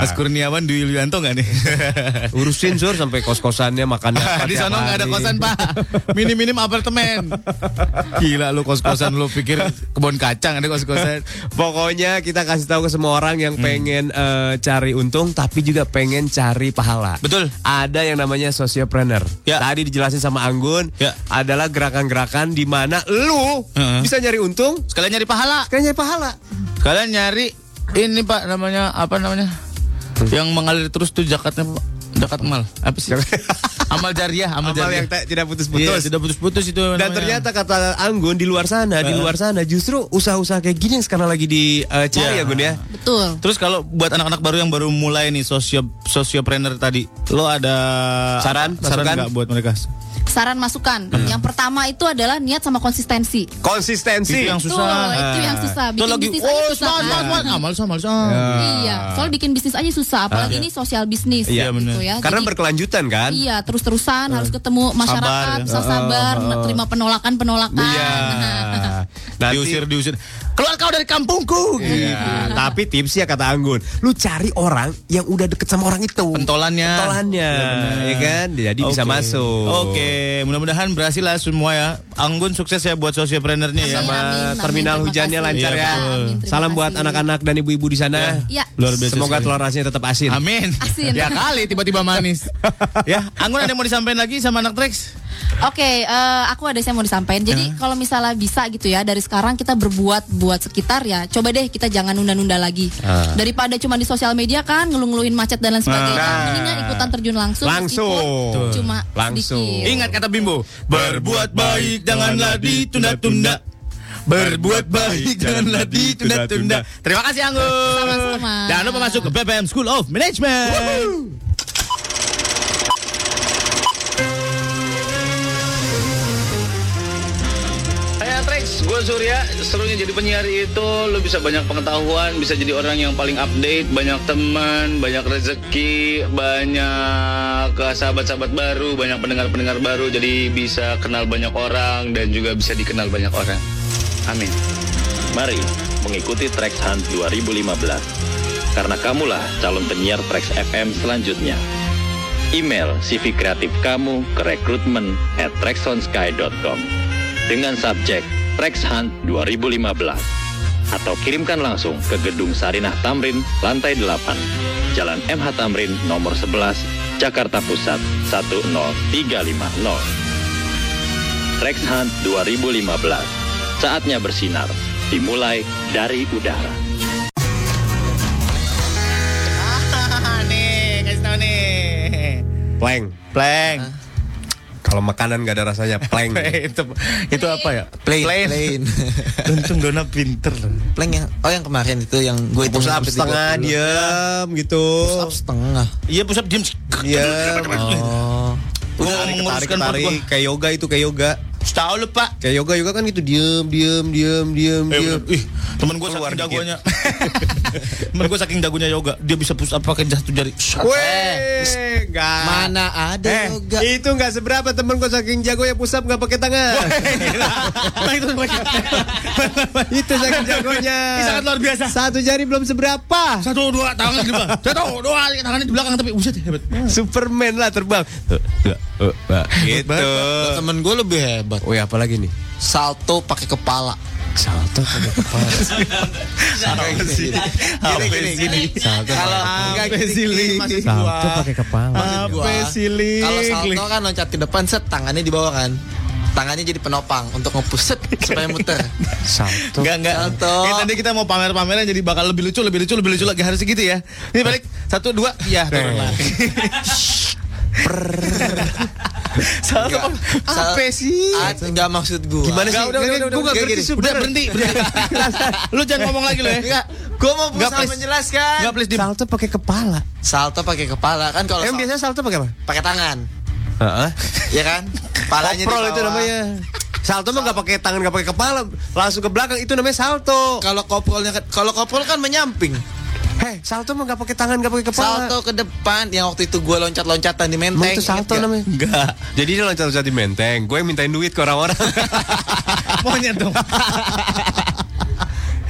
Mas Kurniawan Dwi Yulianto nggak nih?
Eh, Urusin sur sampai kos-kosannya makannya. apa,
di
tiap
sana nggak ada
hari.
kosan pak, minim-minim apartemen. Gila lu kos-kosan lu pikir kebun kacang ada kos-kosan.
Pokoknya kita kasih tahu ke semua orang yang pengen eh, cari untung tapi juga pengen cari pahala.
Betul.
Ada yang namanya sociopreneur. Tadi dijelasin sama Anggun
Ya.
adalah gerakan-gerakan di mana lu
Heeh.
bisa nyari untung,
Sekalian nyari pahala.
sekalian nyari pahala.
Kalian nyari ini pak namanya apa namanya? Yang mengalir terus tuh jakatnya pak. Jakat mal. Apa sih? amal jariah, amal,
Amal
jariah.
yang tak- tidak
Iya,
putus-putus.
tidak putus-putus itu
Dan
namanya.
ternyata kata Anggun di luar sana, di luar sana justru usaha-usaha kayak gini yang sekarang lagi dicari ya
Iya.
Gun ya.
Betul.
Terus kalau buat anak-anak baru yang baru mulai nih sosio sosiopreneur tadi, lo ada
Saran,
saran
masukan?
Eh, nggak buat mereka?
Saran masukan. Yang pertama itu adalah niat sama konsistensi.
Konsistensi.
Itu Gitu yang
Tuh,
susah.
itu yang susah. Bikin
Tuh lagi,
bisnis
oh,
aja susah.
susah, susah,
kan?
susah. Amal sama, sama.
Iya, soal bikin bisnis aja susah, apalagi
Ah.
ini sosial bisnis
Iya,
gitu
bener.
ya.
Karena
Jadi,
berkelanjutan kan?
Iya, terus-terusan harus ketemu masyarakat,
Sabar, ya.
sabar, sabar menerima
Ah.
penolakan-penolakan. Nah,
Iya. Nanti-
Diusir, diusir. Keluar kau dari
Oh,
kampungku.
Iya, tapi tipsnya kata Anggun, lu cari orang yang udah deket sama orang itu.
Pentolannya.
Pentolannya, ya kan? Jadi bisa
Oke.
masuk.
Oke, mudah-mudahan berhasil lah semua ya. Anggun sukses ya buat sosialpreneurnya ya.
Sama
Amin, amin,
terminal
terima
hujannya
kasih.
lancar
Iya,
ya.
betul.
Amin, terima
Salam buat
kasih.
anak-anak dan ibu-ibu di sana.
Iya.
Luar biasa.
Semoga
sekali.
telur nasinya tetap asin.
Amin.
Asin.
Ya kali tiba-tiba manis. ya, Anggun ada yang mau disampaikan lagi sama anak Trax?
Oke, eh, aku ada yang mau disampaikan. Jadi kalau misalnya bisa gitu ya, dari sekarang kita berbuat buat sekitar ya coba deh kita jangan nunda-nunda lagi
Ah.
daripada cuma di sosial media kan ngeluh-ngeluhin macet dan lain sebagainya
Nah.
mendingan ikutan terjun langsung meskipun
Betul.
cuma
langsung.
Ingat kata Bimbo, berbuat baik janganlah ditunda-tunda. Berbuat baik janganlah ditunda-tunda. Terima kasih Anggun.
Sama-sama.
Jangan lupa masuk ke BPM School of Management.
Hai Atrix, gue Surya. Serunya jadi penyiar itu lo bisa banyak pengetahuan, bisa jadi orang yang paling update, banyak teman, banyak rezeki, banyak eh, sahabat-sahabat baru, banyak pendengar-pendengar baru. Jadi bisa kenal banyak orang dan juga bisa dikenal banyak orang. Amin.
Mari mengikuti Trax Hunt 2015 karena kamulah calon penyiar Trax FM selanjutnya. Email CV kreatif kamu ke rekrutmen at traxonsky.com dengan subjek Trax Hunt 2015 atau kirimkan langsung ke Gedung Sarinah Tamrin, lantai 8, Jalan MH Tamrin, nomor 11, Jakarta Pusat, 10350. Trax Hunt 2015. Saatnya bersinar. Dimulai dari udara.
nih, kasih tahu nih.
Pleng.
Pleng.
Kalau makanan gak ada rasanya pleng.
itu itu apa ya?
Plain.
Plain.
Plain.
Untung Dona pinter.
Plank yang oh yang kemarin itu yang gue itu
Push up setengah,
diam gitu.
Push up setengah.
Iya pusat jam.
Iya.
Oh.
Udah tarik tarik kayak yoga itu kayak yoga.
Tahu lu pak?
Kayak yoga yoga kan gitu diem diem diem diem
Eh,
diem.
udah. Ih, temen gue saking jagoannya. temen gue saking jagonya yoga, dia bisa push up pakai satu jari.
Weh, enggak.
Mana ada
Eh,
yoga?
gitu.
Itu enggak seberapa temen gue saking jago ya pusap enggak pakai tangan.
itu
itu saking jagonya.
Ini sangat luar biasa.
Satu jari belum seberapa.
Satu dua tangan gitu, di bawah. Satu dua tangannya di belakang tapi buset hebat.
Superman lah terbang. gitu.
Lah, Temen gue lebih hebat.
Woi, apa lagi nih?
Salto pakai kepala.
Salto pakai kepala.
Gini, gini. Gini, gini, gini.
Salto
Kalau enggak gini, gini.
Salto pakai kepala.
Maksud gua, Kalau salto kan loncat ke depan set tangannya di bawah kan. Tangannya jadi penopang untuk ngepuset supaya muter.
Salto.
Enggak, enggak.
Salto.
Ini tadi kita mau pamer-pameran jadi bakal lebih lucu, lebih lucu, lebih lucu lagi harus gitu ya. Ini balik satu dua, ya turun lagi. Salto
Sal-
apa sih?
Ah, Enggak maksud gua.
Gimana sih?
Enggak, udah, udah, udah,
Gua nggak
udah,
ngerti,
gini.
Sup. Udah, berhenti, berhenti. Lu jangan ngomong lagi lu ya.
Enggak, gua mau
Enggak,
berusaha
please.
menjelaskan.
Enggak please di
Salto pakai kepala.
Salto pakai kepala kan kalau
Emang
sal-
biasanya salto pakai apa?
pakai tangan,
Heeh.
ya kan? Kepalanya di
Oprol itu
bawah.
namanya. Salto mah nggak pakai tangan, nggak pakai kepala, langsung ke belakang itu namanya salto.
Kalau koprolnya kan- kalau koprol kan menyamping.
Heh, salto mah nggak pakai tangan, nggak pakai kepala.
Salto ke depan yang waktu itu gua loncat-loncatan di
Emang
menteng.
itu
inget
salto
nggak?
namanya? Enggak. Jadi dia loncat-loncat di menteng. Gue yang mintain duit ke orang-orang.
Monyet dong.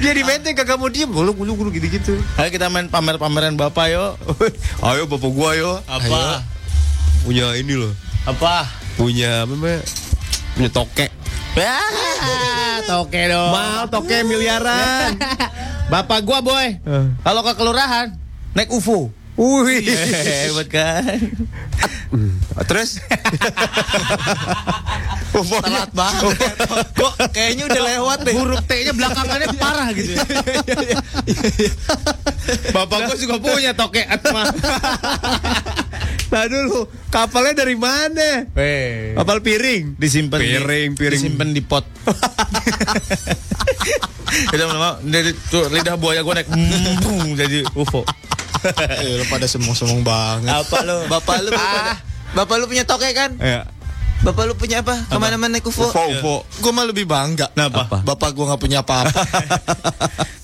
dia di menteng kagak mau diem, gulung gulung gulung gitu-gitu.
Ayo kita main pamer-pameran bapak yo.
Ayo bapak gua yo.
Apa?
Punya ini loh.
Apa?
Punya apa namanya? Punya tokek.
Ya,
Ah, toke dong.
Mahal tokek miliaran.
Bapak gua boy. Kalau ke kelurahan naik UFO.
Wih.
Iya,
Hebat kan?
Terus
Telat banget. Kok kayaknya udah lewat deh.
Huruf T-nya belakangannya parah gitu. ya. Bapak gua juga punya toke atma.
Nah dulu kapalnya dari mana?
Weh.
Kapal piring.
Disimpan di-
Piring, piring.
Disimpan di pot. Itu lama dari tuh, lidah buaya gua naik mm, boom, jadi UFO.
Eh, lu pada semong-semong banget. Apa lu? Ah. Bapak lu pada- Bapak lu punya toke kan?
Eh. Iya.
Ya.
Bapak lu punya apa? Kemana-mana naik UFO?
UFO, UFO.
Gue mah lebih bangga.
Kenapa?
Apa? Bapak gua nggak punya apa-apa.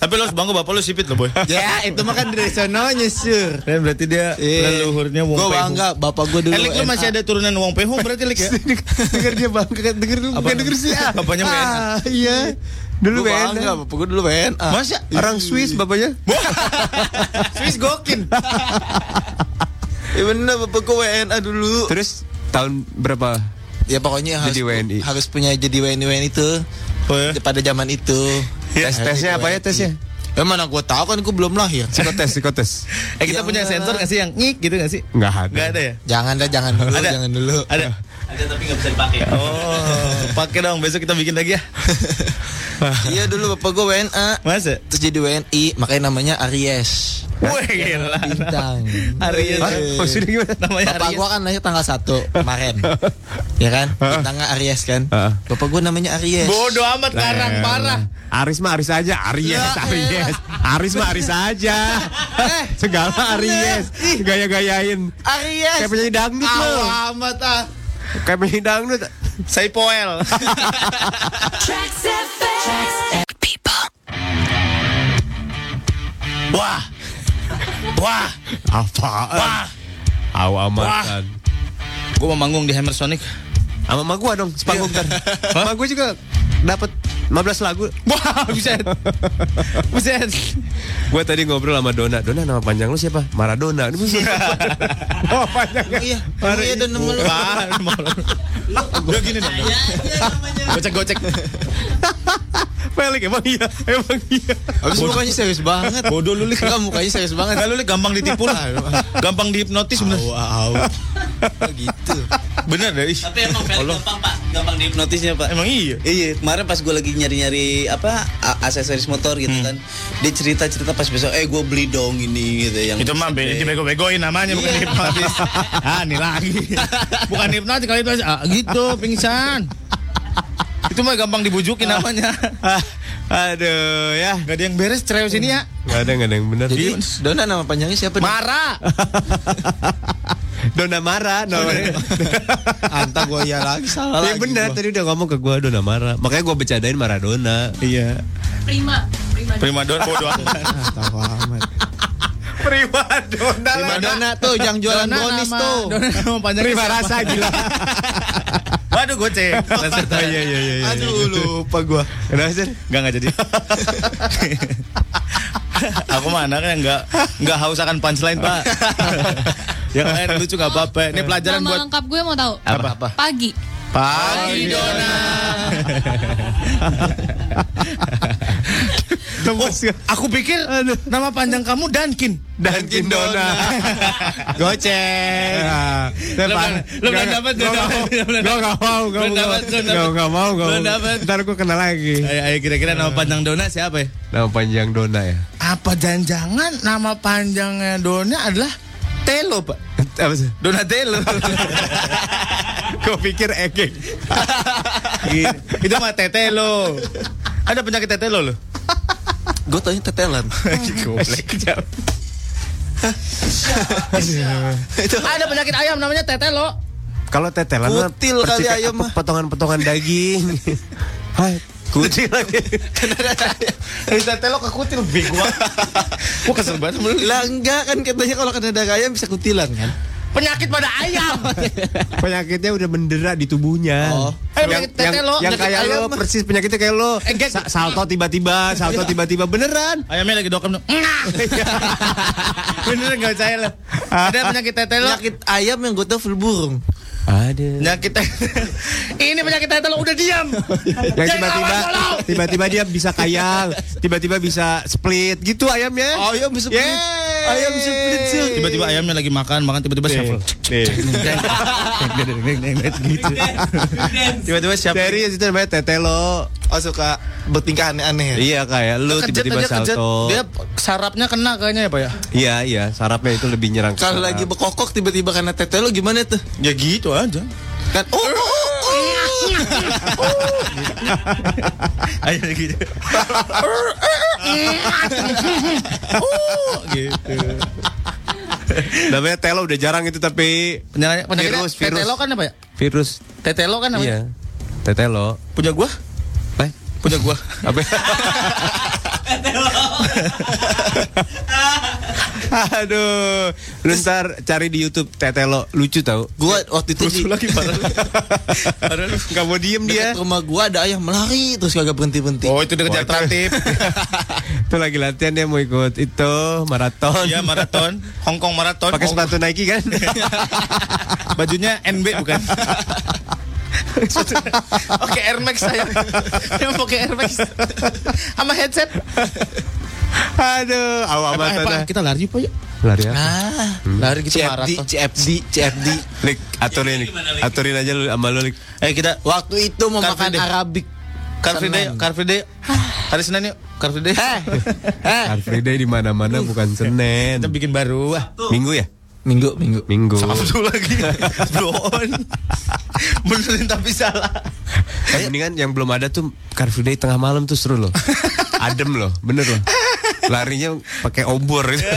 Tapi lo harus bangga bapak lo sipit lo boy.
ya itu mah kan dari sononya sur.
Dan Eh, berarti dia leluhurnya Wong
Gue
Pei Hung.
iya. bangga bapak gue dulu.
Eh, Lik, lo
NA.
masih ada turunan Wong Pei Hung berarti Lik ya?
denger dia bangga, kan? denger lu
Apa?
bukan denger sih. ah.
Bapaknya
Ah,
enak.
Iya. Dulu
Gua bangga
enak.
bapak gue dulu WNA.
Masa?
Orang Swiss bapaknya.
Swiss gokin. Ya bener bapak gue WNA dulu.
Terus tahun berapa?
Ya pokoknya harus
Jadi WNI.
harus punya jadi WNI WNI itu pada zaman itu.
Tes tesnya apa ya tesnya?
Ya mana gue tahu kan gue belum lahir.
Psikotes, psikotes.
Eh kita
Yang
punya
mana?
sensor gak sih yang ngik gitu gak sih?
Enggak ada.
Gak ada ya?
Jangan dah jangan dulu,
Ada.
jangan dulu.
Ada.
Ada tapi nggak bisa dipakai.
Oh, pakai dong. Besok kita bikin lagi ya.
Iya dulu bapak gue WNA.
Masa?
Terus jadi WNI, makanya namanya Aries.
Wah gila.
Bintang.
Aries.
Hah?
Maksudnya gimana namanya
Bapak
Aries?
gue kan lahir tanggal 1 kemarin. ya kan? Bintangnya Aries kan? Bapak gue namanya Aries.
Bodoh amat, Karang,
Eh.
parah.
Aris mah Aris aja, Aries, Aries. Aris mah Aris aja.
Eh.
Segala Aries. Gaya-gayain.
Aries.
Kayak penyanyi dangdut
Awam
lo.
amat ah.
Kayak penyanyi dangdut.
Saya poel.
Wah. Wah.
Apaan?
Wah.
Awamatan.
Gue mau manggung di Hammer Sonic.
Sama emak gua dong, sepanggung ntar. Emak gua juga dapat 15 lagu.
Wah, buset. Buset.
Gua tadi ngobrol sama Dona. Dona nama panjang lu siapa? Maradona. Ini buset. Oh, panjang.
Iya, emang iya dan nama lu. Iya,
Udah gini dong. Gocek-gocek.
Pelik emang iya, emang iya.
Abis mukanya serius banget.
Bodoh lu lik.
Enggak mukanya serius banget.
Nah, lu lik gampang ditipu lah. Gampang dihipnotis bener.
Wow.
Gitu. Bener deh. ih.
Tapi emang Felix gampang pak, gampang dihipnotisnya pak.
Emang iya.
Iya, kemarin pas gue lagi nyari-nyari apa a- aksesoris motor
Hmm.
gitu kan, dia cerita-cerita pas besok, eh gue beli dong ini gitu yang.
Itu mah be- dibego-begoin namanya bukan hipnotis. Ah, ini lagi. Bukan hipnotis kalau itu ah, gitu pingsan. Ah. Itu mah gampang dibujukin namanya.
Aduh, ya.
Gak ada yang beres cerewet ini ya.
Gak ada, gak ada yang benar.
Jadi Dona nama panjangnya siapa? Dona?
Marah.
Dona Mara, namanya.
Anta gue ya lagi salah
Iya
lagi.
benar,
gua.
tadi udah ngomong ke gua Dona Mara. Makanya gua bercandain Maradona.
Iya.
Prima, prima.
Prima dona bodoh amat.
Tahu amat.
Prima Dona.
Prima Dona tuh yang jualan
Dona
bonis
nama-
tuh.
Dona nama panjangnya
Prima
siapa?
rasa gila.
Waduh goceng.
Oh, iya, iya, iya, iya.
Aduh lupa gue.
Kenapa sih?
Enggak enggak jadi. Aku mah anaknya enggak enggak haus akan punchline, Pak. Yang lain lucu kan? enggak apa-apa. Ini pelajaran
Nama
buat
lengkap gue mau tahu.
apa? apa?
Pagi.
Pagi Dona.
Tembus gak?
Aku pikir nama panjang kamu Dankin.
Dankin Dona.
Goceng.
Lu
Lu belum dapat Dona.
Gue gak mau, gue
Belum dapat, belum dapat.
gak mau, gak
Belum
mau.
dapat.
Ntar gue kenal lagi.
Ayo, ayo kira-kira nama panjang Dona siapa ya?
Nama panjang Dona ya?
Apa jangan-jangan nama panjangnya Dona adalah Telo, Pak?
Apa sih?
Donatello.
Gue pikir Ege.
Gini. Itu mah tetelo. Ada penyakit tetelo loh.
Gue tanya tetelan.
Ada penyakit ayam namanya tetelo.
Kalau tetelan mah
Kutil kali
percikan-
ayam mah.
Potongan-potongan daging. Hai, kutil lagi.
Eh, tetelo ke kutil bego. Gua kesel banget sama lu.
Lah enggak kan katanya kalau kena daga ayam bisa kutilan kan?
Penyakit pada ayam.
Penyakitnya udah mendera di tubuhnya.
Oh.
Eh, penyakit
yang,
tetelo,
yang
penyakit
kayak
ayam
lo
mah.
persis penyakitnya kayak lo
Eh, gak-
Sa- salto tiba-tiba salto tiba-tiba beneran
Ayamnya lagi dokem. Ngah. Bener enggak percaya lo. Ada penyakit tetelo.
Penyakit ayam yang gue tahu flu burung.
ada
Penyakit tetelo. Ini penyakit tetelo udah diam.
yang
Jangan
tiba-tiba
lawan lo.
tiba-tiba dia bisa kayang tiba-tiba bisa split gitu ayamnya
Ayam bisa pelit.
Yeay.
Ayam bisa pelit sih.
Tiba-tiba ayamnya lagi makan, makan tiba-tiba shuffle. gitu. Tiba-tiba shuffle.
Serius itu namanya tetelo
Oh suka bertingkah aneh-aneh ya?
Iya kayak lu
Kejet
tiba-tiba
aja, kejet.
salto
Dia sarapnya kena kayaknya ya, Pak ya?
Iya iya sarapnya itu lebih nyerang ke
Kalau
saraf.
lagi bekokok tiba-tiba kena tetelo gimana tuh?
Ya gitu
ah.
aja.
Kan oh, oh, oh, oh.
Ayo gitu. gitu.
namanya telo udah jarang itu tapi
Penyakit
Virus, virus.
Tetelo kan apa ya?
virus
Tetelo kan namanya?
iya tetelo
Punya gua?
Eh,
Punya gua.
apa Aduh, lu ntar cari di YouTube Tetelo, lucu tau.
Gua waktu itu di Iya.
lagi parah. Parah lu.
Gak mau diem dia.
dekat rumah gua ada ayam melari terus kagak berhenti-berhenti.
Oh, itu dekat jalan tertib.
Itu lagi latihan dia mau ikut itu maraton.
Iya, maraton. Hong Kong maraton.
Pakai
Hong-
sepatu Nike kan?
Bajunya NB bukan? Oke Air Max saya Yang pakai Air Max Sama headset
Aduh, awam
Eh, Pak, eh, Pak, kita lari Pak yuk.
Lari apa?
Nah.
Ah, lari gitu maraton.
CFD, CFD.
Iya, Lik, aturin, aturin aja lu sama lu, Lik.
Eh kita waktu itu
Kan
mau
makan
Arabik. Car Free Day, Car Free Day. Hari Senin yuk, Car Free Day.
Car Free Day di mana-mana bukan Senin.
Kita bikin baru. ah.
Minggu ya?
Minggu, minggu.
Minggu.
Sabtu lagi. Bro on. Benerin tapi salah.
Eh, mendingan yang belum ada tuh Car Free Day tengah malam tuh seru loh. Adem loh, bener loh. Larinya pakai obor gitu.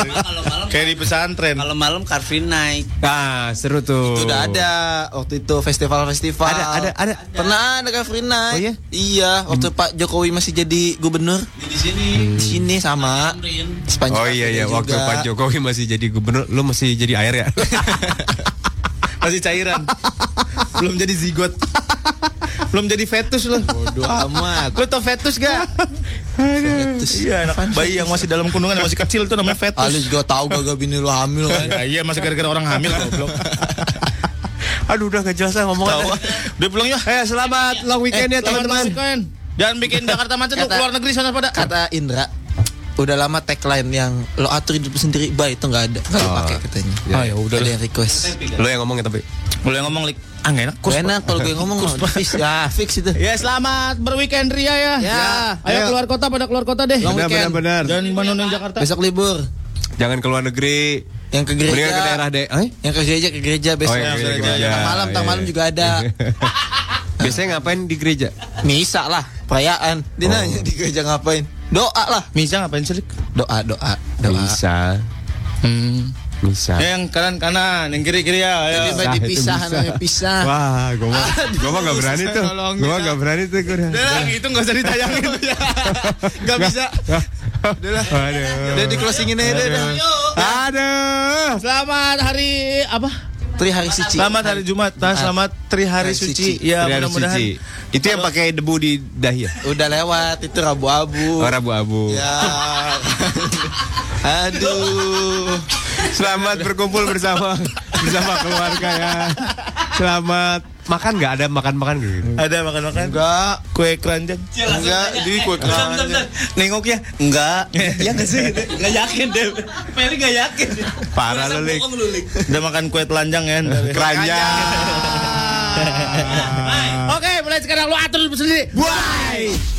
Kayak di pesantren.
Kalau malam Car Free Night.
Nah, seru tuh.
Itu udah ada waktu itu festival-festival.
Ada, ada, ada.
Pernah ada Car Free Night.
Oh, iya?
Iya, waktu Pak Jokowi masih jadi gubernur.
Di sini.
Di sini sama. Sepanjang
Hmm. Oh iya iya,
akhirnya
waktu
juga.
Pak Jokowi masih jadi gubernur, lu masih jadi air ya?
Masih cairan. Belum jadi zigot. Belum jadi fetus loh.
Bodoh amat.
Lu tau fetus gak?
Fetus.
Iya, anak
Apaan fetus?
bayi yang masih dalam kandungan yang masih kecil itu namanya fetus.
Ali ah, juga tahu gak bini lu hamil kan.
Ya, iya, masih gara-gara orang hamil goblok.
Aduh udah gak jelas lah ngomongan.
Udah pulang yuk.
Eh, selamat long weekend ya
Eh, selamat
teman-teman.
weekend. Jangan bikin Jakarta macet lu
Kata-
keluar negeri sana pada.
Kata Indra, udah lama tagline yang lo atur hidup lu sendiri baik itu nggak ada nggak
Oh.
dipakai katanya
Ah, ya udah
ada
lah.
yang request
Lu yang ngomongin tapi.
Lu yang ngomong lik. Ah, nggak enak.
Gak enak kalau gue ngomong mah fix ya fix itu
Ya selamat berweekend Ria ya.
Ya.
Ayo
Iya.
keluar kota pada keluar kota deh.
Long
Benar benar
weekend.
benar.
Dan menundang Jakarta.
besok libur
Jangan keluar negeri.
yang ke
Mendingan ke
gereja
daerah deh. Eh?
yang ke gereja ke gereja besok
Oh, yang ke
Tengah
gereja.
malam tengah malam
Iya.
juga ada
Biasanya ngapain di gereja?
misa lah perayaan dia
Oh.
nanya di gereja ngapain doa lah
Misa ngapain sih lik?
doa doa doa
Bisa.
Hmm.
Bisa.
Eh,
Ya, yang kanan kanan, yang kiri kiri ya. Ayo.
jadi
Nah,
bagi
itu
pisah
bisa.
namanya pisah
Wah, gue mah, gue mah gak berani tuh.
Ah, Tolong
Gue mah
kita.
gak berani tuh. Gue udah.
Udah lah, itu nggak usah ditayangin. Gak bisa.
Udah lah. Aduh.
udah di closingin aja deh
Aduh.
Selamat hari apa?
Tri hari suci
Selamat hari Jumat. Nah, selamat Tri Hari
Hari Suci.
Suci. Ya
Dari Arif
mudah-mudahan.
Suci. Itu yang pakai debu di dahi ya?
udah lewat itu rabu-abu
Oh, abu-abu.
Iya.
Ya. Aduh.
Selamat berkumpul bersama bersama keluarga ya. Selamat makan nggak ada makan-makan gitu.
Ada makan-makan? Enggak. Kue keranjang?
Iya,
Enggak. Jadi
Eh,
kue keranjang. Nengoknya?
Enggak. ya enggak sih gitu. Enggak yakin deh. Meli enggak yakin.
Parah lu, Lik.
Bohong lu, Lik.
Udah makan kue telanjang ya. ntar ya.
Keranjang.
Oke, mulai sekarang lu atur sendiri.
Bye.